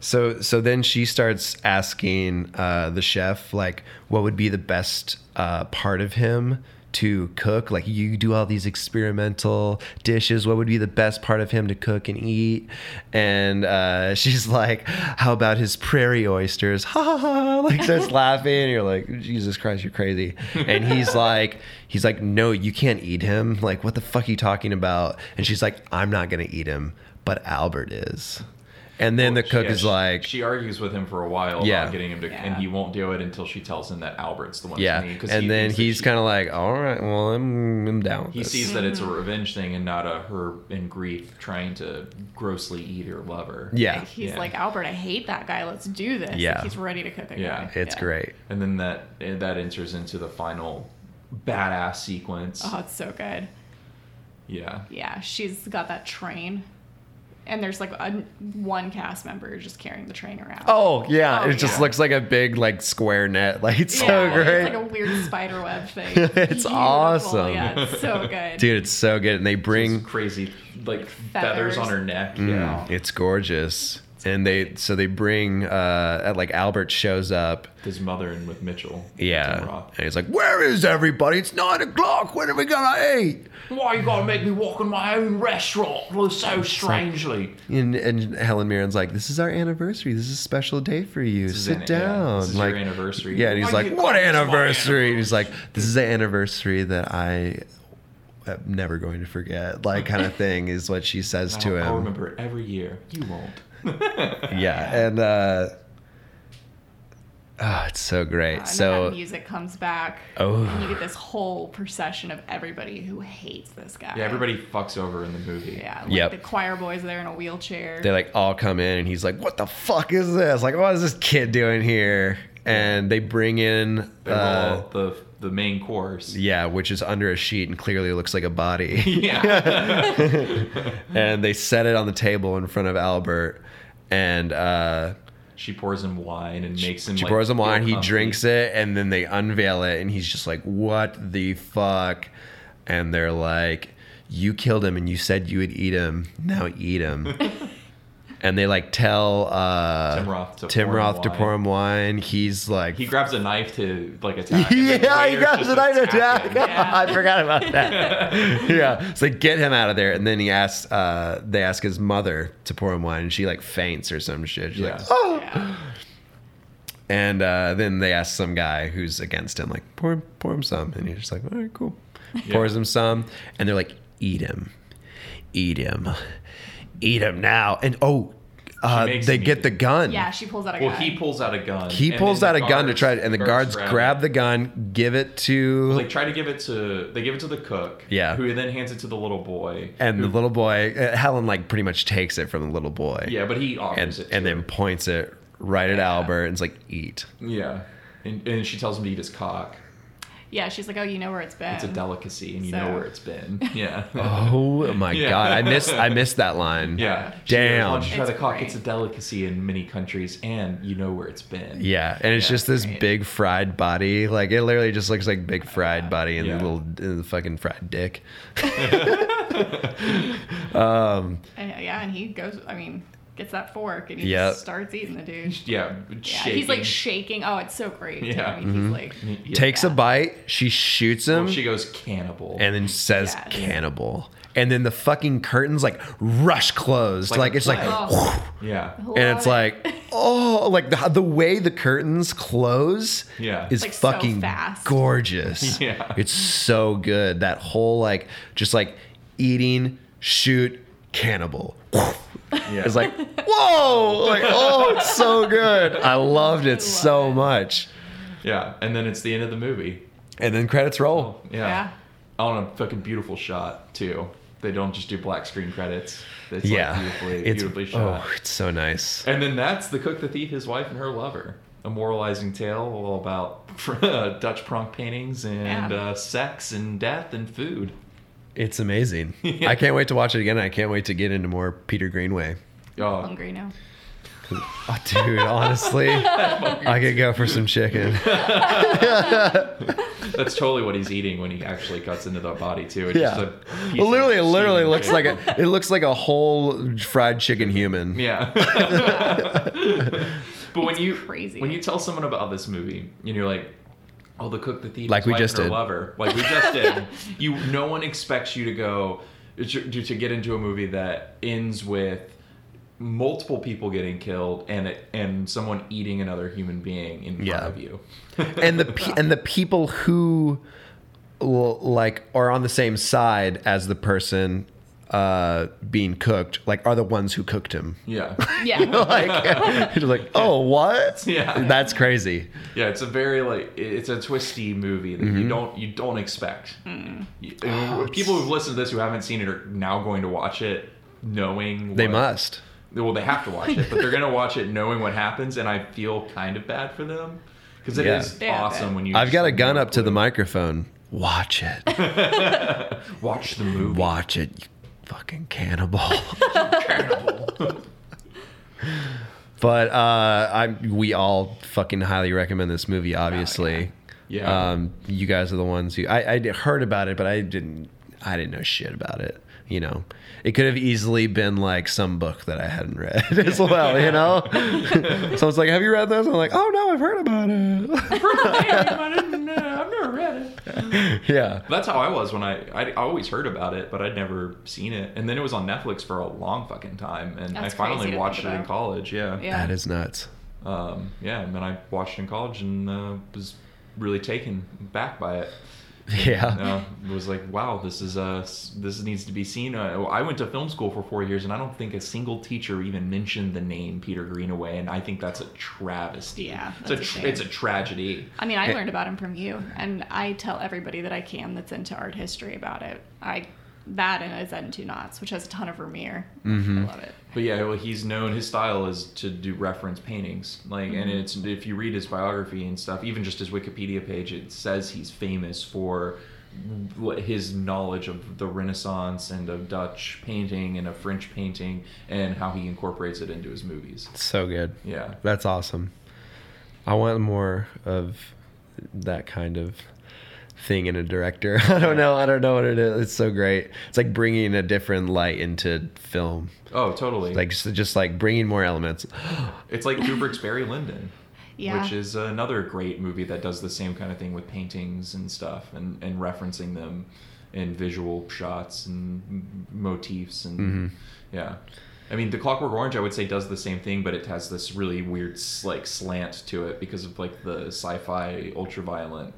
Speaker 2: So so then she starts asking uh, the chef like what would be the best uh, part of him to cook like you do all these experimental dishes what would be the best part of him to cook and eat and uh, she's like how about his prairie oysters ha ha ha like starts laughing and you're like jesus christ you're crazy and he's like he's like no you can't eat him like what the fuck are you talking about and she's like i'm not gonna eat him but albert is and then the cook
Speaker 3: Yeah,
Speaker 2: is
Speaker 3: she-
Speaker 2: like,
Speaker 3: she argues with him for a while
Speaker 2: Yeah.
Speaker 3: about getting him to, and he won't do it until she tells him that Albert's the one.
Speaker 2: yeah.
Speaker 3: to me, 'cause
Speaker 2: And
Speaker 3: he
Speaker 2: then
Speaker 3: thinks that
Speaker 2: he's
Speaker 3: she-
Speaker 2: kind of like, all right, well, I'm, I'm down. With
Speaker 3: He
Speaker 2: this."
Speaker 3: sees that it's a revenge thing and not a her in grief trying to grossly eat her lover.
Speaker 2: yeah,
Speaker 4: He's
Speaker 3: Yeah.
Speaker 4: like Albert. I hate that guy. Let's do this. Like,
Speaker 2: Yeah.
Speaker 4: he's ready to cook a
Speaker 3: Yeah.
Speaker 4: guy.
Speaker 2: it's great.
Speaker 3: And then that eh, that enters into the final badass sequence.
Speaker 4: Oh, it's so good.
Speaker 3: Yeah.
Speaker 4: Yeah, she's got that train, and there's like a, one cast member just carrying the train around.
Speaker 2: Oh yeah,
Speaker 4: Oh,
Speaker 2: it just
Speaker 4: yeah.
Speaker 2: looks like a big like square net. Like it's so
Speaker 4: Yeah,
Speaker 2: great,
Speaker 4: It's like a weird spider web thing.
Speaker 2: It's
Speaker 4: Beautiful.
Speaker 2: awesome.
Speaker 4: Yeah, it's so good.
Speaker 2: dude. It's so good, and they bring.
Speaker 3: These crazy like feathers.
Speaker 4: feathers.
Speaker 3: on her neck.
Speaker 2: Mm,
Speaker 3: Yeah.
Speaker 2: It's gorgeous, and they so they bring uh like Albert shows up.
Speaker 3: His mother and with Mitchell. Tim
Speaker 2: Yeah,
Speaker 3: Roth.
Speaker 2: and he's like, "Where is everybody? It's nine o'clock. When are we gonna eat?"
Speaker 3: Why you gotta make me walk in my own restaurant so strangely?
Speaker 2: And, and Helen Mirren's like, "This is our anniversary. This is a special day for you.
Speaker 3: is
Speaker 2: Sit
Speaker 3: an- yeah,
Speaker 2: down."
Speaker 3: this is your
Speaker 2: like
Speaker 3: anniversary.
Speaker 2: Yeah, and he's
Speaker 3: Why
Speaker 2: like,
Speaker 3: you-
Speaker 2: "What
Speaker 3: it's my
Speaker 2: anniversary?" And he's like, "This is the anniversary that I am never going to forget." Like kind of thing is what she says to
Speaker 3: I'll,
Speaker 2: him.
Speaker 3: I'll remember it every year. You won't.
Speaker 2: Yeah, and uh, oh, it's so great.
Speaker 4: And then that
Speaker 2: so
Speaker 4: music comes back.
Speaker 2: Oh.
Speaker 4: And you get this whole procession of everybody who hates this guy.
Speaker 3: Yeah, everybody fucks over in the movie.
Speaker 4: Yeah, like
Speaker 2: Yep.
Speaker 4: the choir boys there in a wheelchair.
Speaker 2: they like all come in, and he's like, "What the fuck is this? Like, what is this kid doing here?" And they bring in.
Speaker 3: They're
Speaker 2: uh,
Speaker 3: all the the main course.
Speaker 2: Yeah, which is under a sheet and clearly looks like a body.
Speaker 3: Yeah.
Speaker 2: and they set it on the table in front of Albert. And uh,
Speaker 3: she pours him wine and makes him.
Speaker 2: she
Speaker 3: like,
Speaker 2: pours him
Speaker 3: feel
Speaker 2: wine, he
Speaker 3: comfy.
Speaker 2: drinks it, and then they unveil it. And he's just like, What the fuck? And they're like, You killed him and you said you would eat him. Now eat him. and they like tell uh,
Speaker 3: Tim Roth to
Speaker 2: Tim
Speaker 3: pour him
Speaker 2: Roth to
Speaker 3: wine.
Speaker 2: pour him wine. He's like,
Speaker 3: He grabs a knife to like attack. and then
Speaker 2: yeah, he
Speaker 3: waiters
Speaker 2: grabs
Speaker 3: just
Speaker 2: a knife
Speaker 3: attack
Speaker 2: attack.
Speaker 3: him.
Speaker 2: I forgot about that. yeah, it's like get him out of there. And then he asks, uh, they ask his mother to pour him wine, and she like faints or some shit. She's like,
Speaker 3: Yeah.
Speaker 2: oh.
Speaker 4: Yeah.
Speaker 2: And uh, then they ask some guy who's against him, like pour him, pour him some, and he's just like, all right, cool. Pours him some, and they're like, eat him, eat him, eat him now. And oh, uh,
Speaker 3: makes
Speaker 2: they
Speaker 3: him
Speaker 2: get
Speaker 3: eat
Speaker 2: the
Speaker 3: it.
Speaker 2: gun.
Speaker 4: Yeah, she pulls out a
Speaker 3: Well,
Speaker 4: gun.
Speaker 3: he pulls out a gun.
Speaker 2: He
Speaker 3: and
Speaker 2: pulls
Speaker 3: then
Speaker 2: out
Speaker 3: the
Speaker 2: a gun to
Speaker 3: guards-
Speaker 2: try, and the guards, grab,
Speaker 3: it.
Speaker 2: the gun, give it to
Speaker 3: They try to give it to. They give it to the cook.
Speaker 2: Yeah.
Speaker 3: Who then hands it to the little boy.
Speaker 2: and the little boy uh, Helen like pretty much takes it from the little boy.
Speaker 3: Yeah, but he offers
Speaker 2: and
Speaker 3: it. To
Speaker 2: and then
Speaker 3: her.
Speaker 2: points it right at Albert and's like eat.
Speaker 3: Yeah. And, and she tells him to eat his cock.
Speaker 4: yeah, she's like, oh, you know where it's been.
Speaker 3: It's a delicacy, and you
Speaker 4: So-
Speaker 3: know where it's been. Yeah.
Speaker 2: Oh my
Speaker 3: Yeah.
Speaker 2: god, I missed I missed that line.
Speaker 3: Yeah. She goes,
Speaker 2: Damn.
Speaker 3: Why don't you try
Speaker 4: It's
Speaker 3: the cock?
Speaker 4: great.
Speaker 3: It's a delicacy in many countries, and you know where it's been.
Speaker 2: Yeah, and it's
Speaker 3: Yeah,
Speaker 2: just this
Speaker 4: right.
Speaker 2: big fried body. Like it literally just looks like big fried body and
Speaker 3: Yeah.
Speaker 2: the little and the fucking fried dick.
Speaker 4: And- uh, yeah, and he goes. I mean, gets that fork and he
Speaker 2: Yep.
Speaker 4: just starts eating the dude.
Speaker 3: Yeah.
Speaker 4: Yeah,
Speaker 3: Shaking.
Speaker 4: he's like shaking. Oh, it's so great. too.
Speaker 3: Yeah.
Speaker 4: I mean,
Speaker 2: Mm-hmm.
Speaker 4: he's like.
Speaker 3: Yeah.
Speaker 2: Takes a bite, she shoots him,
Speaker 3: Well, she goes cannibal.
Speaker 2: and then says
Speaker 4: Yeah.
Speaker 2: cannibal. And then the fucking curtains like rush closed.
Speaker 3: Like
Speaker 2: Like,
Speaker 3: a
Speaker 2: it's like
Speaker 3: plague.
Speaker 4: Oh,
Speaker 3: yeah.
Speaker 2: and it's
Speaker 4: love it.
Speaker 2: like oh like the, the way the curtains close
Speaker 3: Yeah.
Speaker 2: is
Speaker 4: Like, so
Speaker 2: fucking
Speaker 4: fast.
Speaker 2: gorgeous
Speaker 3: Yeah.
Speaker 2: it's so good that whole like just like eating shoot cannibal
Speaker 3: Yeah.
Speaker 2: it's like whoa like oh it's so good i loved it so much
Speaker 3: Yeah. And then it's the end of the movie.
Speaker 2: and then credits roll
Speaker 3: Yeah.
Speaker 4: Yeah.
Speaker 3: On a fucking beautiful shot too. They don't just do black screen credits. It's
Speaker 2: yeah
Speaker 3: like beautifully,
Speaker 2: it's
Speaker 3: beautifully shot.
Speaker 2: oh it's so nice
Speaker 3: And then that's the cook, the thief, his wife, and her lover. A moralizing tale all about uh, Dutch pronk paintings and
Speaker 4: Yeah.
Speaker 3: uh, sex and death and food.
Speaker 2: it's amazing i can't wait to watch it again i can't wait to get into more peter greenway
Speaker 4: I'm
Speaker 3: Oh,
Speaker 4: hungry now.
Speaker 2: Oh, dude, honestly, I could go for some chicken.
Speaker 3: that's totally what he's eating when he actually cuts into the body too. It's just uh,
Speaker 2: Yeah,
Speaker 3: a piece of
Speaker 2: literally, it literally
Speaker 3: steaming
Speaker 2: looks
Speaker 3: chicken.
Speaker 2: like a it looks like a whole fried chicken human.
Speaker 3: Yeah. but when
Speaker 4: It's
Speaker 3: you
Speaker 4: crazy.
Speaker 3: when you tell someone about this movie and you're like, "Oh, the cook, the thief,
Speaker 2: Like
Speaker 3: his
Speaker 2: we
Speaker 3: wife,
Speaker 2: just
Speaker 3: and her
Speaker 2: did.
Speaker 3: lover," like we just did, you no one expects you to go to, to get into a movie that ends with multiple people getting killed and it, and someone eating another human being in
Speaker 2: Yeah.
Speaker 3: front of you.
Speaker 2: and the pe- and the people who l- like are on the same side as the person uh, being cooked, like are the ones who cooked him.
Speaker 3: Yeah.
Speaker 4: Yeah.
Speaker 2: Like, you're like, oh, what?
Speaker 3: Yeah.
Speaker 2: that's crazy.
Speaker 3: Yeah, it's a very like it's a twisty movie that
Speaker 2: Mm-hmm.
Speaker 3: you don't you don't expect.
Speaker 4: Hmm.
Speaker 3: You- People who've listened to this who haven't seen it are now going to watch it knowing
Speaker 2: They
Speaker 3: what-
Speaker 2: must.
Speaker 3: Well, they have to watch it, but they're going to watch it knowing what happens, and I feel kind of bad for them because it
Speaker 2: Yeah.
Speaker 3: is
Speaker 4: Yeah, I bet.
Speaker 3: awesome when you.
Speaker 2: I've
Speaker 3: just
Speaker 2: got a
Speaker 3: have
Speaker 2: gun
Speaker 3: no
Speaker 2: up to the
Speaker 3: clue.
Speaker 2: microphone. Watch it.
Speaker 3: Watch the movie.
Speaker 2: Watch it. You fucking cannibal. But uh, I we all fucking highly recommend this movie. Obviously,
Speaker 3: Yeah.
Speaker 2: Um, you guys are the ones who I, I d- heard about it, but I didn't. I didn't know shit about it. You know, it could have easily been like some book that I hadn't read as well. You know, so it's like, have you read this? I'm like, oh no, I've heard about it.
Speaker 3: I didn't know. I've never read it.
Speaker 2: yeah,
Speaker 3: That's how I was when I I always heard about it, but I'd never seen it. And then it was on Netflix for a long fucking time, and
Speaker 4: That's
Speaker 3: I
Speaker 4: crazy to
Speaker 3: finally
Speaker 4: think
Speaker 3: watched it in
Speaker 4: about.
Speaker 3: college. Yeah.
Speaker 4: Yeah.
Speaker 2: that is nuts.
Speaker 3: Um, yeah, and then I watched it in college and uh, was really taken back by it.
Speaker 2: Yeah,
Speaker 3: uh, was like, wow, this is uh, s- this needs to be seen. Uh, I went to film school for four years, and I don't think a single teacher even mentioned the name Peter Greenaway, and I think that's a travesty.
Speaker 4: Yeah,
Speaker 3: it's a,
Speaker 4: that's a
Speaker 3: tr
Speaker 4: shame.
Speaker 3: it's a tragedy.
Speaker 4: I mean, I learned about him from you, and I tell everybody that I can that's into art history about it. I that and His Head in Two Knots, which has a ton of Vermeer.
Speaker 3: Mm-hmm.
Speaker 4: I love it.
Speaker 3: But yeah, well, he's known. His style is to do reference paintings, like, and it's if you read his biography and stuff, even just his Wikipedia page, it says he's famous for what- his knowledge of the Renaissance and of Dutch painting and of French painting and how he incorporates it into his movies.
Speaker 2: So good.
Speaker 3: Yeah,
Speaker 2: That's awesome. I want more of that kind of thing in a director. I don't know. I don't know what it is. It's so great. It's like bringing a different light into film.
Speaker 3: oh, totally.
Speaker 2: Like just, just like bringing more elements.
Speaker 3: it's like Kubrick's Barry Lyndon.
Speaker 4: Yeah.
Speaker 3: Which is another great movie that does the same kind of thing with paintings and stuff and, and referencing them in visual shots and m- motifs and yeah. I mean, The Clockwork Orange, I would say, does the same thing, but it has this really weird s- like slant to it because of like the sci-fi ultraviolent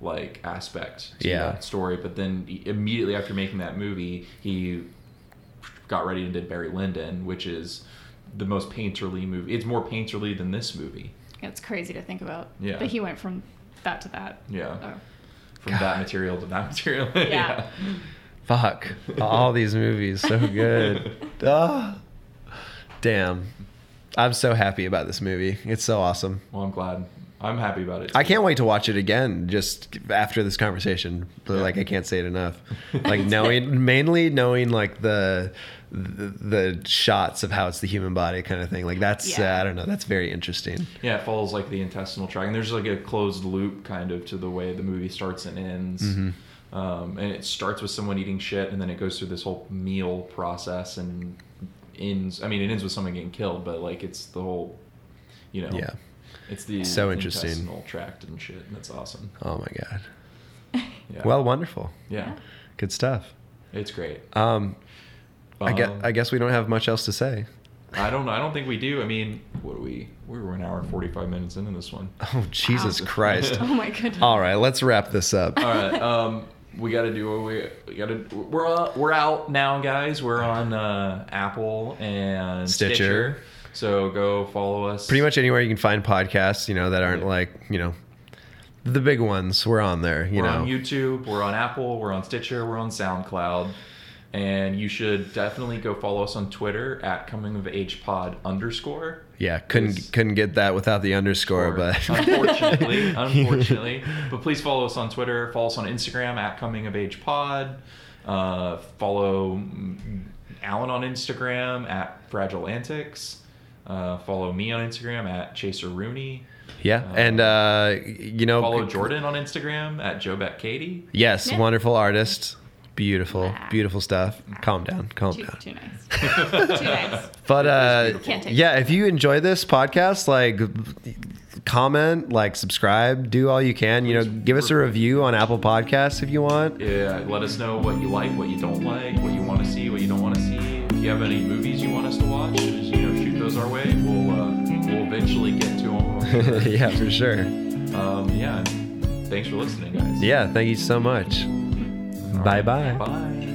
Speaker 3: like aspect to
Speaker 2: Yeah.
Speaker 3: that story. But then i- immediately after making that movie, he got ready and did Barry Lyndon, which is the most painterly movie. It's more painterly than this movie.
Speaker 4: It's crazy to think about.
Speaker 3: Yeah.
Speaker 4: But he went from that to that.
Speaker 3: Yeah.
Speaker 4: Oh.
Speaker 3: From that material to that material.
Speaker 4: Yeah.
Speaker 2: Fuck. All these movies. So good. Ah. Damn. I'm so happy about this movie. It's so awesome.
Speaker 3: Well, I'm glad. I'm happy about it.
Speaker 2: I
Speaker 3: too.
Speaker 2: can't wait to watch it again just after this conversation. But like I can't say it enough. Like knowing mainly knowing like the the, the shots of how it's the human body kind of thing. Like that's
Speaker 4: Yeah.
Speaker 2: uh, I don't know. That's very interesting.
Speaker 3: Yeah, it follows like the intestinal tract, and there's like a closed loop kind of to the way the movie starts and ends.
Speaker 2: Mm-hmm.
Speaker 3: Um, and it starts with someone eating shit, and then it goes through this whole meal process and ends. I mean, it ends with someone getting killed, but like it's the whole, you know,
Speaker 2: Yeah.
Speaker 3: it's the
Speaker 2: So interesting.
Speaker 3: intestinal tract and shit, and that's awesome.
Speaker 2: Oh my god.
Speaker 3: Yeah.
Speaker 2: Well, wonderful.
Speaker 3: yeah,
Speaker 2: Good stuff.
Speaker 3: it's great.
Speaker 2: Um, I guess
Speaker 3: Um,
Speaker 2: I guess we don't have much else to say.
Speaker 3: I don't know. I don't think we do. I mean, what do we? We were an hour and forty-five minutes into this one.
Speaker 2: Oh Jesus Christ.
Speaker 4: Oh my goodness.
Speaker 2: All right, let's wrap this up.
Speaker 3: All right. Um, we gotta do what we, we gotta. We're uh, we're out now, guys. We're on uh, Apple and
Speaker 2: Stitcher.
Speaker 3: Stitcher. So go follow us.
Speaker 2: Pretty much anywhere you can find podcasts, you know, that aren't
Speaker 3: Yeah.
Speaker 2: like you know the big ones. We're on there. You
Speaker 3: We're
Speaker 2: know.
Speaker 3: on YouTube. We're on Apple. We're on Stitcher. We're on SoundCloud. And you should definitely go follow us on Twitter at Coming of Age Pod underscore.
Speaker 2: Yeah, couldn't
Speaker 3: Is-
Speaker 2: couldn't get that without the underscore, but
Speaker 3: unfortunately, unfortunately. But please follow us on Twitter. Follow us on Instagram at Coming of Age Pod. Uh, follow mm, Alan on Instagram at Fragile Antics. Uh, follow me on Instagram at Chaser Rooney.
Speaker 2: yeah, and uh, you know,
Speaker 3: Follow Jordan on Instagram at Joe Beck Katie.
Speaker 2: Yes,
Speaker 4: Yeah.
Speaker 2: wonderful artist, beautiful,
Speaker 4: Wow.
Speaker 2: beautiful stuff. Calm down, calm
Speaker 4: Too,
Speaker 2: down.
Speaker 4: too nice. too nice.
Speaker 2: But uh,
Speaker 4: Can't take
Speaker 2: yeah, if you enjoy this podcast, like comment, like subscribe, do all you can. You know, give us a review on Apple Podcasts if you want.
Speaker 3: Yeah, let us know what you like, what you don't like, what you want to see, what you don't want to see. If you have any movies you want us to watch, just, you know, shoot those our way. We'll uh, we'll eventually get to them.
Speaker 2: yeah, for sure.
Speaker 3: Um, yeah. Thanks for listening, guys.
Speaker 2: Yeah, thank you so much. Bye bye.
Speaker 3: Bye.